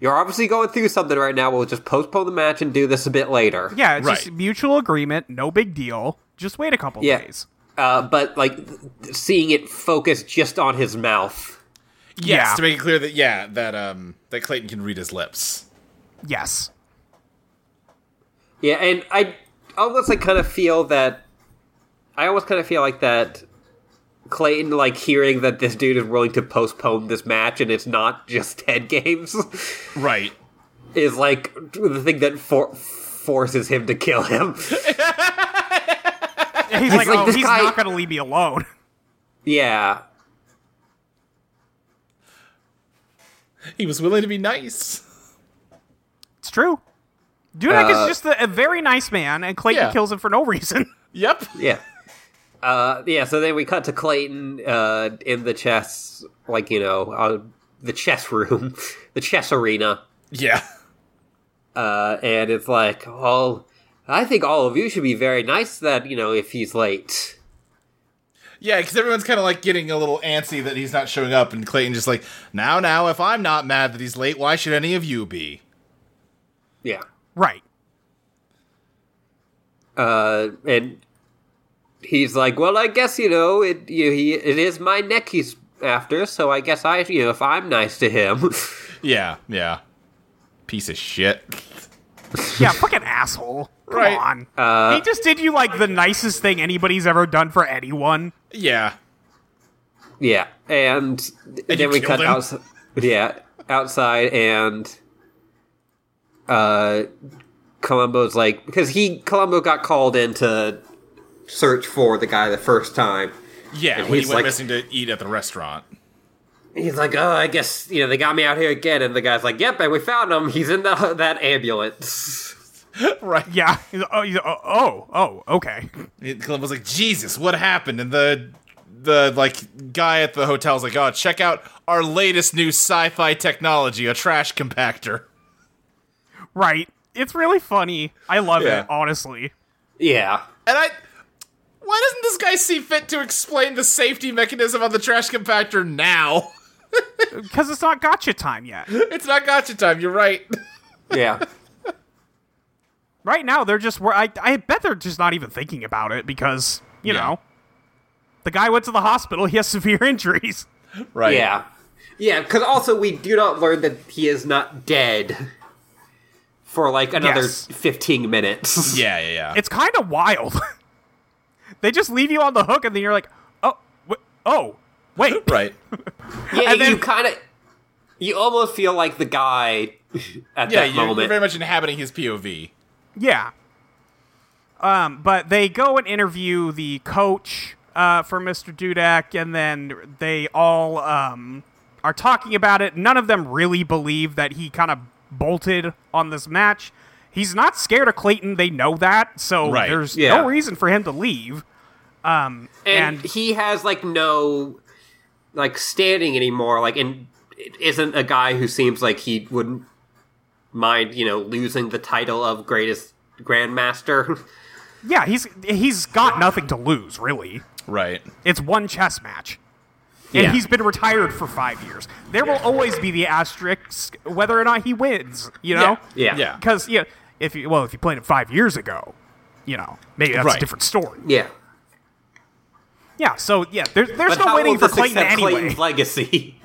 [SPEAKER 2] You're obviously going through something right now. We'll just postpone the match and do this a bit later.
[SPEAKER 3] Yeah, it's just
[SPEAKER 4] Right.
[SPEAKER 3] mutual agreement. No big deal. Just wait a couple
[SPEAKER 2] Yeah.
[SPEAKER 3] days.
[SPEAKER 2] uh, but like th- th- seeing it focused just on his mouth.
[SPEAKER 4] Yes,
[SPEAKER 3] Yeah.
[SPEAKER 4] to make it clear that yeah, that um that Clayton can read his lips.
[SPEAKER 3] Yes.
[SPEAKER 2] Yeah, and I almost like kind of feel that I almost kind of feel like that Clayton like hearing that this dude is willing to postpone this match and it's not just head games
[SPEAKER 4] Right.
[SPEAKER 2] is like the thing that for- forces him to kill him.
[SPEAKER 3] And He's like,
[SPEAKER 2] like,
[SPEAKER 3] oh,
[SPEAKER 2] this
[SPEAKER 3] he's
[SPEAKER 2] guy-
[SPEAKER 3] not going to leave me alone.
[SPEAKER 2] yeah.
[SPEAKER 4] He was willing to be nice.
[SPEAKER 3] It's true. Dudek
[SPEAKER 2] Uh,
[SPEAKER 3] is just a, a very nice man, and Clayton
[SPEAKER 4] Yeah.
[SPEAKER 3] kills him for no reason.
[SPEAKER 4] Yep.
[SPEAKER 2] Yeah. Uh, yeah, so then we cut to Clayton uh, in the chess, like, you know, uh, the chess room, the chess arena.
[SPEAKER 4] Yeah.
[SPEAKER 2] uh, and it's like all i think all of you should be very nice that you know if he's late
[SPEAKER 4] Yeah, because everyone's kind of like getting a little antsy that he's not showing up, and Clayton just like, now, now, if I'm not mad that he's late, why should any of you be?
[SPEAKER 2] Yeah.
[SPEAKER 3] Right.
[SPEAKER 2] Uh, and he's like, well, I guess you know it. You, he it is my neck he's after, so I guess I you know if I'm nice to him,
[SPEAKER 4] Yeah, yeah. Piece of shit.
[SPEAKER 3] Yeah, fucking asshole. Come
[SPEAKER 4] Right.
[SPEAKER 3] on. he just did you like the nicest thing anybody's ever done for anyone.
[SPEAKER 4] Yeah.
[SPEAKER 2] yeah. And then we
[SPEAKER 4] killed
[SPEAKER 2] cut
[SPEAKER 4] him?
[SPEAKER 2] outside. Yeah, outside and uh, Columbo's like because he Columbo got called in to search for the guy the first time.
[SPEAKER 4] Yeah,
[SPEAKER 2] And
[SPEAKER 4] when he
[SPEAKER 2] he's
[SPEAKER 4] went
[SPEAKER 2] like-
[SPEAKER 4] missing to eat at the restaurant.
[SPEAKER 2] He's like, oh, I guess you know they got me out here again, and the guy's like, yep, and we found him. He's in the, that ambulance.
[SPEAKER 4] right.
[SPEAKER 3] Yeah. He's- Oh, he's- oh, oh, oh, okay.
[SPEAKER 4] It- Columbo's like, Jesus, what happened? And the the like guy at the hotel's like, oh, check out our latest new sci-fi technology, a trash compactor.
[SPEAKER 3] Right. It's really funny. I love
[SPEAKER 4] Yeah.
[SPEAKER 3] it, honestly.
[SPEAKER 2] Yeah,
[SPEAKER 4] And I why doesn't this guy see fit to explain the safety mechanism on the trash compactor now?
[SPEAKER 3] Because it's not gotcha time yet.
[SPEAKER 4] It's not gotcha time, you're right.
[SPEAKER 2] yeah,
[SPEAKER 3] Right now, they're just. wor- I, I bet they're just not even thinking about it because, you
[SPEAKER 4] Yeah.
[SPEAKER 3] know, the guy went to the hospital. He has severe injuries.
[SPEAKER 4] Right.
[SPEAKER 2] yeah, yeah. Because also we do not learn that he is not dead for like another
[SPEAKER 3] Yes.
[SPEAKER 2] fifteen minutes.
[SPEAKER 4] Yeah, yeah, yeah.
[SPEAKER 3] It's kind of wild. they just leave you on the hook, and then you're like, oh, w- oh, wait.
[SPEAKER 4] right.
[SPEAKER 2] yeah.
[SPEAKER 3] and then-
[SPEAKER 2] you kind of, you almost feel like the guy at
[SPEAKER 4] Yeah,
[SPEAKER 2] that
[SPEAKER 4] you're, you're
[SPEAKER 2] moment.
[SPEAKER 4] very much inhabiting his POV.
[SPEAKER 3] Yeah. Um, but they go and interview the coach uh, for Mr. Dudek, and then they all um, are talking about it. None of them really believe that he kind of bolted on this match. He's not scared of Clayton. They know that, so
[SPEAKER 4] Right.
[SPEAKER 3] there's
[SPEAKER 2] Yeah.
[SPEAKER 3] no reason for him to leave. Um,
[SPEAKER 2] and,
[SPEAKER 3] and-
[SPEAKER 2] he has like no like standing anymore like and it isn't a guy who seems like he wouldn't mind you know losing the title of greatest grandmaster
[SPEAKER 3] Yeah, he's he's got nothing to lose, really.
[SPEAKER 4] Right.
[SPEAKER 3] It's one chess match. And
[SPEAKER 2] Yeah.
[SPEAKER 3] he's been retired for five years. There will always be the asterisk whether or not he wins, you know?
[SPEAKER 2] Yeah.
[SPEAKER 4] Yeah.
[SPEAKER 3] Because, yeah, if you, well, if you played it five years ago, you know, maybe that's
[SPEAKER 4] Right.
[SPEAKER 3] a different story.
[SPEAKER 2] yeah
[SPEAKER 3] Yeah, so, yeah, there,
[SPEAKER 2] but
[SPEAKER 3] there's no
[SPEAKER 2] how
[SPEAKER 3] winning
[SPEAKER 2] will
[SPEAKER 3] for
[SPEAKER 2] this
[SPEAKER 3] Clayton
[SPEAKER 2] accept
[SPEAKER 3] anyway.
[SPEAKER 2] clayton's legacy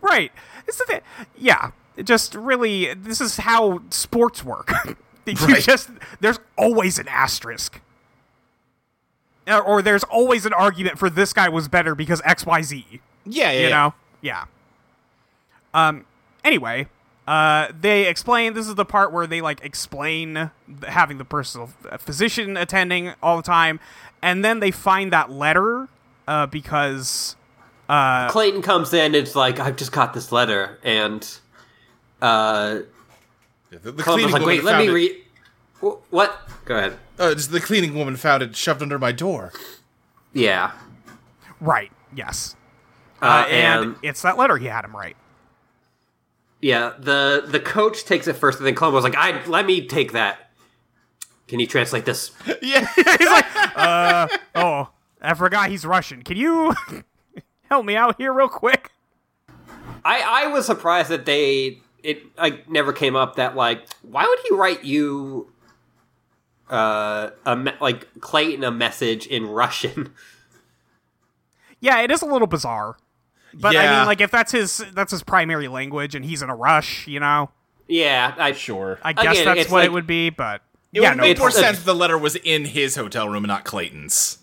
[SPEAKER 3] Right. This is the, yeah, it just really, this is how sports work. you
[SPEAKER 4] Right.
[SPEAKER 3] just, there's always an asterisk. Or, or there's always an argument for this guy was better because XYZ.
[SPEAKER 4] Yeah, yeah.
[SPEAKER 3] you
[SPEAKER 4] yeah.
[SPEAKER 3] know yeah um anyway uh they explain this is the part where they like explain th- having the personal uh, physician attending all the time and then they find that letter uh because
[SPEAKER 2] clayton comes in it's like i've just got this letter and uh
[SPEAKER 4] The, the
[SPEAKER 2] Columbus
[SPEAKER 4] cleaning
[SPEAKER 2] like
[SPEAKER 4] woman
[SPEAKER 2] wait let
[SPEAKER 4] found
[SPEAKER 2] me
[SPEAKER 4] it-
[SPEAKER 2] read Wh- what go ahead
[SPEAKER 4] Uh, just the cleaning woman found it shoved under my door.
[SPEAKER 2] yeah
[SPEAKER 3] right yes
[SPEAKER 2] uh,
[SPEAKER 3] uh, and it's that letter he had him write
[SPEAKER 2] Yeah, the the coach takes it first, and then Columbo's like, "I let me take that." Can you translate this?
[SPEAKER 4] Yeah,
[SPEAKER 3] oh i forgot he's russian can you help me out here real quick
[SPEAKER 2] I I was surprised that they it like never came up that like why would he write you uh a me- like Clayton a message in Russian?
[SPEAKER 3] yeah it is a little bizarre but i
[SPEAKER 4] Yeah.
[SPEAKER 3] mean like if that's his that's his primary language and he's in a rush you know
[SPEAKER 2] yeah, I
[SPEAKER 4] sure.
[SPEAKER 3] I guess
[SPEAKER 2] Again,
[SPEAKER 3] that's
[SPEAKER 2] it's
[SPEAKER 3] what
[SPEAKER 2] like-
[SPEAKER 3] it would be, but
[SPEAKER 4] it
[SPEAKER 3] yeah,
[SPEAKER 4] would
[SPEAKER 3] no,
[SPEAKER 4] make
[SPEAKER 2] it's-
[SPEAKER 4] more
[SPEAKER 2] it's-
[SPEAKER 4] sense if the letter was in his hotel room and not Clayton's.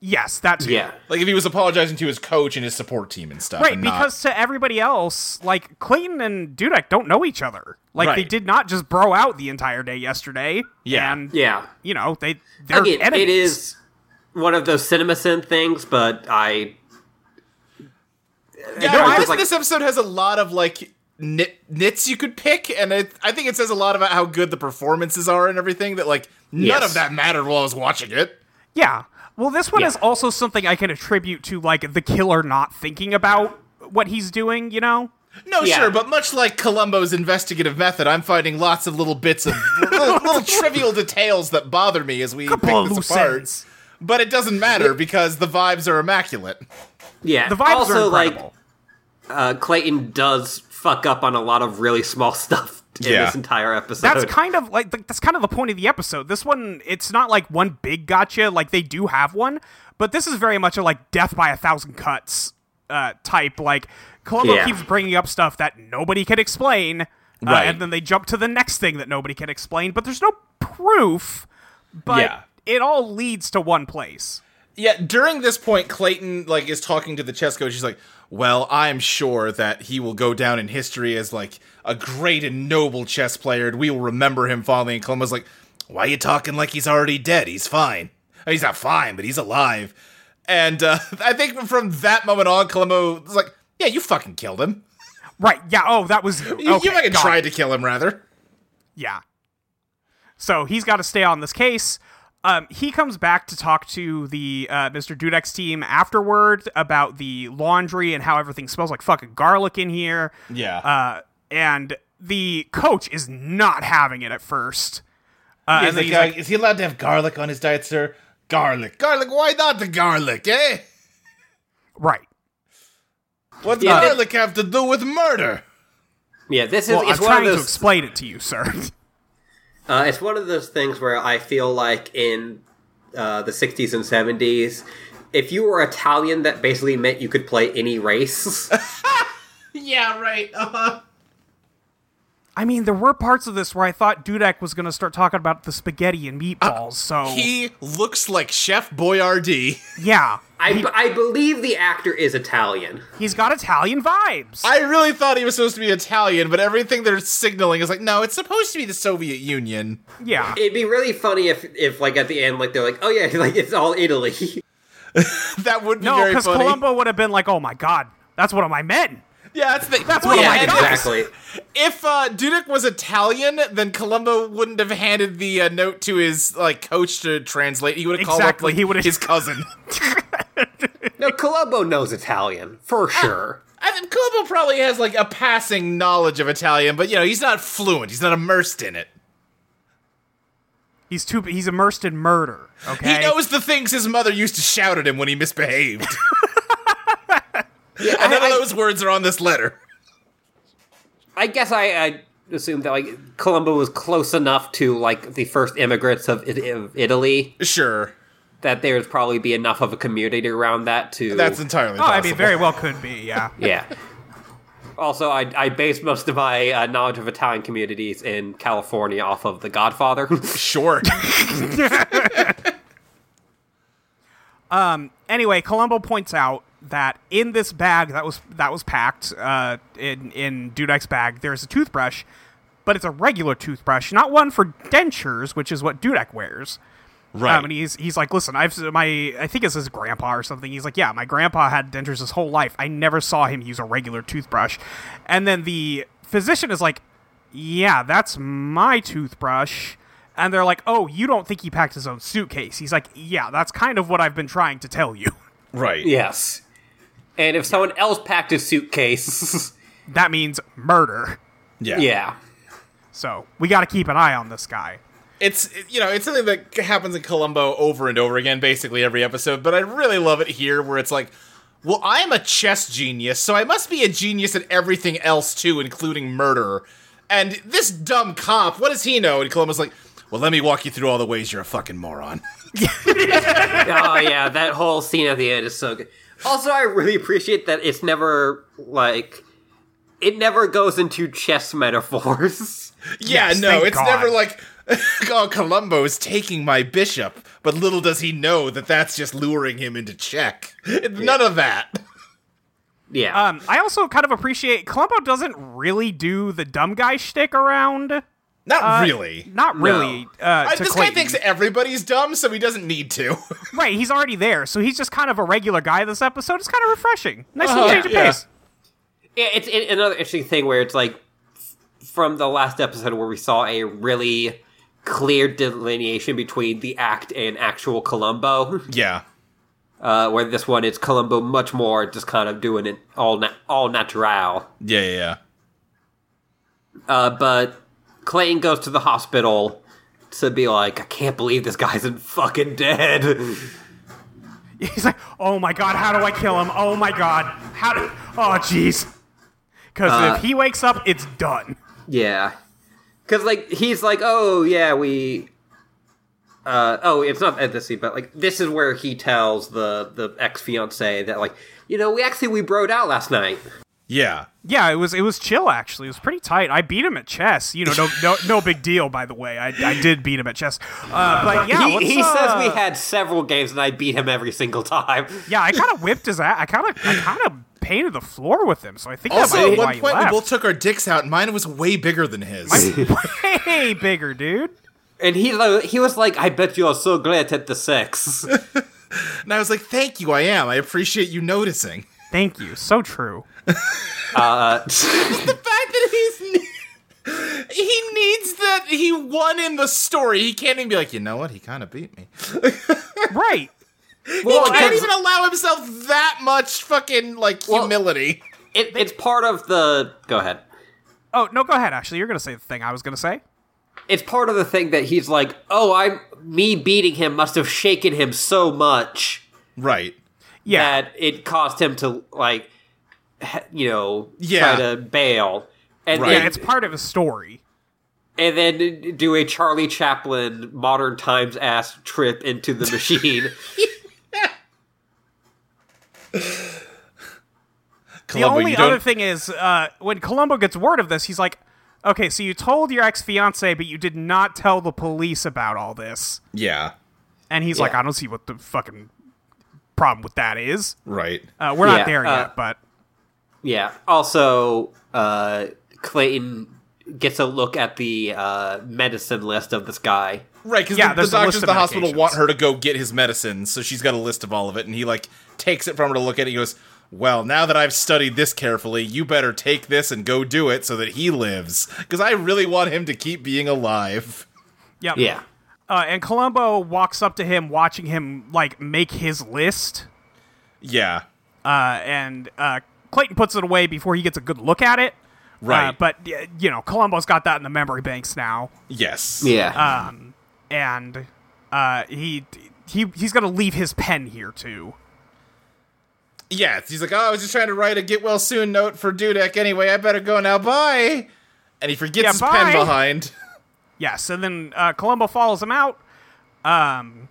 [SPEAKER 3] yes, that's
[SPEAKER 2] yeah
[SPEAKER 4] Like if he was apologizing to his coach and his support team and stuff.
[SPEAKER 3] right.
[SPEAKER 4] and not-
[SPEAKER 3] Because to everybody else, like Clayton and Dudek don't know each other. Like they
[SPEAKER 4] Right.
[SPEAKER 3] did not just bro out the entire day yesterday.
[SPEAKER 4] Yeah.
[SPEAKER 3] and
[SPEAKER 2] yeah.
[SPEAKER 3] you know they they're
[SPEAKER 2] Again,
[SPEAKER 3] enemies.
[SPEAKER 2] it is one of those CinemaSin things, but I
[SPEAKER 4] yeah,
[SPEAKER 2] no,
[SPEAKER 4] I
[SPEAKER 2] it's
[SPEAKER 4] think
[SPEAKER 2] like-
[SPEAKER 4] this episode has a lot of like nit- nits you could pick, and it, I think it says a lot about how good the performances are and everything. That like none
[SPEAKER 2] Yes.
[SPEAKER 4] of that mattered while I was watching it.
[SPEAKER 3] yeah. Well, this one
[SPEAKER 2] Yeah.
[SPEAKER 3] is also something I can attribute to like the killer not thinking about what he's doing. You know,
[SPEAKER 4] No,
[SPEAKER 2] Yeah.
[SPEAKER 4] sure, but much like Columbo's investigative method, I'm finding lots of little bits of little, little trivial details that bother me as we pick
[SPEAKER 3] Couple
[SPEAKER 4] this
[SPEAKER 3] loose
[SPEAKER 4] apart.
[SPEAKER 3] ends.
[SPEAKER 4] but it doesn't matter because the vibes are immaculate.
[SPEAKER 2] Yeah,
[SPEAKER 3] The vibes
[SPEAKER 2] also,
[SPEAKER 3] are
[SPEAKER 2] like
[SPEAKER 3] incredible.
[SPEAKER 2] uh, Clayton does fuck up on a lot of really small stuff in
[SPEAKER 4] Yeah.
[SPEAKER 2] this entire episode.
[SPEAKER 3] that's kind of like th- that's kind of the point of the episode. This one, it's not like one big gotcha. Like they do have one, but this is very much a like death by a thousand cuts uh, type. Like Columbo
[SPEAKER 2] Yeah.
[SPEAKER 3] keeps bringing up stuff that nobody can explain, uh,
[SPEAKER 4] Right.
[SPEAKER 3] and then they jump to the next thing that nobody can explain. But there's no proof. But
[SPEAKER 4] Yeah.
[SPEAKER 3] it all leads to one place.
[SPEAKER 4] Yeah, during this point, Clayton like is talking to the chess coach. He's like, "Well, I'm sure that he will go down in history as like a great and noble chess player, and we will remember him fondly." And Columbo's like, "Why you talking like he's already dead? He's fine. He's not fine, but he's alive." And uh, I think from that moment on, Columbo was like, "Yeah, you fucking killed him.
[SPEAKER 3] Right? Yeah. Oh, that was you.
[SPEAKER 4] You,
[SPEAKER 3] okay,
[SPEAKER 4] you fucking
[SPEAKER 3] got it.
[SPEAKER 4] tried to kill him, rather."
[SPEAKER 3] Yeah. So he's got to stay on this case. Um, he comes back to talk to the uh, Mr. Dudek's team afterward about the laundry and how everything smells like fucking garlic in here.
[SPEAKER 4] Yeah.
[SPEAKER 3] Uh, and the coach is not having it at first. Uh,
[SPEAKER 4] He's
[SPEAKER 3] and then
[SPEAKER 4] like,
[SPEAKER 3] he's
[SPEAKER 4] uh,
[SPEAKER 3] like,
[SPEAKER 4] is he allowed to have garlic on his diet, sir? Garlic, garlic. Why not the garlic, eh?
[SPEAKER 3] right.
[SPEAKER 4] What's
[SPEAKER 2] Yeah, but-
[SPEAKER 4] garlic have to do with murder?
[SPEAKER 2] yeah, this is
[SPEAKER 3] Well, I'm
[SPEAKER 2] it's one
[SPEAKER 3] trying
[SPEAKER 2] of
[SPEAKER 3] to
[SPEAKER 2] those
[SPEAKER 3] explain it to you, sir.
[SPEAKER 2] Uh, it's one of those things where I feel like in uh, the 60s and 70s, if you were Italian, that basically meant you could play any race.
[SPEAKER 4] Yeah, right. Uh-huh.
[SPEAKER 3] I mean, there were parts of this where I thought Dudek was going to start talking about the spaghetti and meatballs. so
[SPEAKER 4] He looks like Chef Boyardee.
[SPEAKER 3] yeah,
[SPEAKER 2] I, I believe the actor is Italian.
[SPEAKER 3] he's got Italian vibes.
[SPEAKER 4] I really thought he was supposed to be Italian, but everything they're signaling is like, no, it's supposed to be the Soviet Union.
[SPEAKER 3] yeah.
[SPEAKER 2] It'd be really funny if, if like at the end, like they're like, "Oh yeah, like it's all Italy."
[SPEAKER 4] That would be
[SPEAKER 3] No,
[SPEAKER 4] very
[SPEAKER 3] because
[SPEAKER 4] funny.
[SPEAKER 3] Columbo would have been like, "Oh my god, that's one of my men."
[SPEAKER 4] yeah, that's the, that's
[SPEAKER 3] one of
[SPEAKER 4] yeah,
[SPEAKER 3] Oh my
[SPEAKER 4] and
[SPEAKER 3] guys.
[SPEAKER 2] exactly.
[SPEAKER 4] If uh, Dudek was Italian, then Columbo wouldn't have handed the uh, note to his like coach to translate. He would have called up
[SPEAKER 3] Exactly,
[SPEAKER 4] like,
[SPEAKER 3] he would've-
[SPEAKER 4] his cousin.
[SPEAKER 2] No, Colombo knows Italian for
[SPEAKER 3] Ah.
[SPEAKER 2] sure.
[SPEAKER 4] I think Columbo probably has like a passing knowledge of Italian, but you know he's not fluent. He's not immersed in it.
[SPEAKER 3] He's too. He's immersed in murder. Okay.
[SPEAKER 4] He knows the things his mother used to shout at him when he misbehaved. and none of those words are on this letter.
[SPEAKER 2] I guess I, I assumed that like Colombo was close enough to like the first immigrants of, I- of Italy
[SPEAKER 4] Sure,
[SPEAKER 2] that there would probably be enough of a community around that to
[SPEAKER 4] that's entirely.
[SPEAKER 3] Oh, I
[SPEAKER 4] possible.
[SPEAKER 3] mean, very well could be. Yeah.
[SPEAKER 2] Yeah. Also, I, I base most of my uh, knowledge of Italian communities in California off of The Godfather.
[SPEAKER 4] sure.
[SPEAKER 3] Um, anyway, Columbo points out that in this bag that was that was packed uh, in in Dudek's bag, there's a toothbrush, but it's a regular toothbrush, not one for dentures, which is what Dudek wears.
[SPEAKER 4] Right.
[SPEAKER 3] Um, and he's he's like, listen, I've my I think it's his grandpa or something. He's like, yeah, my grandpa had dentures his whole life. I never saw him use a regular toothbrush. And then the physician is like, yeah, that's my toothbrush. And they're like, oh, you don't think he packed his own suitcase? He's like, yeah, that's kind of what I've been trying to tell you.
[SPEAKER 4] right.
[SPEAKER 2] yes. And if someone else packed a suitcase,
[SPEAKER 3] that means murder.
[SPEAKER 4] Yeah.
[SPEAKER 2] yeah.
[SPEAKER 3] So we got to keep an eye on this guy.
[SPEAKER 4] It's you know it's something that happens in Columbo over and over again, basically every episode. But I really love it here, where it's like, well, I'm a chess genius, so I must be a genius at everything else too, including murder. And this dumb cop, what does he know? And Columbo's like, well, let me walk you through all the ways you're a fucking moron.
[SPEAKER 2] oh yeah, that whole scene at the end is so good. Also, I really appreciate that it's never like it never goes into chess metaphors.
[SPEAKER 4] Yeah,
[SPEAKER 3] Yes,
[SPEAKER 4] no,
[SPEAKER 3] thank
[SPEAKER 4] it's
[SPEAKER 3] God.
[SPEAKER 4] never like, oh, Columbo is taking my bishop, but little does he know that that's just luring him into check. None of that.
[SPEAKER 2] yeah.
[SPEAKER 3] Um, I also kind of appreciate Columbo doesn't really do the dumb guy shtick around.
[SPEAKER 4] Not really.
[SPEAKER 3] Not really. Uh,
[SPEAKER 4] I,
[SPEAKER 3] to
[SPEAKER 4] this
[SPEAKER 3] Clayton.
[SPEAKER 4] guy thinks everybody's dumb, so he doesn't need to.
[SPEAKER 3] right. He's already there, so he's just kind of a regular guy this episode. It's kind of refreshing. Nice
[SPEAKER 4] Uh-huh.
[SPEAKER 3] little change of
[SPEAKER 4] Yeah.
[SPEAKER 3] pace.
[SPEAKER 2] Yeah, it's it, another interesting thing where it's like f- from the last episode where we saw a really clear delineation between the act and actual Columbo,
[SPEAKER 4] yeah.
[SPEAKER 2] uh, where this one it's Columbo much more just kind of doing it all na- all natural.
[SPEAKER 4] Yeah, yeah, yeah.
[SPEAKER 2] Uh, but Clayton goes to the hospital to be like, I can't believe this guy's in fucking dead.
[SPEAKER 3] He's like, oh my god, how do I kill him? Oh my god, how? Do- oh jeez. Because
[SPEAKER 4] Uh,
[SPEAKER 3] if he wakes up, it's done.
[SPEAKER 2] Yeah. Cause like he's like, oh yeah, we uh oh, it's not at this scene, but like this is where he tells the the ex fiance that like, you know, we actually we broed out last night.
[SPEAKER 4] Yeah.
[SPEAKER 3] Yeah, it was it was chill actually. It was pretty tight. I beat him at chess. You know, no no, no big deal. By the way, I, I did beat him at chess. Uh, but yeah,
[SPEAKER 2] he
[SPEAKER 3] what's,
[SPEAKER 2] he
[SPEAKER 3] uh,
[SPEAKER 2] says we had several games and I beat him every single time.
[SPEAKER 3] yeah, I kind of whipped his ass. I kind of I kind of painted the floor with him. So I think that might
[SPEAKER 4] Also,
[SPEAKER 3] be
[SPEAKER 4] at
[SPEAKER 3] why
[SPEAKER 4] one
[SPEAKER 3] he
[SPEAKER 4] point we
[SPEAKER 3] left.
[SPEAKER 4] both took our dicks out, and mine was way bigger than his.
[SPEAKER 3] way bigger, dude.
[SPEAKER 2] And he lo- he was like, I bet you are so great at the sex.
[SPEAKER 4] and I was like, "Thank you, I am. I appreciate you noticing."
[SPEAKER 3] Thank you. So true.
[SPEAKER 4] the fact that he's he needs that he won in the story. He can't even be like, you know what? He kind of beat me.
[SPEAKER 3] Right.
[SPEAKER 2] well,
[SPEAKER 4] He can't
[SPEAKER 2] it's-
[SPEAKER 4] even allow himself that much fucking like
[SPEAKER 2] Well-
[SPEAKER 4] humility.
[SPEAKER 2] it, it's part of the go ahead.
[SPEAKER 3] Oh no, go ahead. Actually, you're gonna say the thing I was gonna say.
[SPEAKER 2] It's part of the thing that he's like, oh, I me beating him must have shaken him so much.
[SPEAKER 4] Right.
[SPEAKER 3] Yeah.
[SPEAKER 2] that it caused him to like he- you know
[SPEAKER 4] Yeah.
[SPEAKER 2] try to bail and
[SPEAKER 4] Right.
[SPEAKER 2] then,
[SPEAKER 3] yeah, it's part of his story.
[SPEAKER 2] and then do a Charlie Chaplin modern times ass trip into the machine.
[SPEAKER 3] The only other thing is uh, when Columbo gets word of this, he's like, "Okay, so you told your ex fiance, but you did not tell the police about all this."
[SPEAKER 4] yeah.
[SPEAKER 3] And he's like,
[SPEAKER 2] Yeah.
[SPEAKER 3] "I don't see what the fucking problem with that is.
[SPEAKER 4] Right.
[SPEAKER 3] Uh, we're
[SPEAKER 2] Yeah,
[SPEAKER 3] not there
[SPEAKER 2] uh,
[SPEAKER 3] yet, but
[SPEAKER 2] yeah. Also, uh, Clayton gets a look at the uh, medicine list of this guy.
[SPEAKER 4] Right, because
[SPEAKER 3] Yeah,
[SPEAKER 4] the,
[SPEAKER 3] there's
[SPEAKER 4] the
[SPEAKER 3] a list of
[SPEAKER 4] doctors at the hospital
[SPEAKER 3] medications.
[SPEAKER 4] want her to go get his medicine, so she's got a list of all of it, and he like takes it from her to look at it. He goes, "Well, now that I've studied this carefully, you better take this and go do it so that he lives, because I really want him to keep being alive."
[SPEAKER 3] yeah,
[SPEAKER 2] Yeah.
[SPEAKER 3] Uh, and Columbo walks up to him, watching him like make his list,
[SPEAKER 4] Yeah,
[SPEAKER 3] uh, and uh, Clayton puts it away before he gets a good look at it.
[SPEAKER 4] right.
[SPEAKER 3] Uh, but y- you know, Columbo's got that in the memory banks now.
[SPEAKER 4] yes,
[SPEAKER 2] Yeah.
[SPEAKER 3] Ah. and uh, he he he's gonna leave his pen here too.
[SPEAKER 4] yeah. He's like, "Oh, I was just trying to write a get well soon note for Dudek. Anyway, I better go now. Bye." And he forgets
[SPEAKER 3] Yeah,
[SPEAKER 4] his
[SPEAKER 3] bye.
[SPEAKER 4] pen behind.
[SPEAKER 3] Yes, and then uh, Columbo follows him out, um,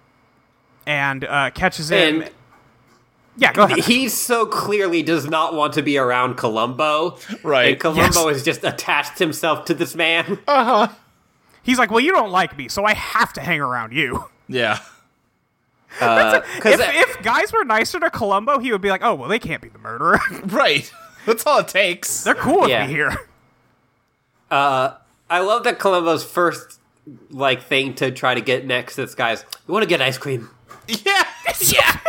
[SPEAKER 3] and uh, catches him.
[SPEAKER 2] and
[SPEAKER 3] yeah, go ahead.
[SPEAKER 2] he so clearly does not want to be around Columbo.
[SPEAKER 4] Right.
[SPEAKER 2] And Columbo has just attached himself to this man.
[SPEAKER 3] Oh, Uh-huh. He's like, "Well, you don't like me, so I have to hang around you."
[SPEAKER 4] yeah,
[SPEAKER 3] If,
[SPEAKER 2] Uh, Because
[SPEAKER 3] if guys were nicer to Columbo, he would be like, "Oh, well, they can't be the murderer.
[SPEAKER 4] right. That's all it takes.
[SPEAKER 3] They're cool with
[SPEAKER 2] Yeah.
[SPEAKER 3] me here."
[SPEAKER 2] I love that Columbo's first like thing to try to get next to this guy's you want to get ice cream
[SPEAKER 4] yeah, yeah.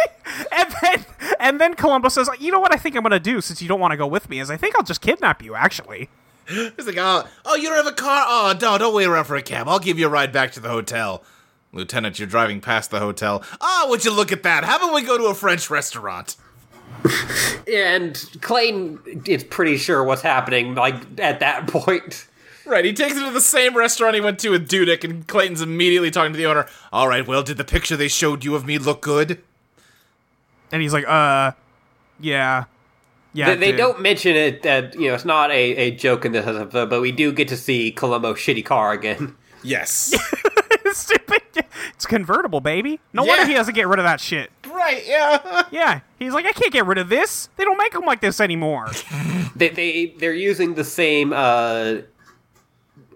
[SPEAKER 3] And then, and then Columbo says, "You know what? I think I'm gonna do since you don't want to go with me is I think I'll just kidnap you. Actually,
[SPEAKER 4] He's like, oh, oh, you don't have a car? Oh, no, don't wait around for a cab. I'll give you a ride back to the hotel. Lieutenant, you're driving past the hotel. Oh, would you look at that? How about we go to a French restaurant?
[SPEAKER 2] and clayton is pretty sure what's happening like at that point
[SPEAKER 4] Right, he takes him to the same restaurant he went to with Dudek, and Clayton's immediately talking to the owner. All right, well, did the picture they showed you of me look good?
[SPEAKER 3] and he's like, "Uh, yeah, yeah."
[SPEAKER 2] they, they
[SPEAKER 3] dude.
[SPEAKER 2] don't mention it that you know it's not a, a joke in this episode but we do get to see columbo's shitty car again
[SPEAKER 4] Yes.
[SPEAKER 3] stupid. It's convertible, baby. No
[SPEAKER 4] Yeah.
[SPEAKER 3] wonder he doesn't get rid of that shit.
[SPEAKER 4] right, yeah.
[SPEAKER 3] Yeah, he's like, I can't get rid of this. They don't make them like this anymore.
[SPEAKER 2] they, they they're using the same uh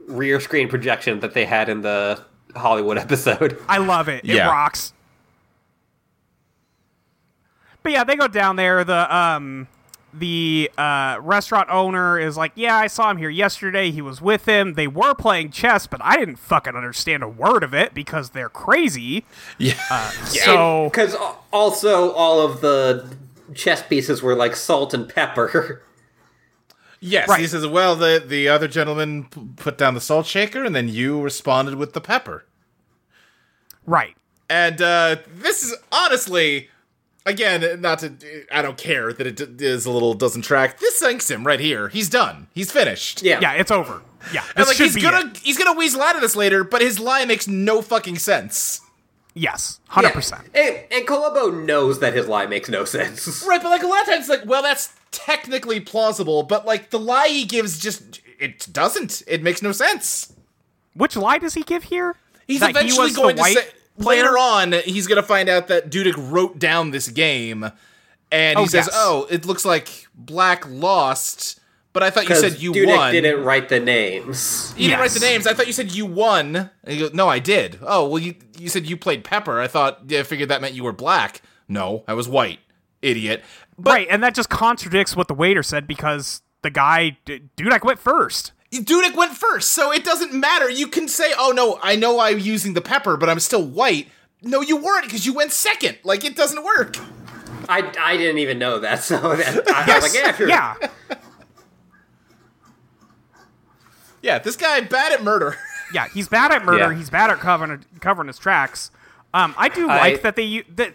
[SPEAKER 2] rear screen projection that they had in the hollywood episode
[SPEAKER 3] I love it. It
[SPEAKER 4] Yeah.
[SPEAKER 3] rocks. But yeah, they go down there. The um, the uh, restaurant owner is like, yeah, I saw him here yesterday. He was with him. They were playing chess, but I didn't fucking understand a word of it because they're crazy.
[SPEAKER 4] Yeah.
[SPEAKER 3] So
[SPEAKER 2] because also all of the chess pieces were like salt and pepper.
[SPEAKER 4] yes, he
[SPEAKER 3] Right.
[SPEAKER 4] says, well, the, the other gentleman p- put down the salt shaker, and then you responded with the pepper.
[SPEAKER 3] right.
[SPEAKER 4] And uh, this is honestly, again, not to. I don't care that it d- is a little doesn't track. This sinks him right here. He's done. He's finished.
[SPEAKER 3] Yeah, it's over. Yeah,
[SPEAKER 4] And
[SPEAKER 3] this
[SPEAKER 4] like
[SPEAKER 3] should
[SPEAKER 4] he's
[SPEAKER 3] be
[SPEAKER 4] gonna
[SPEAKER 3] it.
[SPEAKER 4] he's gonna weasel out of this later, but his lie makes no fucking sense.
[SPEAKER 3] Yes, hundred percent.
[SPEAKER 2] And, and Columbo knows that his lie makes no sense.
[SPEAKER 4] Right, but like a lot of times, like, well, that's technically plausible, but like the lie he gives just it doesn't. It makes no sense.
[SPEAKER 3] Which lie does he give here?
[SPEAKER 4] He's
[SPEAKER 3] That he
[SPEAKER 4] eventually
[SPEAKER 3] was the
[SPEAKER 4] going to
[SPEAKER 3] white
[SPEAKER 4] say
[SPEAKER 3] player?
[SPEAKER 4] later on. He's going to find out that Dudek wrote down this game, and he
[SPEAKER 3] Oh,
[SPEAKER 4] says,
[SPEAKER 3] yes.
[SPEAKER 4] "Oh, it looks like Black lost." But I thought you
[SPEAKER 2] 'Cause
[SPEAKER 4] said you
[SPEAKER 2] Dudek
[SPEAKER 4] won.
[SPEAKER 2] didn't write the names.
[SPEAKER 4] You didn't write
[SPEAKER 3] Yes.
[SPEAKER 4] the names. I thought you said you won. And you go, no, I did. Oh, well, you you said you played Pepper. I thought yeah, I figured that meant you were black. No, I was white. Idiot. But
[SPEAKER 3] right, and that just contradicts what the waiter said because the guy, d- dude, I quit first.
[SPEAKER 4] Dudek went first, so it doesn't matter. You can say, "Oh no, I know I'm using the Pepper, but I'm still white." No, you weren't because you went second. Like it doesn't work.
[SPEAKER 2] I, I didn't even know that, so that, I, I was like, yeah, sure.
[SPEAKER 3] Yeah,
[SPEAKER 4] Yeah, this guy bad at murder.
[SPEAKER 3] yeah, he's bad at murder.
[SPEAKER 2] Yeah.
[SPEAKER 3] He's bad at covering covering his tracks. Um, I do like that they u- that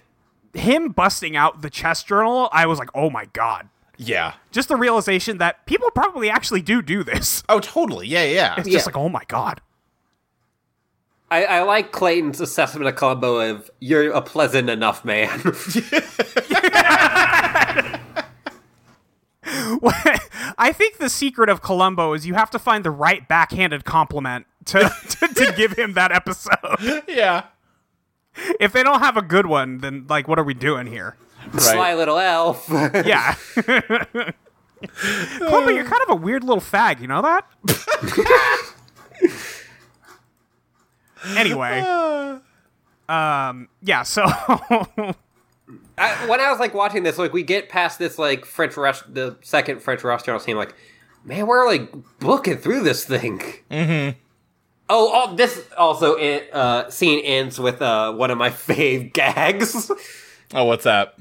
[SPEAKER 3] him busting out the chess journal. I was like, oh my god,
[SPEAKER 4] yeah.
[SPEAKER 3] just the realization that people probably actually do do this.
[SPEAKER 4] Oh, totally. Yeah, yeah.
[SPEAKER 3] It's just
[SPEAKER 2] Yeah.
[SPEAKER 3] like, oh my god.
[SPEAKER 2] I, I like Clayton's assessment of Columbo of you're a pleasant enough man.
[SPEAKER 3] I think the secret of Columbo is you have to find the right backhanded compliment to, to, to give him that episode.
[SPEAKER 4] yeah.
[SPEAKER 3] If they don't have a good one, then like, what are we doing here?
[SPEAKER 2] Sly little elf.
[SPEAKER 3] Yeah. Columbo, you're kind of a weird little fag. You know that? anyway. Um. Yeah. So.
[SPEAKER 2] I, when I was like watching this, like we get past this like French rest, the second French restaurant scene, like man, we're like looking through this thing. Mm-hmm. Oh, all, this also it, uh, scene ends with uh, one of my fave gags,
[SPEAKER 4] Oh, what's that?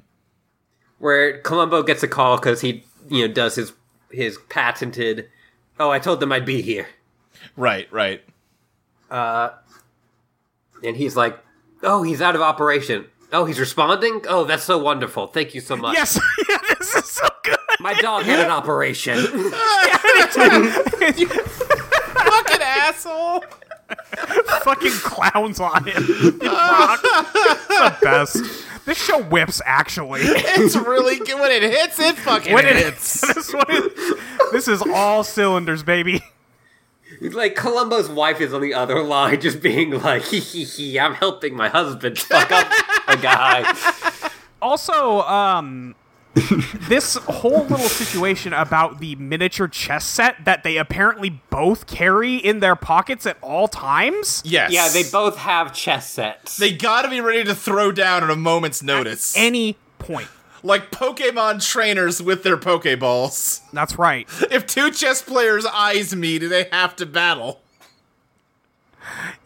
[SPEAKER 2] where Columbo gets a call because he you know does his his patented. Oh, I told them I'd be here,
[SPEAKER 4] Right, right.
[SPEAKER 2] and he's like, "Oh, he's out of operation." Oh, he's responding. Oh, that's so wonderful. Thank you so much.
[SPEAKER 3] yes. Yeah, this is so good.
[SPEAKER 2] My dog had an operation.
[SPEAKER 4] Fucking asshole.
[SPEAKER 3] fucking clowns on him. It rocked. It's the best. This show whips actually.
[SPEAKER 4] It's really good when it hits. It fucking
[SPEAKER 3] When it
[SPEAKER 4] hits.
[SPEAKER 3] this one is, this is all cylinders, baby.
[SPEAKER 2] Like Columbo's wife is on the other line, just being like, "Hee hee hee, I'm helping my husband fuck up a guy."
[SPEAKER 3] Also, um this whole little situation about the miniature chess set that they apparently both carry in their pockets at all times.
[SPEAKER 4] yes.
[SPEAKER 2] Yeah, they both have chess sets.
[SPEAKER 4] They gotta be ready to throw down at a moment's notice.
[SPEAKER 3] Any point.
[SPEAKER 4] like Pokemon trainers with their Pokeballs.
[SPEAKER 3] That's right.
[SPEAKER 4] If two chess players' eyes meet, they have to battle.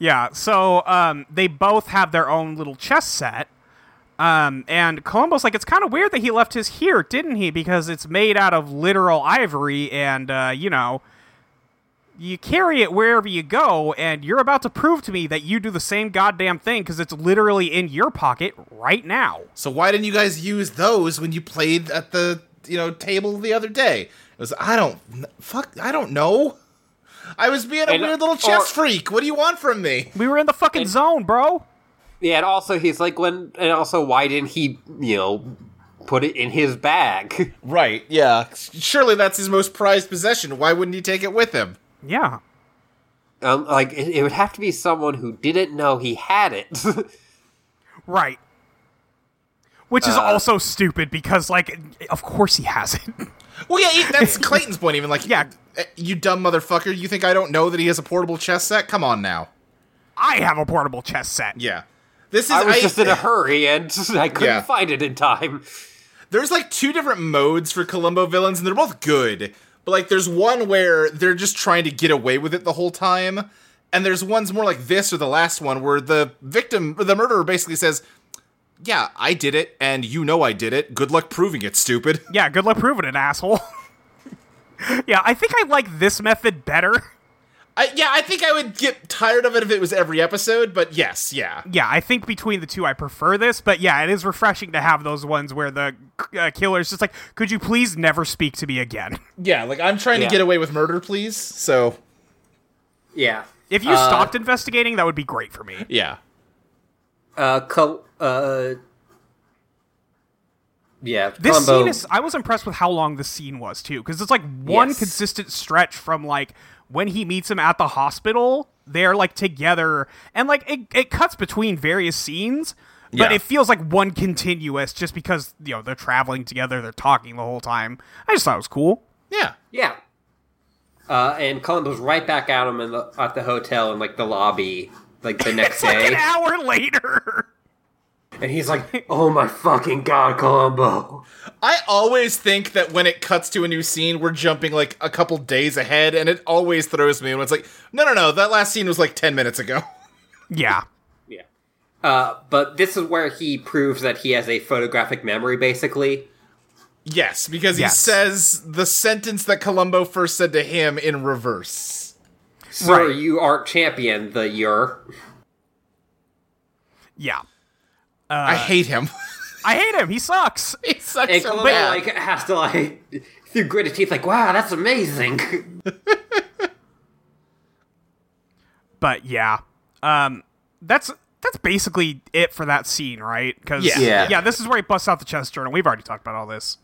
[SPEAKER 3] Yeah, so um, they both have their own little chess set. Um, and Columbo's like, it's kind of weird that he left his here, didn't he? Because it's made out of literal ivory, and, uh, you know, you carry it wherever you go, and you're about to prove to me that you do the same goddamn thing because it's literally in your pocket right now.
[SPEAKER 4] So why didn't you guys use those when you played at the you know table the other day? It was I don't kn- fuck I don't know. I was being a
[SPEAKER 2] And- uh,
[SPEAKER 4] weird little chess
[SPEAKER 2] or-
[SPEAKER 4] freak. What do you want from me?
[SPEAKER 3] We were in the fucking zone, bro.
[SPEAKER 2] yeah, and also he's like, "When?" And also, why didn't he, you know, put it in his bag?
[SPEAKER 4] Right? Yeah. Surely that's his most prized possession. Why wouldn't he take it with him?
[SPEAKER 3] Yeah.
[SPEAKER 2] Um, like, it, it would have to be someone who didn't know he had it.
[SPEAKER 3] Right. Which is also stupid because, like, of course he has it.
[SPEAKER 4] Well, yeah, he- that's Clayton's point. Even like,
[SPEAKER 3] Yeah.
[SPEAKER 4] eh, you dumb motherfucker. You think I don't know that he has a portable chess set? Come on now.
[SPEAKER 3] I have a portable chess set.
[SPEAKER 4] Yeah. This is
[SPEAKER 2] I was just in a hurry and I couldn't
[SPEAKER 4] Yeah.
[SPEAKER 2] find it in time.
[SPEAKER 4] there's like two different modes for Columbo villains, and they're both good. But like, there's one where they're just trying to get away with it the whole time, and there's ones more like this or the last one where the victim, or the murderer, basically says, "Yeah, I did it, and you know I did it. Good luck proving it, stupid."
[SPEAKER 3] Yeah, good luck proving it, asshole. yeah, I think I like this method better.
[SPEAKER 4] I, yeah, I think I would get tired of it if it was every episode, but yes, yeah,
[SPEAKER 3] Yeah, I think between the two, I prefer this, but yeah, it is refreshing to have those ones where the uh, killer's just like, could you please never speak to me again?
[SPEAKER 4] yeah. Like I'm trying
[SPEAKER 2] Yeah.
[SPEAKER 4] to get away with murder, please. So
[SPEAKER 2] Yeah.
[SPEAKER 3] If you stopped investigating, that would be great for me.
[SPEAKER 4] yeah,
[SPEAKER 2] Uh, Col- uh, yeah,
[SPEAKER 3] This
[SPEAKER 2] Columbo-
[SPEAKER 3] scene is. I was impressed with how long the scene was too, because it's like one
[SPEAKER 2] Yes.
[SPEAKER 3] consistent stretch from like when he meets him at the hospital. They're like together, and like it, it cuts between various scenes, but
[SPEAKER 4] Yeah.
[SPEAKER 3] it feels like one continuous just because you know they're traveling together, they're talking the whole time. I just thought it was cool.
[SPEAKER 4] Yeah.
[SPEAKER 2] Yeah. Uh, and Columbo's right back at him in the, at the hotel in like the lobby, like the next
[SPEAKER 3] It's like
[SPEAKER 2] day,
[SPEAKER 3] an hour later.
[SPEAKER 2] and he's like, "Oh my fucking god, Columbo!"
[SPEAKER 4] I always think that when it cuts to a new scene, we're jumping like a couple days ahead, and it always throws me when it's like, no, no, no, that last scene was like 10 minutes ago.
[SPEAKER 3] yeah,
[SPEAKER 2] Yeah. Uh, but this is where he proves that he has a photographic memory, basically.
[SPEAKER 4] Yes, because he
[SPEAKER 3] Yes.
[SPEAKER 4] says the sentence that Columbo first said to him in reverse.
[SPEAKER 2] Sir,
[SPEAKER 3] Right.
[SPEAKER 2] you aren't champion the year.
[SPEAKER 3] yeah.
[SPEAKER 4] I
[SPEAKER 3] Uh,
[SPEAKER 4] hate him.
[SPEAKER 3] I hate him. He sucks.
[SPEAKER 4] he sucks
[SPEAKER 2] And
[SPEAKER 4] so
[SPEAKER 2] Columbo
[SPEAKER 4] bad.
[SPEAKER 2] like has to like through gritted teeth, like, "Wow, that's amazing."
[SPEAKER 3] but yeah um that's that's basically it for that scene right because
[SPEAKER 4] Yeah.
[SPEAKER 2] Yeah.
[SPEAKER 3] this is where he busts out the chest journal we've already talked about all this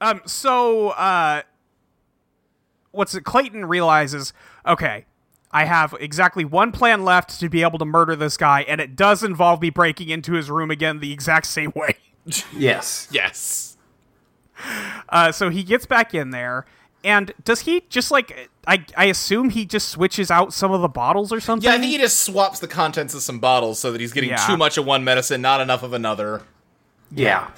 [SPEAKER 3] um so uh what's it clayton realizes okay i have exactly one plan left to be able to murder this guy and it does involve me breaking into his room again the exact same way
[SPEAKER 2] yes.
[SPEAKER 4] yes.
[SPEAKER 3] Uh, so he gets back in there, and does he just like I? I assume he just switches out some of the bottles or something.
[SPEAKER 4] Yeah, I think he just swaps the contents of some bottles so that he's getting
[SPEAKER 3] Yeah.
[SPEAKER 4] too much of one medicine, not enough of another.
[SPEAKER 2] Yeah.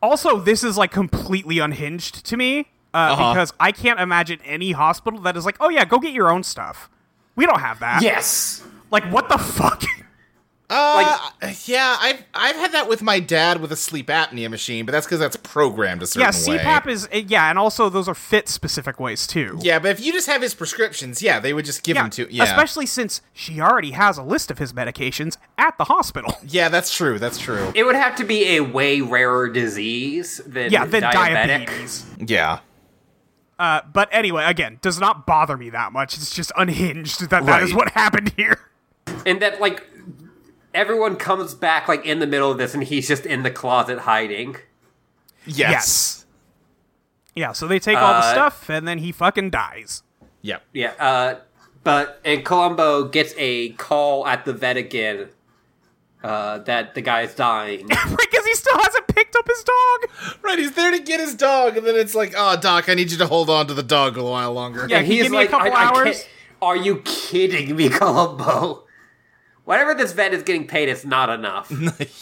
[SPEAKER 3] Also, this is like completely unhinged to me uh,
[SPEAKER 4] Uh-huh.
[SPEAKER 3] because I can't imagine any hospital that is like, oh yeah, go get your own stuff. We don't have that.
[SPEAKER 2] Yes.
[SPEAKER 3] Like, what the fuck?
[SPEAKER 4] Uh, yeah, I've I've had that with my dad with a sleep apnea machine, but that's because that's programmed a certain
[SPEAKER 3] yeah,
[SPEAKER 4] way.
[SPEAKER 3] CPAP is eh, yeah, and also those are fit specific ways too.
[SPEAKER 4] Yeah, but if you just have his prescriptions, yeah, they would just give them to. Yeah,
[SPEAKER 3] Especially since she already has a list of his medications at the hospital.
[SPEAKER 4] yeah, that's true. That's true.
[SPEAKER 2] It would have to be a way rarer disease than
[SPEAKER 3] yeah, then
[SPEAKER 2] diabetic.
[SPEAKER 3] diabetes.
[SPEAKER 4] yeah,
[SPEAKER 3] Uh, but anyway, again, does not bother me that much. It's just unhinged that that is
[SPEAKER 4] Right.
[SPEAKER 3] what happened here.
[SPEAKER 2] and that like everyone comes back like in the middle of this and he's just in the closet hiding
[SPEAKER 4] yes,
[SPEAKER 3] Yeah, so they take all the
[SPEAKER 2] Uh,
[SPEAKER 3] stuff and then he fucking dies.
[SPEAKER 4] yep,
[SPEAKER 2] yeah uh but and columbo gets a call at the vet again uh that the guy's dying
[SPEAKER 3] because he still hasn't picked up his dog.
[SPEAKER 4] right. He's there to get his dog, and then it's like, oh, doc, I need you to hold on to the dog a little while longer.
[SPEAKER 3] Yeah.
[SPEAKER 2] and
[SPEAKER 3] can
[SPEAKER 2] he's
[SPEAKER 3] you give me a
[SPEAKER 2] like I,
[SPEAKER 3] couple
[SPEAKER 2] I can't-
[SPEAKER 3] hours?
[SPEAKER 2] are you kidding me columbo whatever this vet is getting paid is not enough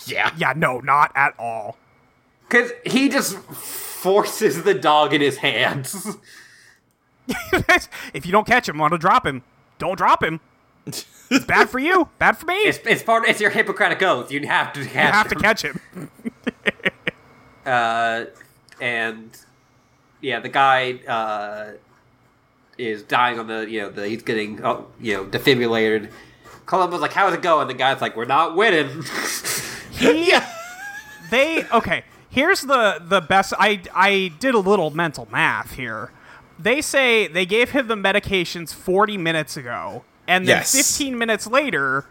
[SPEAKER 4] yeah,
[SPEAKER 3] Yeah, no, not at all.
[SPEAKER 2] because he just forces the dog in his hands
[SPEAKER 3] if you don't catch him, want to drop him? Don't drop him. It's bad for you. Bad for me.
[SPEAKER 2] it's, it's part it's your hippocratic oath you have to
[SPEAKER 3] you
[SPEAKER 2] catch
[SPEAKER 3] have to
[SPEAKER 2] him.
[SPEAKER 3] catch him.
[SPEAKER 2] uh, and yeah, the guy uh, is dying on the you know the, he's getting oh, you know defibrillated. Columbo's like, "How's it going?" The guy's like, "We're not winning."
[SPEAKER 3] He, They okay. Here's the the best. I I did a little mental math here. They say they gave him the medications 40 minutes ago, and then
[SPEAKER 4] Yes.
[SPEAKER 3] 15 minutes later,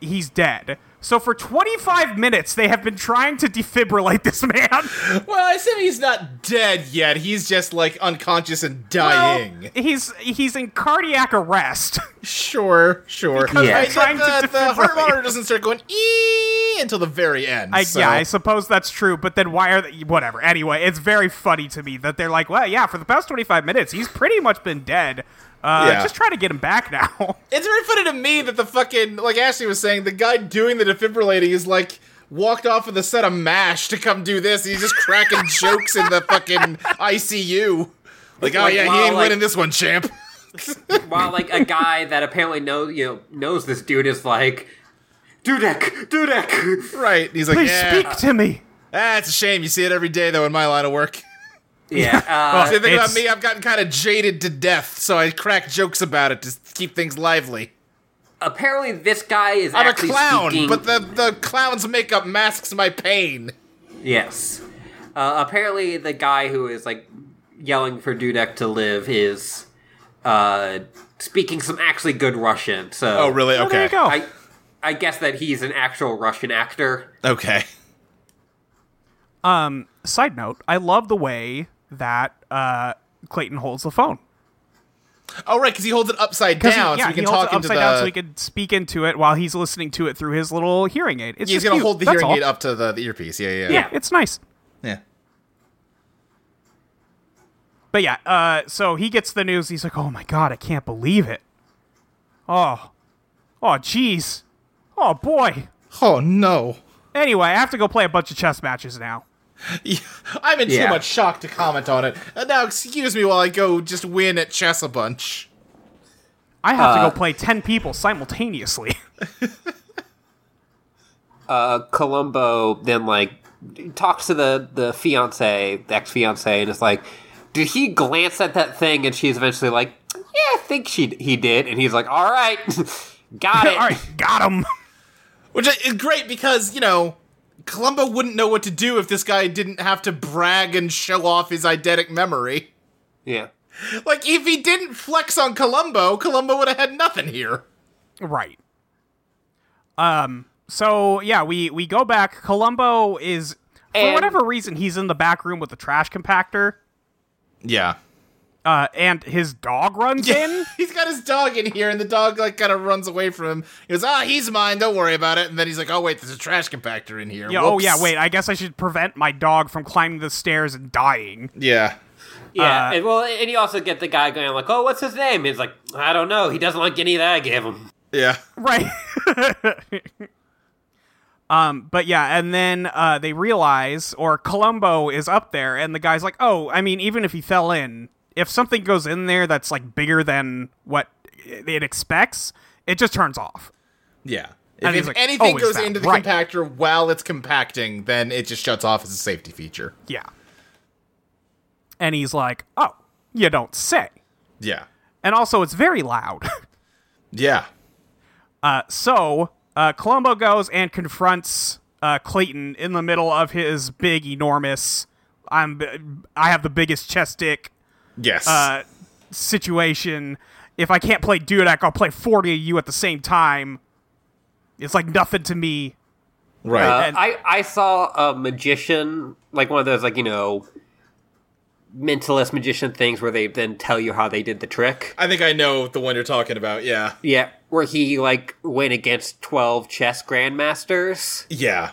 [SPEAKER 3] he's dead. So for 25 minutes, they have been trying to defibrillate this man.
[SPEAKER 4] Well, I said he's not dead yet. He's just like unconscious and dying.
[SPEAKER 3] Well, he's he's in cardiac arrest.
[SPEAKER 4] Sure, sure.
[SPEAKER 3] Because
[SPEAKER 2] Yeah. they're
[SPEAKER 4] I think
[SPEAKER 3] trying to
[SPEAKER 4] that the
[SPEAKER 3] defibrillate.
[SPEAKER 4] heart monitor doesn't start going ee until the very end.
[SPEAKER 3] I,
[SPEAKER 4] so-
[SPEAKER 3] Yeah, I suppose that's true. But then why are they? Whatever. Anyway, it's very funny to me that they're like, well, yeah, for the past twenty five minutes, he's pretty much been dead. Uh,
[SPEAKER 4] Yeah.
[SPEAKER 3] Just try to get him back now.
[SPEAKER 4] It's very funny to me that the fucking like Ashley was saying, the guy doing the defibrillating is like walked off of the set of MASH to come do this. He's just cracking jokes in the fucking ICU. Like, oh
[SPEAKER 2] Like,
[SPEAKER 4] yeah, he
[SPEAKER 2] wow,
[SPEAKER 4] ain't
[SPEAKER 2] like-
[SPEAKER 4] winning this one, champ.
[SPEAKER 2] While like a guy that apparently knows you know knows this dude is like, "Dudek, Dudek."
[SPEAKER 4] Right? He's like,
[SPEAKER 3] Please
[SPEAKER 4] yeah.
[SPEAKER 3] speak to me.
[SPEAKER 4] That's a shame. You see it every day though in my line of work.
[SPEAKER 2] Yeah, uh,
[SPEAKER 4] The thing about
[SPEAKER 3] It's-
[SPEAKER 4] me, I've gotten kind of jaded to death, so I crack jokes about it to keep things lively.
[SPEAKER 2] apparently this guy is
[SPEAKER 4] I'm a
[SPEAKER 2] actually
[SPEAKER 4] clown,
[SPEAKER 2] speaking.
[SPEAKER 4] but the, the clown's makeup masks my pain.
[SPEAKER 2] yes, uh, apparently the guy who is like yelling for Dudek to live is uh, speaking some actually good Russian. So
[SPEAKER 4] Oh, really?
[SPEAKER 3] Well, there you go.
[SPEAKER 2] I I guess that he's an actual Russian actor.
[SPEAKER 4] Okay.
[SPEAKER 3] Side note: I love the way that uh, Clayton holds the phone.
[SPEAKER 4] Oh, right, because he holds it upside
[SPEAKER 3] 'Cause he-
[SPEAKER 4] down, so
[SPEAKER 3] yeah,
[SPEAKER 4] we can
[SPEAKER 3] he holds
[SPEAKER 4] talk
[SPEAKER 3] it
[SPEAKER 4] into
[SPEAKER 3] upside
[SPEAKER 4] the.
[SPEAKER 3] down so he can speak into it while he's listening to it through his little hearing aid. It's
[SPEAKER 4] he's
[SPEAKER 3] going
[SPEAKER 4] gonna
[SPEAKER 3] to
[SPEAKER 4] hold the hearing aid up to the, the earpiece. Yeah, yeah,
[SPEAKER 3] Yeah, it's nice.
[SPEAKER 4] yeah.
[SPEAKER 3] But yeah, uh, so he gets the news. He's like, "Oh my god, I can't believe it! Oh, oh, jeez, oh boy."
[SPEAKER 4] Oh no.
[SPEAKER 3] Anyway, I have to go play a bunch of chess matches now.
[SPEAKER 4] Yeah, I'm in
[SPEAKER 2] Yeah.
[SPEAKER 4] too much shock to comment on it. Uh, now, excuse me while I go just win at chess a bunch.
[SPEAKER 3] I have to
[SPEAKER 2] Uh,
[SPEAKER 3] go play ten people simultaneously.
[SPEAKER 2] Uh, Columbo then like talks to the the fiance, ex fiance, and is like, "Did he glance at that thing?" And she's eventually like, "Yeah, I think she he did." And he's like, "All right, got
[SPEAKER 3] All
[SPEAKER 2] it."
[SPEAKER 3] right, got him.
[SPEAKER 4] Which is great because, you know, Columbo wouldn't know what to do if this guy didn't have to brag and show off his eidetic memory.
[SPEAKER 2] Yeah.
[SPEAKER 4] Like, if he didn't flex on Columbo, Columbo would have had nothing here.
[SPEAKER 3] Right. Um. So yeah, we we go back. Columbo is for
[SPEAKER 2] And-
[SPEAKER 3] whatever reason he's in the back room with the trash compactor,
[SPEAKER 4] Yeah.
[SPEAKER 3] uh, and his dog runs in.
[SPEAKER 4] he's got his dog in here, and the dog, like, kind of runs away from him. He goes, ah, he's mine, don't worry about it. And then he's like, oh, wait, there's a trash compactor in here.
[SPEAKER 3] Yeah, oh
[SPEAKER 4] Whoops.
[SPEAKER 3] yeah, wait. I guess I should prevent my dog from climbing the stairs and dying.
[SPEAKER 4] Yeah.
[SPEAKER 2] Yeah,
[SPEAKER 3] Uh,
[SPEAKER 2] and well, and you also get the guy going like, "Oh, what's his name?" And he's like, "I don't know. He doesn't like any that I gave him."
[SPEAKER 4] Yeah.
[SPEAKER 3] Right. um, but yeah, and then uh, they realize, or Columbo is up there, and the guy's like, "Oh, I mean, even if he fell in, if something goes in there that's like bigger than what it expects, it just turns off."
[SPEAKER 4] Yeah. If,
[SPEAKER 3] And
[SPEAKER 4] if
[SPEAKER 3] he's like,
[SPEAKER 4] anything
[SPEAKER 3] "Oh, is
[SPEAKER 4] goes
[SPEAKER 3] that
[SPEAKER 4] into the
[SPEAKER 3] right?"
[SPEAKER 4] compactor while it's compacting, then it just shuts off as a safety feature.
[SPEAKER 3] Yeah. And he's like, "Oh, you don't say."
[SPEAKER 4] Yeah.
[SPEAKER 3] And also, it's very loud.
[SPEAKER 4] Yeah.
[SPEAKER 3] Uh, so uh, Columbo goes and confronts uh, Clayton in the middle of his big, enormous. I'm b- I have the biggest chess dick
[SPEAKER 4] Yes.
[SPEAKER 3] uh, situation. If I can't play Dudek, I'll play forty of you at the same time. It's like nothing to me.
[SPEAKER 4] right.
[SPEAKER 2] Uh,
[SPEAKER 3] And-
[SPEAKER 2] I I saw a magician, like one of those, like you know, mentalist magician things where they then tell you how they did the trick.
[SPEAKER 4] I think I know the one you're talking about. Yeah.
[SPEAKER 2] Yeah, where he like went against twelve chess grandmasters
[SPEAKER 4] Yeah.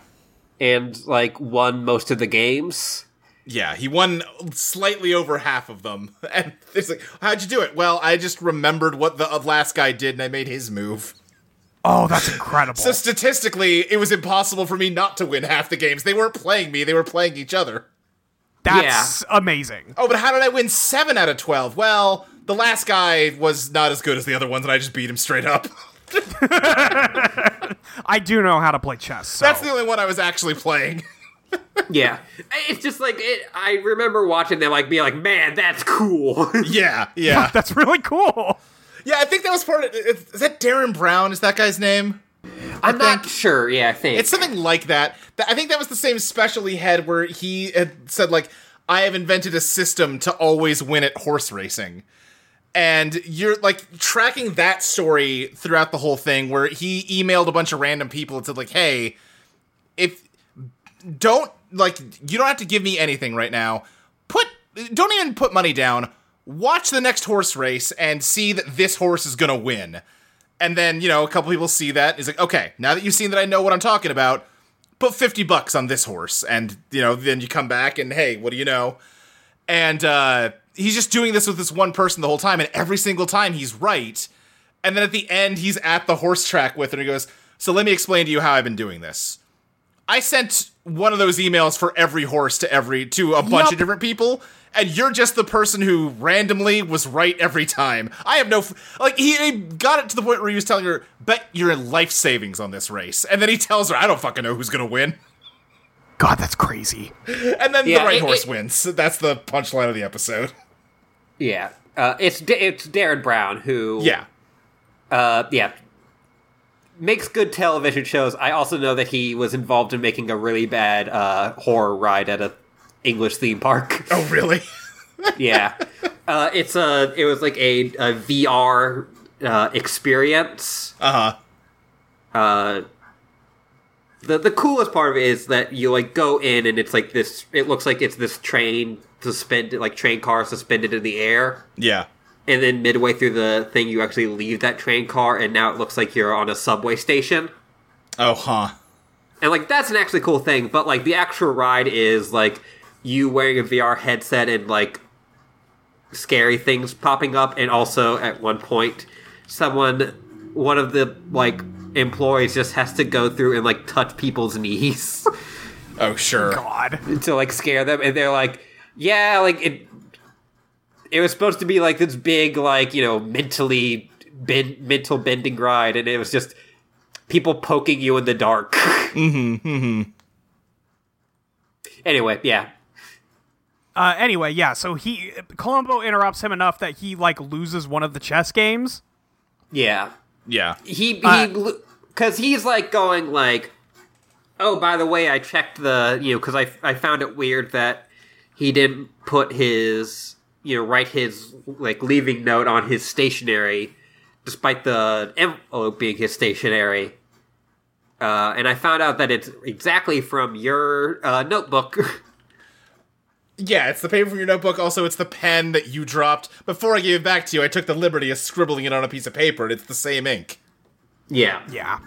[SPEAKER 2] and like won most of the games.
[SPEAKER 4] Yeah. He won slightly over half of them. And it's like, how'd you do it? Well, I just remembered what the last guy did and I made his move.
[SPEAKER 3] Oh, that's incredible.
[SPEAKER 4] So statistically, it was impossible for me not to win half the games. They weren't playing me, they were playing each other.
[SPEAKER 3] that's amazing.
[SPEAKER 4] Oh, but how did I win seven out of twelve? Well, the last guy was not as good as the other ones, and I just beat him straight up.
[SPEAKER 3] I do know how to play chess. So.
[SPEAKER 4] That's the only one I was actually playing.
[SPEAKER 2] Yeah, it's just like it, I remember watching them like being like, "Man, that's cool."
[SPEAKER 4] yeah, yeah,
[SPEAKER 3] that's really cool.
[SPEAKER 4] yeah. I think that was part of. Is is that Darren Brown? Is that guy's name?
[SPEAKER 2] I'm not
[SPEAKER 4] think-
[SPEAKER 2] sure. Yeah, I think
[SPEAKER 4] It's something like that. Th- I think that was the same special he had where he had said like, "I have invented a system to always win at horse racing." And you're like tracking that story throughout the whole thing where he emailed a bunch of random people and said like, "Hey, if don't like you don't have to give me anything right now. Put don't even put money down. Watch the next horse race and see that this horse is going to win." And then, you know, a couple people see that. He's like, okay, now that you've seen that I know what I'm talking about, put 50 bucks on this horse. And, you know, then you come back and, hey, what do you know? And uh, he's just doing this with this one person the whole time. And every single time he's right. And then at the end, he's at the horse track with her and he goes, so let me explain to you how I've been doing this. I sent one of those emails for every horse to every to a bunch
[SPEAKER 3] Yup.
[SPEAKER 4] of different people, and you're just the person who randomly was right every time. I have no f- like he, he got it to the point where he was telling her, "Bet your life savings on this race," and then he tells her, "I don't fucking know who's gonna win,"
[SPEAKER 3] God, that's crazy.
[SPEAKER 4] and then
[SPEAKER 2] Yeah,
[SPEAKER 4] the right
[SPEAKER 2] it-
[SPEAKER 4] horse
[SPEAKER 2] it-
[SPEAKER 4] wins. That's the punchline of the episode.
[SPEAKER 2] yeah. Uh, it's D- it's Darren Brown who
[SPEAKER 4] Yeah,
[SPEAKER 2] uh, yeah makes good television shows. I also know that he was involved in making a really bad uh, horror ride at a English theme park.
[SPEAKER 4] Oh, really?
[SPEAKER 2] yeah, uh, it's a it was like a, a VR uh, experience.
[SPEAKER 4] Uh huh.
[SPEAKER 2] Uh, the the coolest part of it is that you like go in and it's like this. It looks like it's this train suspended, like train car suspended in the air.
[SPEAKER 4] Yeah.
[SPEAKER 2] And then midway through the thing, you actually leave that train car, and now it looks like you're on a subway station.
[SPEAKER 4] Oh, huh.
[SPEAKER 2] And like that's an actually cool thing, but like the actual ride is like you wearing a VR headset and like scary things popping up and also at one point someone one of the like employees just has to go through and like touch people's knees
[SPEAKER 4] Oh, sure.
[SPEAKER 3] God.
[SPEAKER 2] to like scare them and they're like yeah like it it was supposed to be like this big like you know mentally bend, mental bending ride and it was just people poking you in the dark mm-hmm, mm-hmm. anyway yeah
[SPEAKER 3] Uh, anyway, yeah. So he Columbo interrupts him enough that he like loses one of the chess games.
[SPEAKER 2] yeah
[SPEAKER 4] Yeah.
[SPEAKER 2] he
[SPEAKER 3] Uh,
[SPEAKER 2] he because he's like going like oh by the way i checked the you know because I, I found it weird that he didn't put his you know write his like leaving note on his stationery despite the envelope being his stationery uh, and i found out that it's exactly from your uh, notebook
[SPEAKER 4] Yeah, it's the paper from your notebook. Also, it's the pen that you dropped. Before I gave it back to you, I took the liberty of scribbling it on a piece of paper, and it's the same ink.
[SPEAKER 2] yeah
[SPEAKER 3] Yeah.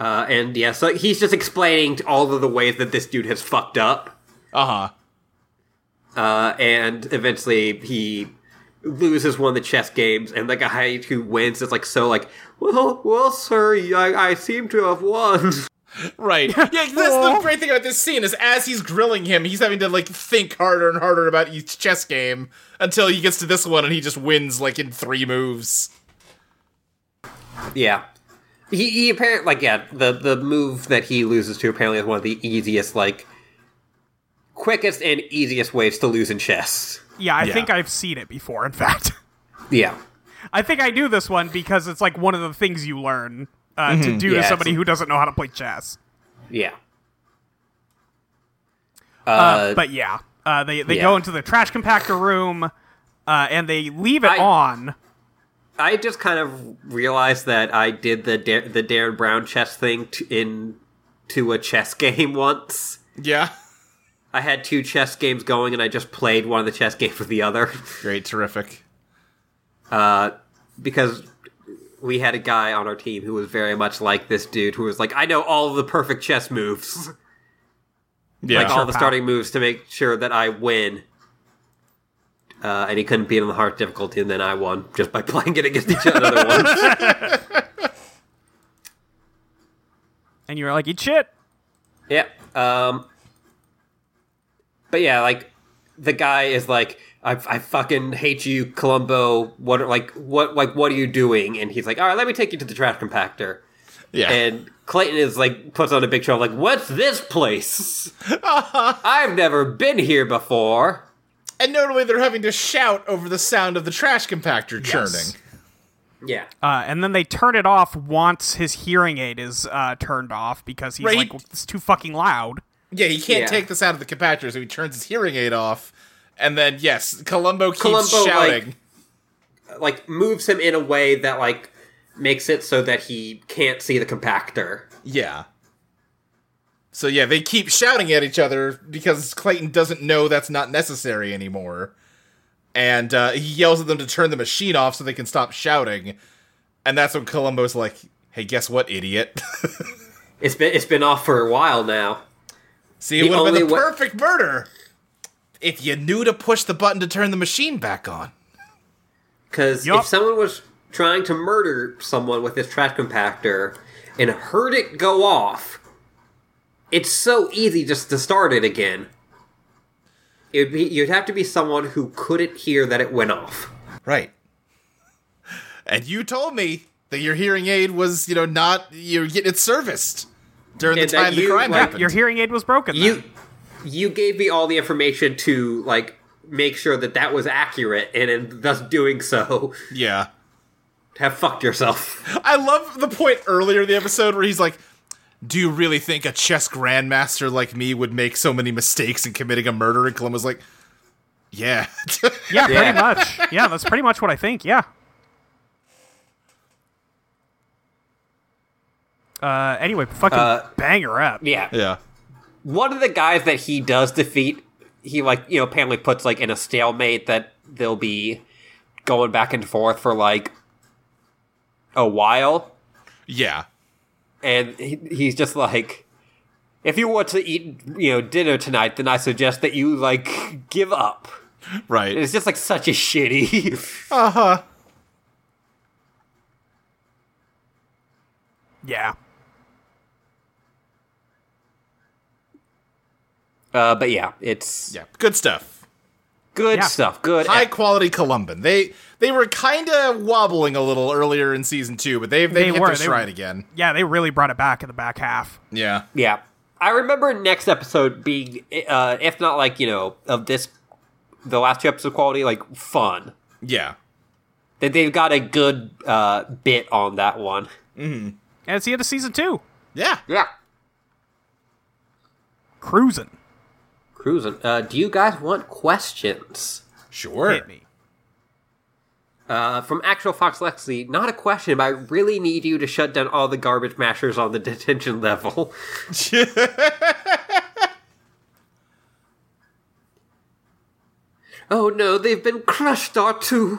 [SPEAKER 2] uh, and yeah so he's just explaining to all of the ways that this dude has fucked up
[SPEAKER 4] Uh huh.
[SPEAKER 2] uh, and eventually he loses one of the chess games, and the guy who wins is like so like, well, well, sir, I, I seem to have won.
[SPEAKER 4] Right. Yeah, that's the great thing about this scene is as he's grilling him, he's having to like think harder and harder about each chess game until he gets to this one and he just wins like in three moves.
[SPEAKER 2] yeah, he, he apparently like yeah the the move that he loses to apparently is one of the easiest like quickest and easiest ways to lose in chess.
[SPEAKER 3] Yeah. I
[SPEAKER 4] Yeah.
[SPEAKER 3] think I've seen it before. In fact,
[SPEAKER 2] Yeah.
[SPEAKER 3] I think I knew this one because it's like one of the things you learn uh, to do
[SPEAKER 2] Yeah,
[SPEAKER 3] to
[SPEAKER 2] it's-
[SPEAKER 3] somebody who doesn't know how to play chess.
[SPEAKER 2] Yeah.
[SPEAKER 3] Uh, but yeah, uh, they they go
[SPEAKER 2] yeah.
[SPEAKER 3] into the trash compactor room, uh, and they leave it
[SPEAKER 2] I-
[SPEAKER 3] on.
[SPEAKER 2] I just kind of realized that I did the Dar- the Darren Brown chess thing t- in to a chess game once.
[SPEAKER 4] Yeah.
[SPEAKER 2] I had two chess games going, and I just played one of the chess games with the other
[SPEAKER 4] Great, terrific.
[SPEAKER 2] because we had a guy on our team who was very much like this dude who was like, "I know all of the perfect chess moves,
[SPEAKER 4] Yeah.
[SPEAKER 2] like all the
[SPEAKER 3] pal.
[SPEAKER 2] starting moves to make sure that I win." Uh, and he couldn't beat on the hard difficulty, and then I won just by playing it against each other. once.
[SPEAKER 3] And you were like, "Eat shit."
[SPEAKER 2] Yeah. Um. But yeah, like the guy is like, I, I fucking hate you, Columbo. What are- like what like what are you doing? And he's like, all right, let me take you to the trash compactor.
[SPEAKER 4] yeah.
[SPEAKER 2] And Clayton is like puts on a big show, like, what's this place? I've never been here before.
[SPEAKER 4] and notably, they're having to shout over the sound of the trash compactor churning.
[SPEAKER 2] Yeah.
[SPEAKER 3] Uh, and then they turn it off once his hearing aid is uh, turned off because he's
[SPEAKER 4] Right.
[SPEAKER 3] like, "It's too fucking loud."
[SPEAKER 4] Yeah, he can't
[SPEAKER 2] Yeah.
[SPEAKER 4] take the sound of the compactor, so he turns his hearing aid off. And then, yes, Columbo keeps
[SPEAKER 2] Columbo,
[SPEAKER 4] shouting.
[SPEAKER 2] Like moves him in a way that like makes it so that he can't see the compactor.
[SPEAKER 4] Yeah. So yeah, they keep shouting at each other because Clayton doesn't know that's not necessary anymore. And uh, he yells at them to turn the machine off so they can stop shouting. And that's when Columbo's like, "Hey, guess what, idiot?
[SPEAKER 2] It's been it's been off for a while now.
[SPEAKER 4] See, it
[SPEAKER 2] The
[SPEAKER 4] would have been the
[SPEAKER 2] only way-
[SPEAKER 4] perfect murder if you knew to push the button to turn the machine back on."
[SPEAKER 2] Because
[SPEAKER 3] Yup.
[SPEAKER 2] if someone was trying to murder someone with this trash compactor and heard it go off, it's so easy just to start it again. It'd be you'd have to be someone who couldn't hear that it went off.
[SPEAKER 4] Right. And you told me that your hearing aid was, you know, not you're getting it serviced during
[SPEAKER 2] And
[SPEAKER 4] the
[SPEAKER 2] that
[SPEAKER 4] time the
[SPEAKER 2] you,
[SPEAKER 4] crime
[SPEAKER 2] like,
[SPEAKER 4] happened.
[SPEAKER 3] Your hearing aid was broken.
[SPEAKER 2] You
[SPEAKER 3] then.
[SPEAKER 2] you gave me all the information to like make sure that that was accurate, and in thus doing so,
[SPEAKER 4] yeah.
[SPEAKER 2] have fucked yourself.
[SPEAKER 4] I love the point earlier in the episode where he's like, "Do you really think a chess grandmaster like me would make so many mistakes in committing a murder?" And Columbo's like, "Yeah,
[SPEAKER 3] yeah,
[SPEAKER 2] Yeah.
[SPEAKER 3] pretty much. Yeah, that's pretty much what I think. Yeah. Uh, anyway, fucking banger up.
[SPEAKER 2] Yeah.
[SPEAKER 4] Yeah.
[SPEAKER 2] One of the guys that he does defeat, he like you know apparently puts like in a stalemate that they'll be going back and forth for like a while,
[SPEAKER 4] Yeah.
[SPEAKER 2] and he, he's just like. If you want to eat, you know, dinner tonight, then I suggest that you like give up.
[SPEAKER 4] Right. Uh-huh.
[SPEAKER 2] It's just like such a shitty.
[SPEAKER 3] Yeah.
[SPEAKER 2] Uh, but yeah, it's
[SPEAKER 4] Yeah. Good stuff.
[SPEAKER 2] good
[SPEAKER 3] Yeah.
[SPEAKER 2] stuff. Good.
[SPEAKER 4] High quality Columban. They they were kind of wobbling a little earlier in season two, but they've they've
[SPEAKER 3] They
[SPEAKER 4] hit
[SPEAKER 3] were,
[SPEAKER 4] their
[SPEAKER 3] they
[SPEAKER 4] stride
[SPEAKER 3] were.
[SPEAKER 4] again.
[SPEAKER 3] Yeah, they really brought it back in the back half.
[SPEAKER 4] Yeah.
[SPEAKER 2] Yeah. I remember next episode being, uh, if not like, you know, of this, the last two episodes of quality, like fun.
[SPEAKER 4] Yeah.
[SPEAKER 2] That they've got a good uh, bit on that one.
[SPEAKER 3] And it's the end of season two.
[SPEAKER 4] Yeah.
[SPEAKER 2] Yeah.
[SPEAKER 3] Cruising.
[SPEAKER 2] Cruising. Uh, do you guys want questions?
[SPEAKER 4] Sure.
[SPEAKER 3] Hit me.
[SPEAKER 2] Uh, from Actual Fox Lexi, not a question, but I really need you to shut down all the garbage mashers on the detention level. oh no, they've been crushed, R2.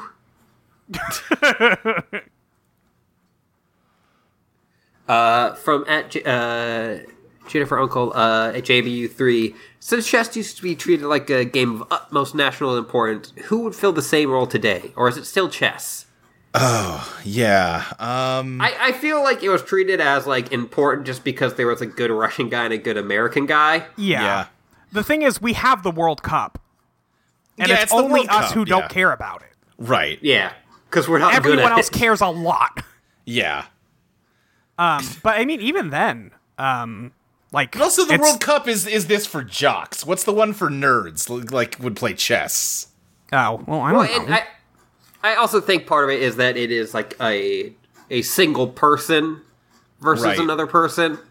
[SPEAKER 2] uh, from at J- uh, Jennifer Uncle uh, at JBU3, since chess used to be treated like a game of utmost national importance, who would fill the same role today? Or is it still chess?
[SPEAKER 4] Yeah.
[SPEAKER 3] Mm.
[SPEAKER 4] Um.
[SPEAKER 2] I, I feel like it was treated as like important just because there was a good Russian guy and a good American guy.
[SPEAKER 3] Yeah.
[SPEAKER 4] Yeah.
[SPEAKER 3] The thing is, we have the World Cup, and
[SPEAKER 4] Yeah,
[SPEAKER 3] it's,
[SPEAKER 4] it's the
[SPEAKER 3] only
[SPEAKER 4] World
[SPEAKER 3] us
[SPEAKER 4] Cup,
[SPEAKER 3] who don't
[SPEAKER 4] yeah.
[SPEAKER 3] care about it.
[SPEAKER 4] Right.
[SPEAKER 2] Yeah, because we're not good
[SPEAKER 3] Everyone
[SPEAKER 2] at
[SPEAKER 3] else
[SPEAKER 2] it.
[SPEAKER 3] cares a lot.
[SPEAKER 4] Yeah.
[SPEAKER 3] Um, but I mean, even then, um, like
[SPEAKER 4] But also, the
[SPEAKER 3] it's-
[SPEAKER 4] World Cup is is this for jocks? What's the one for nerds? l- Like would play chess?
[SPEAKER 3] Oh well, I don't
[SPEAKER 2] Well, and
[SPEAKER 3] know.
[SPEAKER 2] I, I also think part of it is that it is like a a single person versus
[SPEAKER 4] Right.
[SPEAKER 2] another person.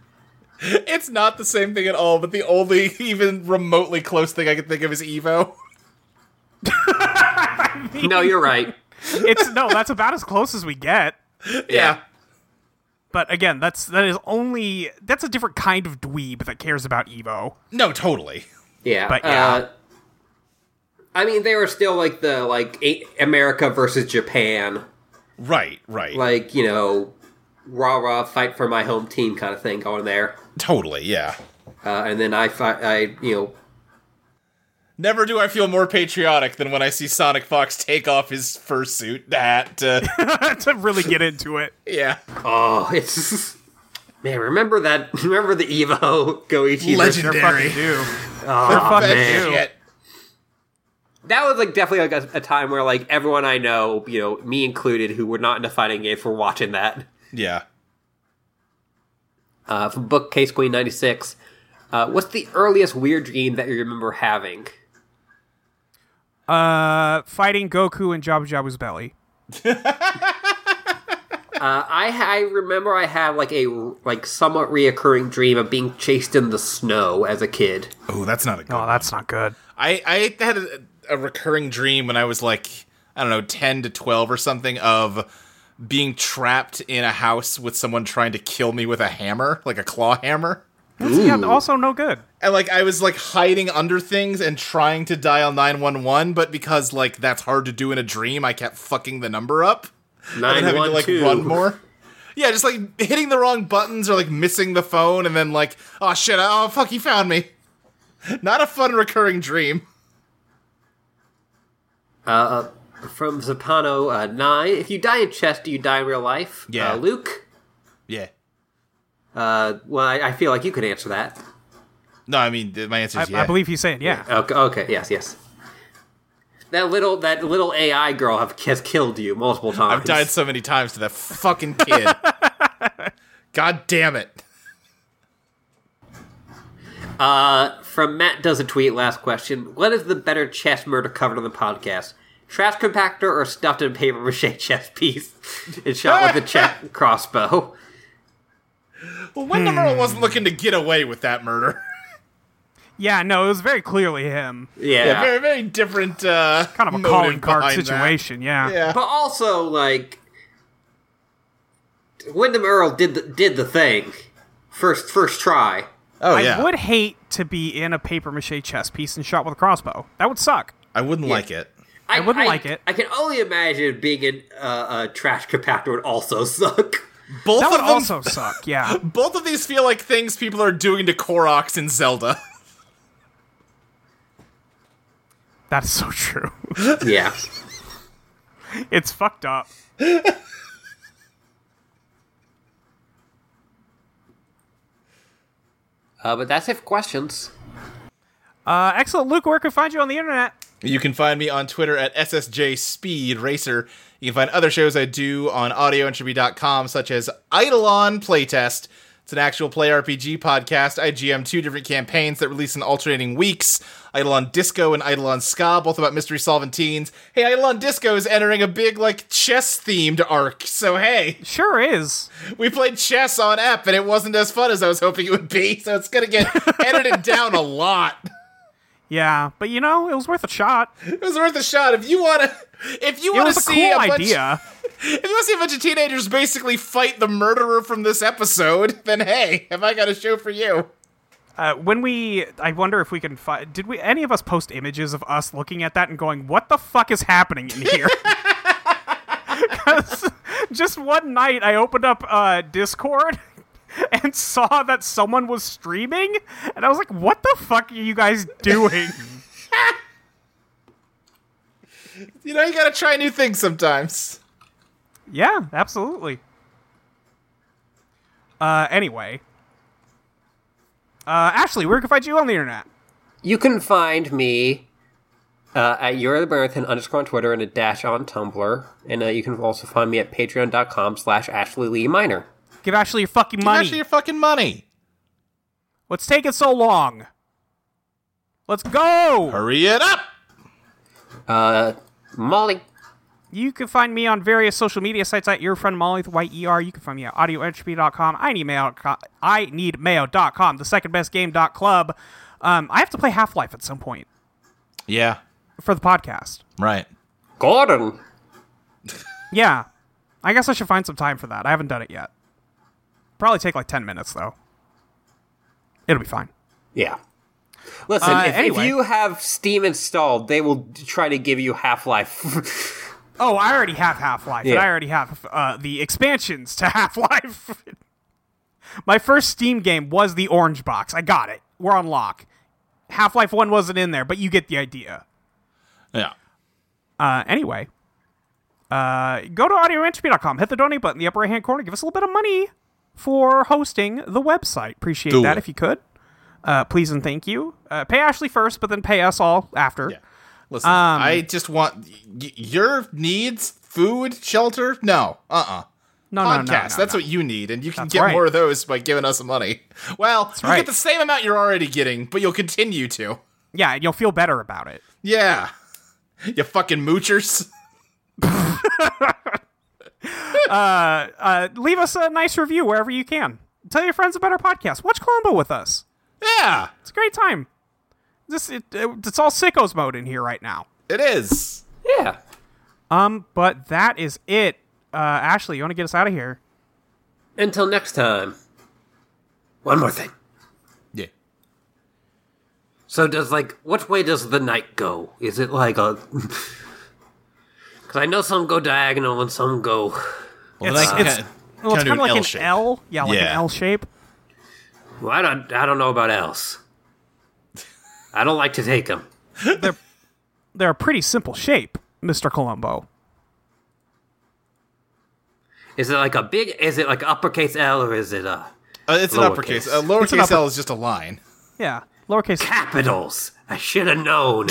[SPEAKER 4] It's not the same thing at all. But the only even remotely close thing I can think of is Evo.
[SPEAKER 2] No, you're right.
[SPEAKER 3] it's no, that's about as close as we get.
[SPEAKER 4] Yeah.
[SPEAKER 3] But again, that's that is only that's a different kind of dweeb that cares about Evo.
[SPEAKER 4] No, totally.
[SPEAKER 2] Yeah,
[SPEAKER 3] But yeah.
[SPEAKER 2] Uh, I mean, they were still like the like a- America versus Japan,
[SPEAKER 4] Right. Right.
[SPEAKER 2] like you know, rah rah, fight for my home team kind of thing going there.
[SPEAKER 4] totally. Yeah.
[SPEAKER 2] Uh, and then I, fi- I you know,
[SPEAKER 4] Never do I feel more patriotic than when I see Sonic Fox take off his fursuit hat. Uh,
[SPEAKER 3] to really get into it.
[SPEAKER 4] yeah.
[SPEAKER 2] Oh, it's man. Remember that? Remember the Evo Goichi?
[SPEAKER 4] Legend-
[SPEAKER 3] They're
[SPEAKER 4] Dairy.
[SPEAKER 3] fucking do.
[SPEAKER 2] Oh,
[SPEAKER 3] They're fucking
[SPEAKER 2] man.
[SPEAKER 3] do.
[SPEAKER 4] Shit.
[SPEAKER 2] That was like definitely like a, a time where like everyone I know, you know, me included, who were not into fighting games, were watching that.
[SPEAKER 4] Yeah.
[SPEAKER 2] Uh, from Bookcase Queen ninety six. Uh, what's the earliest weird dream that you remember having?
[SPEAKER 3] Uh, fighting Goku and Jabu Jabu's belly.
[SPEAKER 2] Uh, I I remember I had like a like somewhat reoccurring dream of being chased in the snow as a kid.
[SPEAKER 4] Oh, that's not a good.
[SPEAKER 3] Oh, that's not good.
[SPEAKER 4] I, I had a, a recurring dream when I was like, I don't know, 10 to 12 or something of being trapped in a house with someone trying to kill me with a hammer, like a claw hammer.
[SPEAKER 3] That's, yeah, also no good.
[SPEAKER 4] And like I was like hiding under things and trying to dial 911, but because like that's hard to do in a dream, I kept fucking the number up. And then
[SPEAKER 2] Nine
[SPEAKER 4] having
[SPEAKER 2] one
[SPEAKER 4] to like
[SPEAKER 2] two.
[SPEAKER 4] run more. Yeah, just like hitting the wrong buttons or like missing the phone and then like, oh shit, oh fuck, he found me. Not a fun recurring dream.
[SPEAKER 2] From Zapano uh, 9. If you die in chess, do you die in real life?
[SPEAKER 4] Yeah.
[SPEAKER 2] Uh, Luke?
[SPEAKER 4] Yeah.
[SPEAKER 2] Uh, well, I, I feel like you could answer that.
[SPEAKER 4] No, I mean th- my answer
[SPEAKER 3] I,
[SPEAKER 4] is yeah.
[SPEAKER 3] I believe he's saying yeah.
[SPEAKER 2] Okay, okay, yes, yes. That little that little AI girl have, has killed you multiple times.
[SPEAKER 4] I've died so many times to that fucking kid. God damn it.
[SPEAKER 2] From Matt does a tweet, last question. What is the better chess murder covered on the podcast? Trash compactor or stuffed in paper mache chess piece and shot with a check crossbow?
[SPEAKER 4] Well,
[SPEAKER 3] Hmm.
[SPEAKER 4] Wendamerl wasn't looking to get away with that murder.
[SPEAKER 3] Yeah, no, it was very clearly him.
[SPEAKER 2] Yeah.
[SPEAKER 4] Yeah, very, very different uh
[SPEAKER 3] Kind of a
[SPEAKER 4] motive
[SPEAKER 3] calling card
[SPEAKER 4] behind that.
[SPEAKER 3] situation. Yeah.
[SPEAKER 4] Yeah.
[SPEAKER 2] But also, like, Wyndham Earl did the, did the thing first first try.
[SPEAKER 4] Oh
[SPEAKER 3] I
[SPEAKER 4] yeah,
[SPEAKER 3] would hate to be in a paper mache chess piece and shot with a crossbow. That would suck.
[SPEAKER 4] I wouldn't like it.
[SPEAKER 2] I,
[SPEAKER 3] wouldn't like it.
[SPEAKER 2] I can only imagine being in uh, a trash compactor would also suck.
[SPEAKER 4] Both
[SPEAKER 3] That
[SPEAKER 4] of
[SPEAKER 3] would
[SPEAKER 4] them,
[SPEAKER 3] also suck. Yeah.
[SPEAKER 4] both of these feel like things people are doing to Koroks in Zelda.
[SPEAKER 3] That's so true.
[SPEAKER 2] yeah.
[SPEAKER 3] It's fucked up.
[SPEAKER 2] Uh, but that's if questions.
[SPEAKER 3] Uh, excellent. Luke, where can we find you on the internet?
[SPEAKER 4] You can find me on Twitter at SSJ Speed Racer. You can find other shows I do on audioentropy.com, such as Eidolon Playtest. It's an actual play RPG podcast. I GM two different campaigns that release in alternating weeks Eidolon Disco and Eidolon Ska, both about mystery solving teens. Hey, Eidolon Disco is entering a big, like, chess themed arc. So, hey,
[SPEAKER 3] Sure is.
[SPEAKER 4] we played chess on app and it wasn't as fun as I was hoping it would be. So, it's going to get edited down a lot.
[SPEAKER 3] Yeah, but you know, it was worth a shot. It
[SPEAKER 4] It was worth a shot. If you want to. If you want
[SPEAKER 3] was
[SPEAKER 4] to
[SPEAKER 3] a
[SPEAKER 4] see
[SPEAKER 3] cool
[SPEAKER 4] a bunch,
[SPEAKER 3] idea.
[SPEAKER 4] If you want to see a bunch of teenagers basically fight the murderer from this episode, then hey, have I got a show for you?
[SPEAKER 3] Uh, when we, I wonder if we can find. Did we any of us post images of us looking at that and going, "What the fuck is happening in here"? 'Cause just one night, I opened up uh, Discord and saw that someone was streaming, and I was like, "What the fuck are you guys doing?"
[SPEAKER 4] You know, you gotta try new things sometimes.
[SPEAKER 3] yeah, absolutely. Uh, anyway, uh, Ashley, where can we find you on the internet?
[SPEAKER 2] You can find me uh, at your American underscore on Twitter and a dash on Tumblr, and uh, you can also find me at patreon.com slash Ashley Lee Minor.
[SPEAKER 3] Give Ashley your fucking money.
[SPEAKER 4] Actually, your fucking money.
[SPEAKER 3] What's taking so long? Let's go!
[SPEAKER 4] Hurry it up!
[SPEAKER 2] Uh, Molly,
[SPEAKER 3] You can find me on various social media sites at your friend Molly with Y-E-R. You can find me at audioentropy.com, I need mail, I need mail.com, the second best game dot club. Um, I have to play Half Life at some point
[SPEAKER 4] Yeah,
[SPEAKER 3] for the podcast.
[SPEAKER 4] right.
[SPEAKER 2] Gordon,
[SPEAKER 3] Yeah, I guess I should find some time for that. I haven't done it yet. Probably take like 10 minutes though. It'll be fine.
[SPEAKER 2] Yeah. Listen,
[SPEAKER 3] Uh,
[SPEAKER 2] if, if
[SPEAKER 3] anyway.
[SPEAKER 2] you have Steam installed, they will d- try to give you Half Life.
[SPEAKER 3] Oh, I already have Half Life, and
[SPEAKER 2] Yeah.
[SPEAKER 3] I already have uh, the expansions to Half Life. My first Steam game was the Orange Box. I got it. We're on lock. Half Life 1 wasn't in there, but you get the idea.
[SPEAKER 4] Yeah.
[SPEAKER 3] Uh, anyway, uh, go to audioentropy.com, hit the donate button in the upper right hand corner, give us a little bit of money for hosting the website. Appreciate
[SPEAKER 4] Do
[SPEAKER 3] that
[SPEAKER 4] it.
[SPEAKER 3] if you could. Uh, please and thank you. Uh, pay Ashley first, but then pay us all after.
[SPEAKER 4] Yeah. Listen,
[SPEAKER 3] Um,
[SPEAKER 4] I just want y- your needs, food, shelter. No, uh, uh
[SPEAKER 3] No, no, no,
[SPEAKER 4] Podcast.
[SPEAKER 3] no,
[SPEAKER 4] That's
[SPEAKER 3] no.
[SPEAKER 4] what you need, and you can
[SPEAKER 3] That's
[SPEAKER 4] get
[SPEAKER 3] right.
[SPEAKER 4] more of those by giving us money. Well, you
[SPEAKER 3] right.
[SPEAKER 4] get the same amount you're already getting, but you'll continue to.
[SPEAKER 3] Yeah, and you'll feel better about it.
[SPEAKER 4] Yeah. You fucking moochers.
[SPEAKER 3] uh, leave us a nice review wherever you can. Tell your friends about our podcast. Watch Columbo with us.
[SPEAKER 4] Yeah,
[SPEAKER 3] It's a great time. This it, it- it's all sickos mode in here right now.
[SPEAKER 4] it is.
[SPEAKER 2] yeah.
[SPEAKER 3] Um, but that is it. Uh, Ashley, you want to get us out of here?
[SPEAKER 2] Until next time. One more thing.
[SPEAKER 4] Yeah.
[SPEAKER 2] So does like which way does the night go? Is it like a? Because I know some go diagonal and some go.
[SPEAKER 3] it's it's, well, it's
[SPEAKER 4] kinda do
[SPEAKER 3] kind of
[SPEAKER 4] an
[SPEAKER 3] like
[SPEAKER 4] L
[SPEAKER 3] an
[SPEAKER 4] shape.
[SPEAKER 3] L. Yeah, like an
[SPEAKER 4] Yeah.
[SPEAKER 3] L shape.
[SPEAKER 2] Well, I don't. I don't know about else. I don't like to take them.
[SPEAKER 3] They're a pretty simple shape, Mister Columbo.
[SPEAKER 2] Is it like a big? Is it like uppercase L or is it a
[SPEAKER 4] Uh, it's an
[SPEAKER 2] Lowercase.
[SPEAKER 4] uppercase. Uh,
[SPEAKER 3] It's an
[SPEAKER 4] lowercase
[SPEAKER 3] upper-
[SPEAKER 4] L is just a line.
[SPEAKER 3] Yeah, lowercase.
[SPEAKER 2] capitals? I should have known.